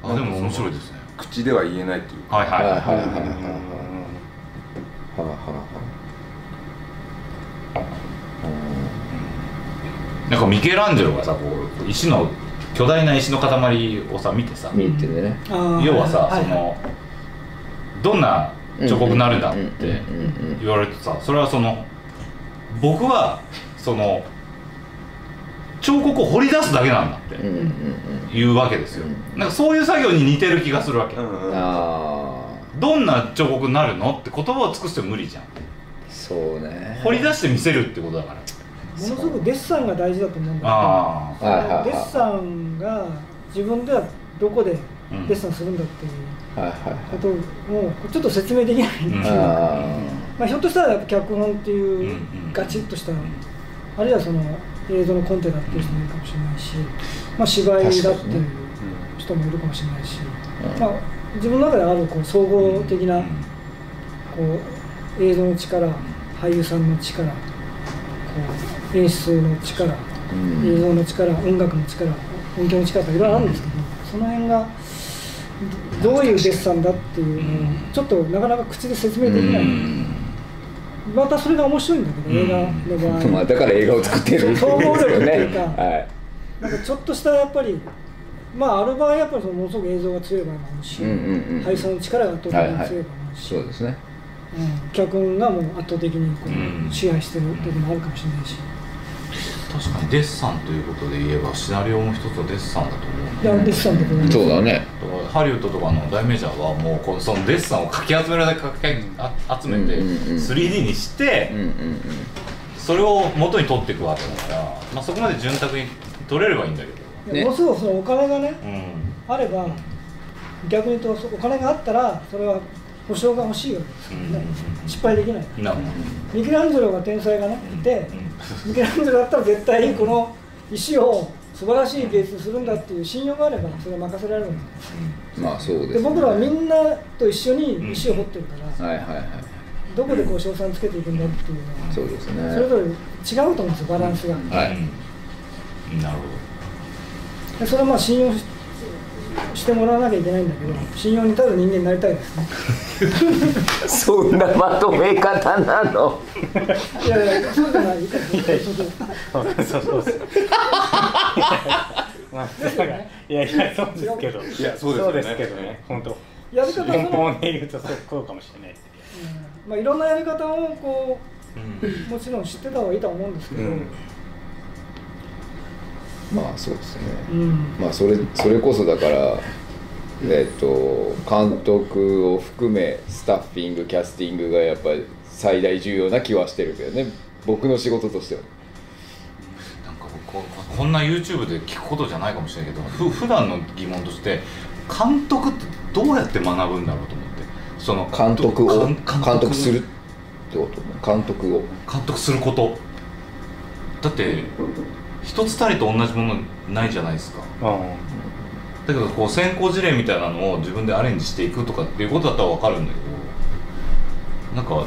[SPEAKER 2] あでも面白いですね
[SPEAKER 3] 口では言えないというか
[SPEAKER 2] はい
[SPEAKER 1] はいはいはい
[SPEAKER 2] は
[SPEAKER 1] はいはいはいはい
[SPEAKER 2] なんかミケランジェロがさこう石の巨大な石の塊をさ見てさ
[SPEAKER 1] い見てね
[SPEAKER 4] あー
[SPEAKER 2] 要はさ、
[SPEAKER 4] い
[SPEAKER 2] そのどんな彫刻になるんだって
[SPEAKER 1] うんうんうんうん
[SPEAKER 2] 言われてさそれはその僕はその彫刻を掘り出すだけなんだって
[SPEAKER 1] うんうん
[SPEAKER 2] いうわけですよなんかそういう作業に似てる気がするわけ
[SPEAKER 3] うん
[SPEAKER 1] うん
[SPEAKER 3] うん
[SPEAKER 1] あ
[SPEAKER 2] どんな彫刻になるのって言葉を尽くして無理じゃん
[SPEAKER 1] あそうね
[SPEAKER 2] 掘り出して見せるってことだから
[SPEAKER 4] ものすごくデッサンが大事だと思うんだ
[SPEAKER 2] あ
[SPEAKER 4] け
[SPEAKER 2] あ
[SPEAKER 4] ど
[SPEAKER 1] はいはいはい
[SPEAKER 4] デッサンが自分ではどこで
[SPEAKER 2] うん
[SPEAKER 4] デッサンするんだっていう
[SPEAKER 1] はいはいはい
[SPEAKER 4] ことをちょっと説明できないっていう
[SPEAKER 2] うん
[SPEAKER 1] あ
[SPEAKER 4] まあ、ひょっとしたらやっぱ脚本って
[SPEAKER 2] うんう
[SPEAKER 4] いうんガチッとした、あるいはその映像のコンテだっていう人もいるかもしれないし、まあ、芝居だっていう人もいるかもしれないし、
[SPEAKER 1] うん
[SPEAKER 4] まあ、自分の中であるこう総合的な
[SPEAKER 2] うん
[SPEAKER 4] こう映像の力俳優さんの力こう演出の力
[SPEAKER 1] あう
[SPEAKER 4] 映
[SPEAKER 1] ん
[SPEAKER 4] 像の力音楽の力音響の力とかいろいろあるんですけどその辺がどどういうデッサンだっていうのをちょっとなかなか口で説明できない。
[SPEAKER 2] うん
[SPEAKER 4] またそれが面白いんだけど、映画の場合、
[SPEAKER 1] まあだから映画を作ってるんですよね
[SPEAKER 4] 総合力っていうか
[SPEAKER 1] はい
[SPEAKER 4] なんかちょっとしたやっぱりまあある場合やっぱりそのものすごく映像が強い場合もあるし、
[SPEAKER 1] うんうんうん
[SPEAKER 4] 配送の力が圧倒的に強い場合もあるし、
[SPEAKER 1] そうですね
[SPEAKER 4] うん、脚本がもう圧倒的にこ
[SPEAKER 2] うん
[SPEAKER 4] う支配してる時もあるかもしれないし、
[SPEAKER 2] 確かにデッサンということで言えばシナリオも一つはデッサンだと思
[SPEAKER 4] い
[SPEAKER 2] う
[SPEAKER 4] やデッサンとかね
[SPEAKER 1] そうだね
[SPEAKER 2] だからハリウッドとかの大メジャーはもうこのそのデッサンをかき集めるだけかきあ集めて
[SPEAKER 1] うんうんうん
[SPEAKER 2] 3D にして
[SPEAKER 1] うんうんうん
[SPEAKER 2] それを元に取っていくわけだから、まあ、そこまで潤沢に取れればいいんだけど、
[SPEAKER 1] ね
[SPEAKER 4] ものすごくそのお金がね
[SPEAKER 2] うん、
[SPEAKER 4] あれば逆に言うとお金があったらそれは保証が欲しいわけですからね、
[SPEAKER 2] うん
[SPEAKER 4] 失敗できない
[SPEAKER 2] なるほど
[SPEAKER 4] ミケランジェロが天才がねいて、ミケランジェロだったら絶対にこの石を素晴らしい芸術にするんだっていう信用があればそれは任せられるんで
[SPEAKER 1] まあそうですす、
[SPEAKER 4] で
[SPEAKER 1] ね、
[SPEAKER 4] 僕らはみ
[SPEAKER 1] は
[SPEAKER 4] んなと一緒に石を掘ってるから、
[SPEAKER 1] いはいはい
[SPEAKER 4] どこでこう賞賛つけていくんだっていうのは
[SPEAKER 1] そうですね
[SPEAKER 4] それぞれ違うと思うんですよバランスが、
[SPEAKER 1] はい
[SPEAKER 2] うんなるほ
[SPEAKER 4] でそれはまあ信用ししてもらわなきゃいけないんだけど信用に足る人間になりたいですね
[SPEAKER 7] そんなまとめ方なの
[SPEAKER 4] いやいやそうじゃない
[SPEAKER 5] そうそうそうです。まあ、だからいやいや、そうですけど。い
[SPEAKER 3] やそうですよね
[SPEAKER 5] けどね、本当。
[SPEAKER 4] やり方はそ
[SPEAKER 5] 根 (laughs)
[SPEAKER 4] の、
[SPEAKER 5] 本で言うと、そう、こうかもしれない。
[SPEAKER 4] まあ、いろんなやり方をこ
[SPEAKER 2] ど、
[SPEAKER 4] うもちろん知ってた方がいいとは思うんですけど、
[SPEAKER 3] うん
[SPEAKER 1] まあそうですね、
[SPEAKER 4] うん
[SPEAKER 1] まあそれそれこそだからえっ、と監督を含めスタッフィングキャスティングがやっぱり最大重要な気はしてるけどね僕の仕事としては
[SPEAKER 2] なんか僕ここんな YouTube で聞くことじゃないかもしれないけどふ普段の疑問として監督ってどうやって学ぶんだろうと思ってその
[SPEAKER 1] 監督を
[SPEAKER 2] 監
[SPEAKER 1] 監督するってこと監督を
[SPEAKER 2] 監督することだって一つたりと同じものないじゃないですか
[SPEAKER 5] う
[SPEAKER 2] だけどこう先行事例みたいなのを自分でアレンジしていくとかっていうことだったら分かるんだけどなんか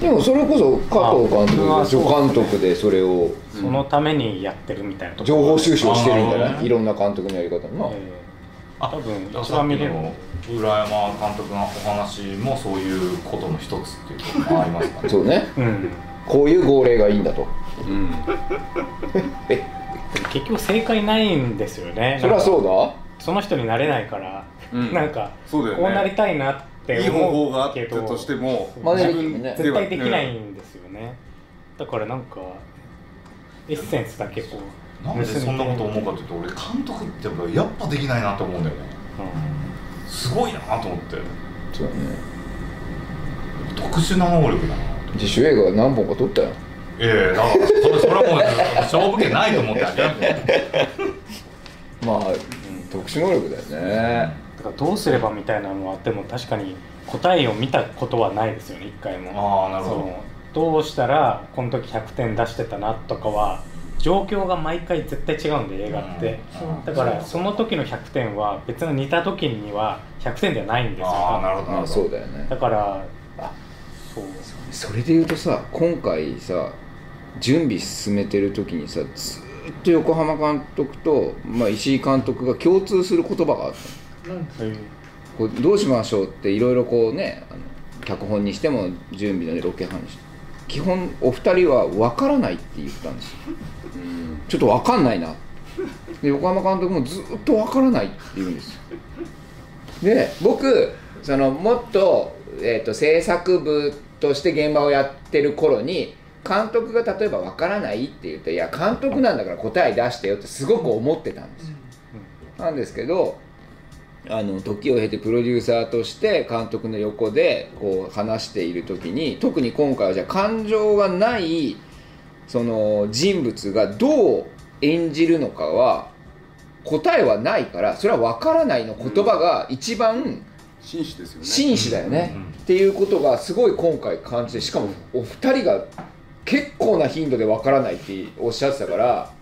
[SPEAKER 1] でもそれこそ加藤監督
[SPEAKER 5] あ
[SPEAKER 1] が助監督でそれを
[SPEAKER 5] ん。そのためにやってるみたいなとこ
[SPEAKER 1] 情
[SPEAKER 5] ろ。
[SPEAKER 1] 報収集をしてるんじゃ
[SPEAKER 2] あ
[SPEAKER 1] な
[SPEAKER 2] ー
[SPEAKER 1] いいろんな監督のやり方の
[SPEAKER 5] え
[SPEAKER 2] あ
[SPEAKER 5] 多分
[SPEAKER 2] だから
[SPEAKER 5] 一
[SPEAKER 2] さっ
[SPEAKER 5] 番
[SPEAKER 2] き
[SPEAKER 5] 見れる
[SPEAKER 2] の浦山監督のお話もそういうことの一つっていうこともありますか
[SPEAKER 1] な
[SPEAKER 2] ね
[SPEAKER 1] そうね
[SPEAKER 5] えうん。
[SPEAKER 1] こういう号令がいいんだと
[SPEAKER 3] うん
[SPEAKER 5] 結局正解ないんですよね。
[SPEAKER 1] そりゃ
[SPEAKER 5] う。
[SPEAKER 1] そうだ
[SPEAKER 5] その人になれないから、
[SPEAKER 3] うん
[SPEAKER 5] なんか、
[SPEAKER 3] そうだよね
[SPEAKER 5] こうなりたいなって
[SPEAKER 3] いい方法
[SPEAKER 5] 思
[SPEAKER 3] があ
[SPEAKER 5] う
[SPEAKER 3] っ
[SPEAKER 5] け
[SPEAKER 3] た
[SPEAKER 5] ど。
[SPEAKER 3] としても
[SPEAKER 1] 真似で
[SPEAKER 5] 自
[SPEAKER 1] きる
[SPEAKER 5] 分
[SPEAKER 1] ね
[SPEAKER 5] 絶対できないんですよね。だからなんかエッセンスだけこう。
[SPEAKER 2] なんでそんなこと思うかというと俺監督ってやっぱやっぱできないなと思うんだよね
[SPEAKER 5] う
[SPEAKER 2] すごいなと思って
[SPEAKER 1] そうだね
[SPEAKER 2] 特殊な能力だなと
[SPEAKER 1] 自主映画何本か撮ったよ
[SPEAKER 2] ええだからそれそれはもう勝負権ないと思ってあげる
[SPEAKER 1] まあ特殊能力だよね
[SPEAKER 5] んだからどうすればみたいなのはでも確かに答えを見たことはないですよね一回も
[SPEAKER 2] ああなる
[SPEAKER 5] そ
[SPEAKER 2] ほ
[SPEAKER 5] のどうしたらこの時100点出してたなとかは状況が毎回絶対違うんで映
[SPEAKER 2] ど
[SPEAKER 5] 画って、
[SPEAKER 4] うん
[SPEAKER 5] だからその時の100点は別の似た時には100点ではないんですよ
[SPEAKER 2] ああなるほどな
[SPEAKER 1] ま
[SPEAKER 2] る
[SPEAKER 1] あ
[SPEAKER 2] ほど
[SPEAKER 1] そうだよね
[SPEAKER 5] だから
[SPEAKER 1] あ
[SPEAKER 5] そう
[SPEAKER 1] それで言うとさ今回さ準備進めてる時にさずーっと横浜監督と、まあ、石井監督が共通する言葉があったの
[SPEAKER 4] なん
[SPEAKER 5] そういう
[SPEAKER 1] こうどうしましょうっていろいろこうねあの脚本にしても準備のロケハンにしても基本お二人は分からないって言ったんですよちょっと分かんないなで横浜監督もずっと分からないって言うんですよで僕そのもっと,、えー、と制作部として現場をやってる頃に監督が例えば分からないって言って「いや監督なんだから答え出してよ」ってすごく思ってたんですよなんですけどあの時を経てプロデューサーとして監督の横でこう話している時に特に今回はじゃあ感情がないその人物がどう演じるのかは答えはないからそれは分からないの言葉が一番
[SPEAKER 3] 紳士ですよね
[SPEAKER 1] 真摯だよね
[SPEAKER 2] うん
[SPEAKER 1] っていうことがすごい今回感じてしかもお二人が結構な頻度で分からないっておっしゃってたから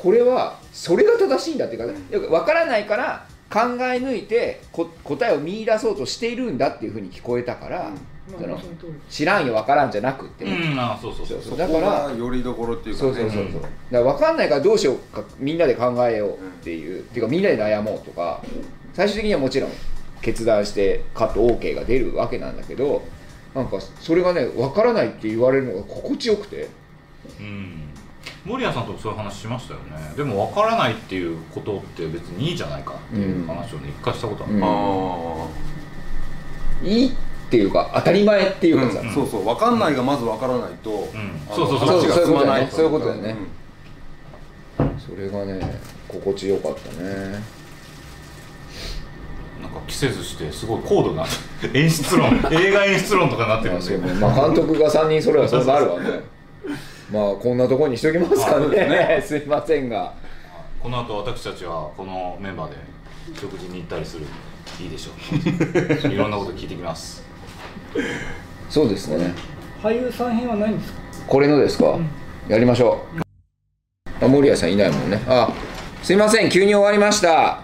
[SPEAKER 1] これはそれが正しいんだっていうか分からないから考え抜いてこ答えを見出そうとしているんだっていうふうに聞こえたから、
[SPEAKER 4] まあ
[SPEAKER 1] その
[SPEAKER 4] その通り
[SPEAKER 1] 知らんよ分からんじゃなくて、
[SPEAKER 2] うんああそうそうそ
[SPEAKER 1] そうう
[SPEAKER 3] そ
[SPEAKER 1] そう
[SPEAKER 3] こ
[SPEAKER 1] だから
[SPEAKER 3] がよりどころっていうか、
[SPEAKER 1] そ
[SPEAKER 3] ね、
[SPEAKER 1] うそうそうそう
[SPEAKER 2] うん
[SPEAKER 1] だから分かんないからどうしようかみんなで考えようっていう、っていうかみんなで悩もうとか最終的にはもちろん決断してカット OK が出るわけなんだけどなんかそれがね分からないって言われるのが心地よくて
[SPEAKER 2] うん森谷さんともそういう話しましたよねでも分からないっていうことって別にいいじゃないかっていう話をね一回したことある、
[SPEAKER 1] うん
[SPEAKER 3] あ
[SPEAKER 1] いいっていうか当たり前っていうかさ、
[SPEAKER 3] あそうそう分かんないがまず分からないと、
[SPEAKER 2] ん
[SPEAKER 3] あの
[SPEAKER 2] そうそうそう
[SPEAKER 3] 話が進まない
[SPEAKER 1] そういうことだよねそういうことだよねそれ
[SPEAKER 3] ん
[SPEAKER 1] がね心地よかったね
[SPEAKER 2] なんか着せずしてすごい高度な演
[SPEAKER 1] (laughs)
[SPEAKER 2] 出論映画演出論とかになってる
[SPEAKER 1] ま
[SPEAKER 2] ん
[SPEAKER 1] あ
[SPEAKER 2] で
[SPEAKER 1] そ
[SPEAKER 2] す
[SPEAKER 1] う
[SPEAKER 2] よ
[SPEAKER 1] ねまあ監督が3人それはそうなるわね (laughs) まあこんなとこにしときますかね (laughs) すいませんが
[SPEAKER 2] この後私たちはこのメンバーで食事に行ったりするんでいいでしょ (laughs) ういろんなこと聞いてきます
[SPEAKER 1] そうですね
[SPEAKER 4] 俳優さん編はないんですか
[SPEAKER 1] これのですか、やりましょう、あ森谷さんいないもんねあすいません急に終わりました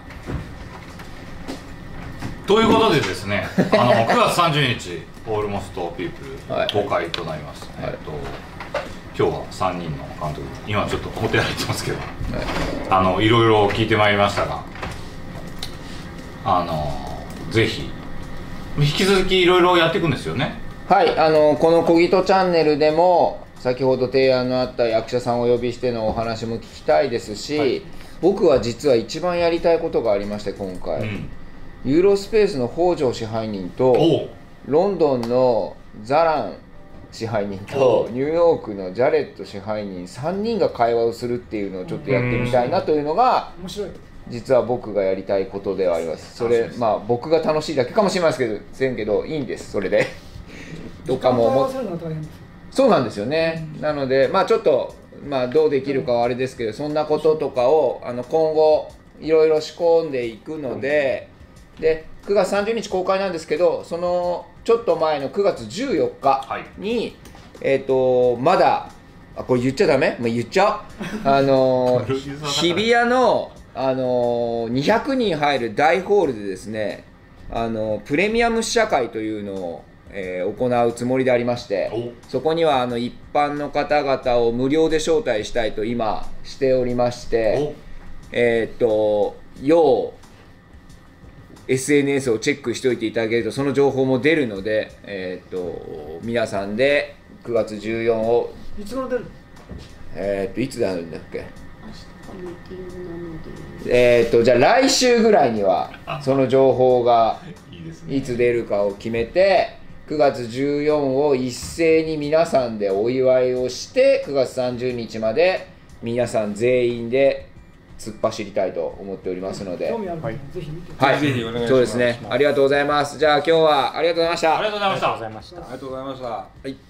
[SPEAKER 2] ということでですねあの9月30日オールモストピープ
[SPEAKER 1] はい
[SPEAKER 2] ル公開となります、
[SPEAKER 1] はい
[SPEAKER 2] えっと今日は3人の監督今ちょっとお手洗い行ってますけど、あのいろいろ聞いてまいりましたがあのぜひ引き続きいろいろやっていくんですよね
[SPEAKER 1] はいあのこの「小木とチャンネル」でも先ほど提案のあった役者さんをお呼びしてのお話も聞きたいですし、僕は実は一番やりたいことがありまして今
[SPEAKER 2] う
[SPEAKER 1] 回、
[SPEAKER 2] ん
[SPEAKER 1] ユーロスペースの北条支配人と
[SPEAKER 2] おう
[SPEAKER 1] ロンドンのザラン支配人
[SPEAKER 2] お
[SPEAKER 1] と
[SPEAKER 2] う
[SPEAKER 1] ニューヨークのジャレット支配人3人が会話をするっていうのをちょっとやってみたいなというのが
[SPEAKER 4] 面白い
[SPEAKER 1] 実は僕がやりたいことではありますそ
[SPEAKER 2] 楽しみ
[SPEAKER 1] れ
[SPEAKER 2] です
[SPEAKER 1] まあ僕が楽しいだけかもしれませんけどけどいいんですそれでとかも
[SPEAKER 4] 時間を合
[SPEAKER 1] 思
[SPEAKER 4] わ
[SPEAKER 1] っ
[SPEAKER 4] せるのが大変です
[SPEAKER 1] そうなんですよねなのでまあちょっとまあどうできるかはあれですけどそんなこととかをあの今後いろいろ仕込んでいくのでで9月30日公開なんですけどそのちょっと前の9月14日
[SPEAKER 2] はい
[SPEAKER 1] に、えっ、とまだあこれ言っちゃダメもう言っちゃうあの
[SPEAKER 2] プロデューサーだから
[SPEAKER 1] 日比谷のあの200人入る大ホールでですねあのプレミアム試写会というのを、えー行うつもりでありまして
[SPEAKER 2] お
[SPEAKER 1] そこにはあの一般の方々を無料で招待したいと今しておりまして
[SPEAKER 2] お
[SPEAKER 1] えーっと要 SNS をチェックしておいていただけるとその情報も出るので、えーっと皆さんで9月14を、
[SPEAKER 4] いつ頃出る
[SPEAKER 1] えーっといつなるんだっけ
[SPEAKER 6] 明日ミーティングなので
[SPEAKER 1] えーっとじゃあ来週ぐらいにはその情報が
[SPEAKER 2] いいですね
[SPEAKER 1] いつ出るかを決めて9月14を一斉に皆さんでお祝いをして9月30日まで皆さん全員で突っ走りたいと思っておりますので
[SPEAKER 4] 興味あるので、ぜひ見て
[SPEAKER 1] はい
[SPEAKER 3] ぜひぜひお願いします
[SPEAKER 1] そうですねありがとうございますじゃあ今日はありがとうございました
[SPEAKER 2] ありがとうございま
[SPEAKER 5] り
[SPEAKER 2] し
[SPEAKER 5] がとう
[SPEAKER 2] た
[SPEAKER 5] ございました
[SPEAKER 3] ありがとうございました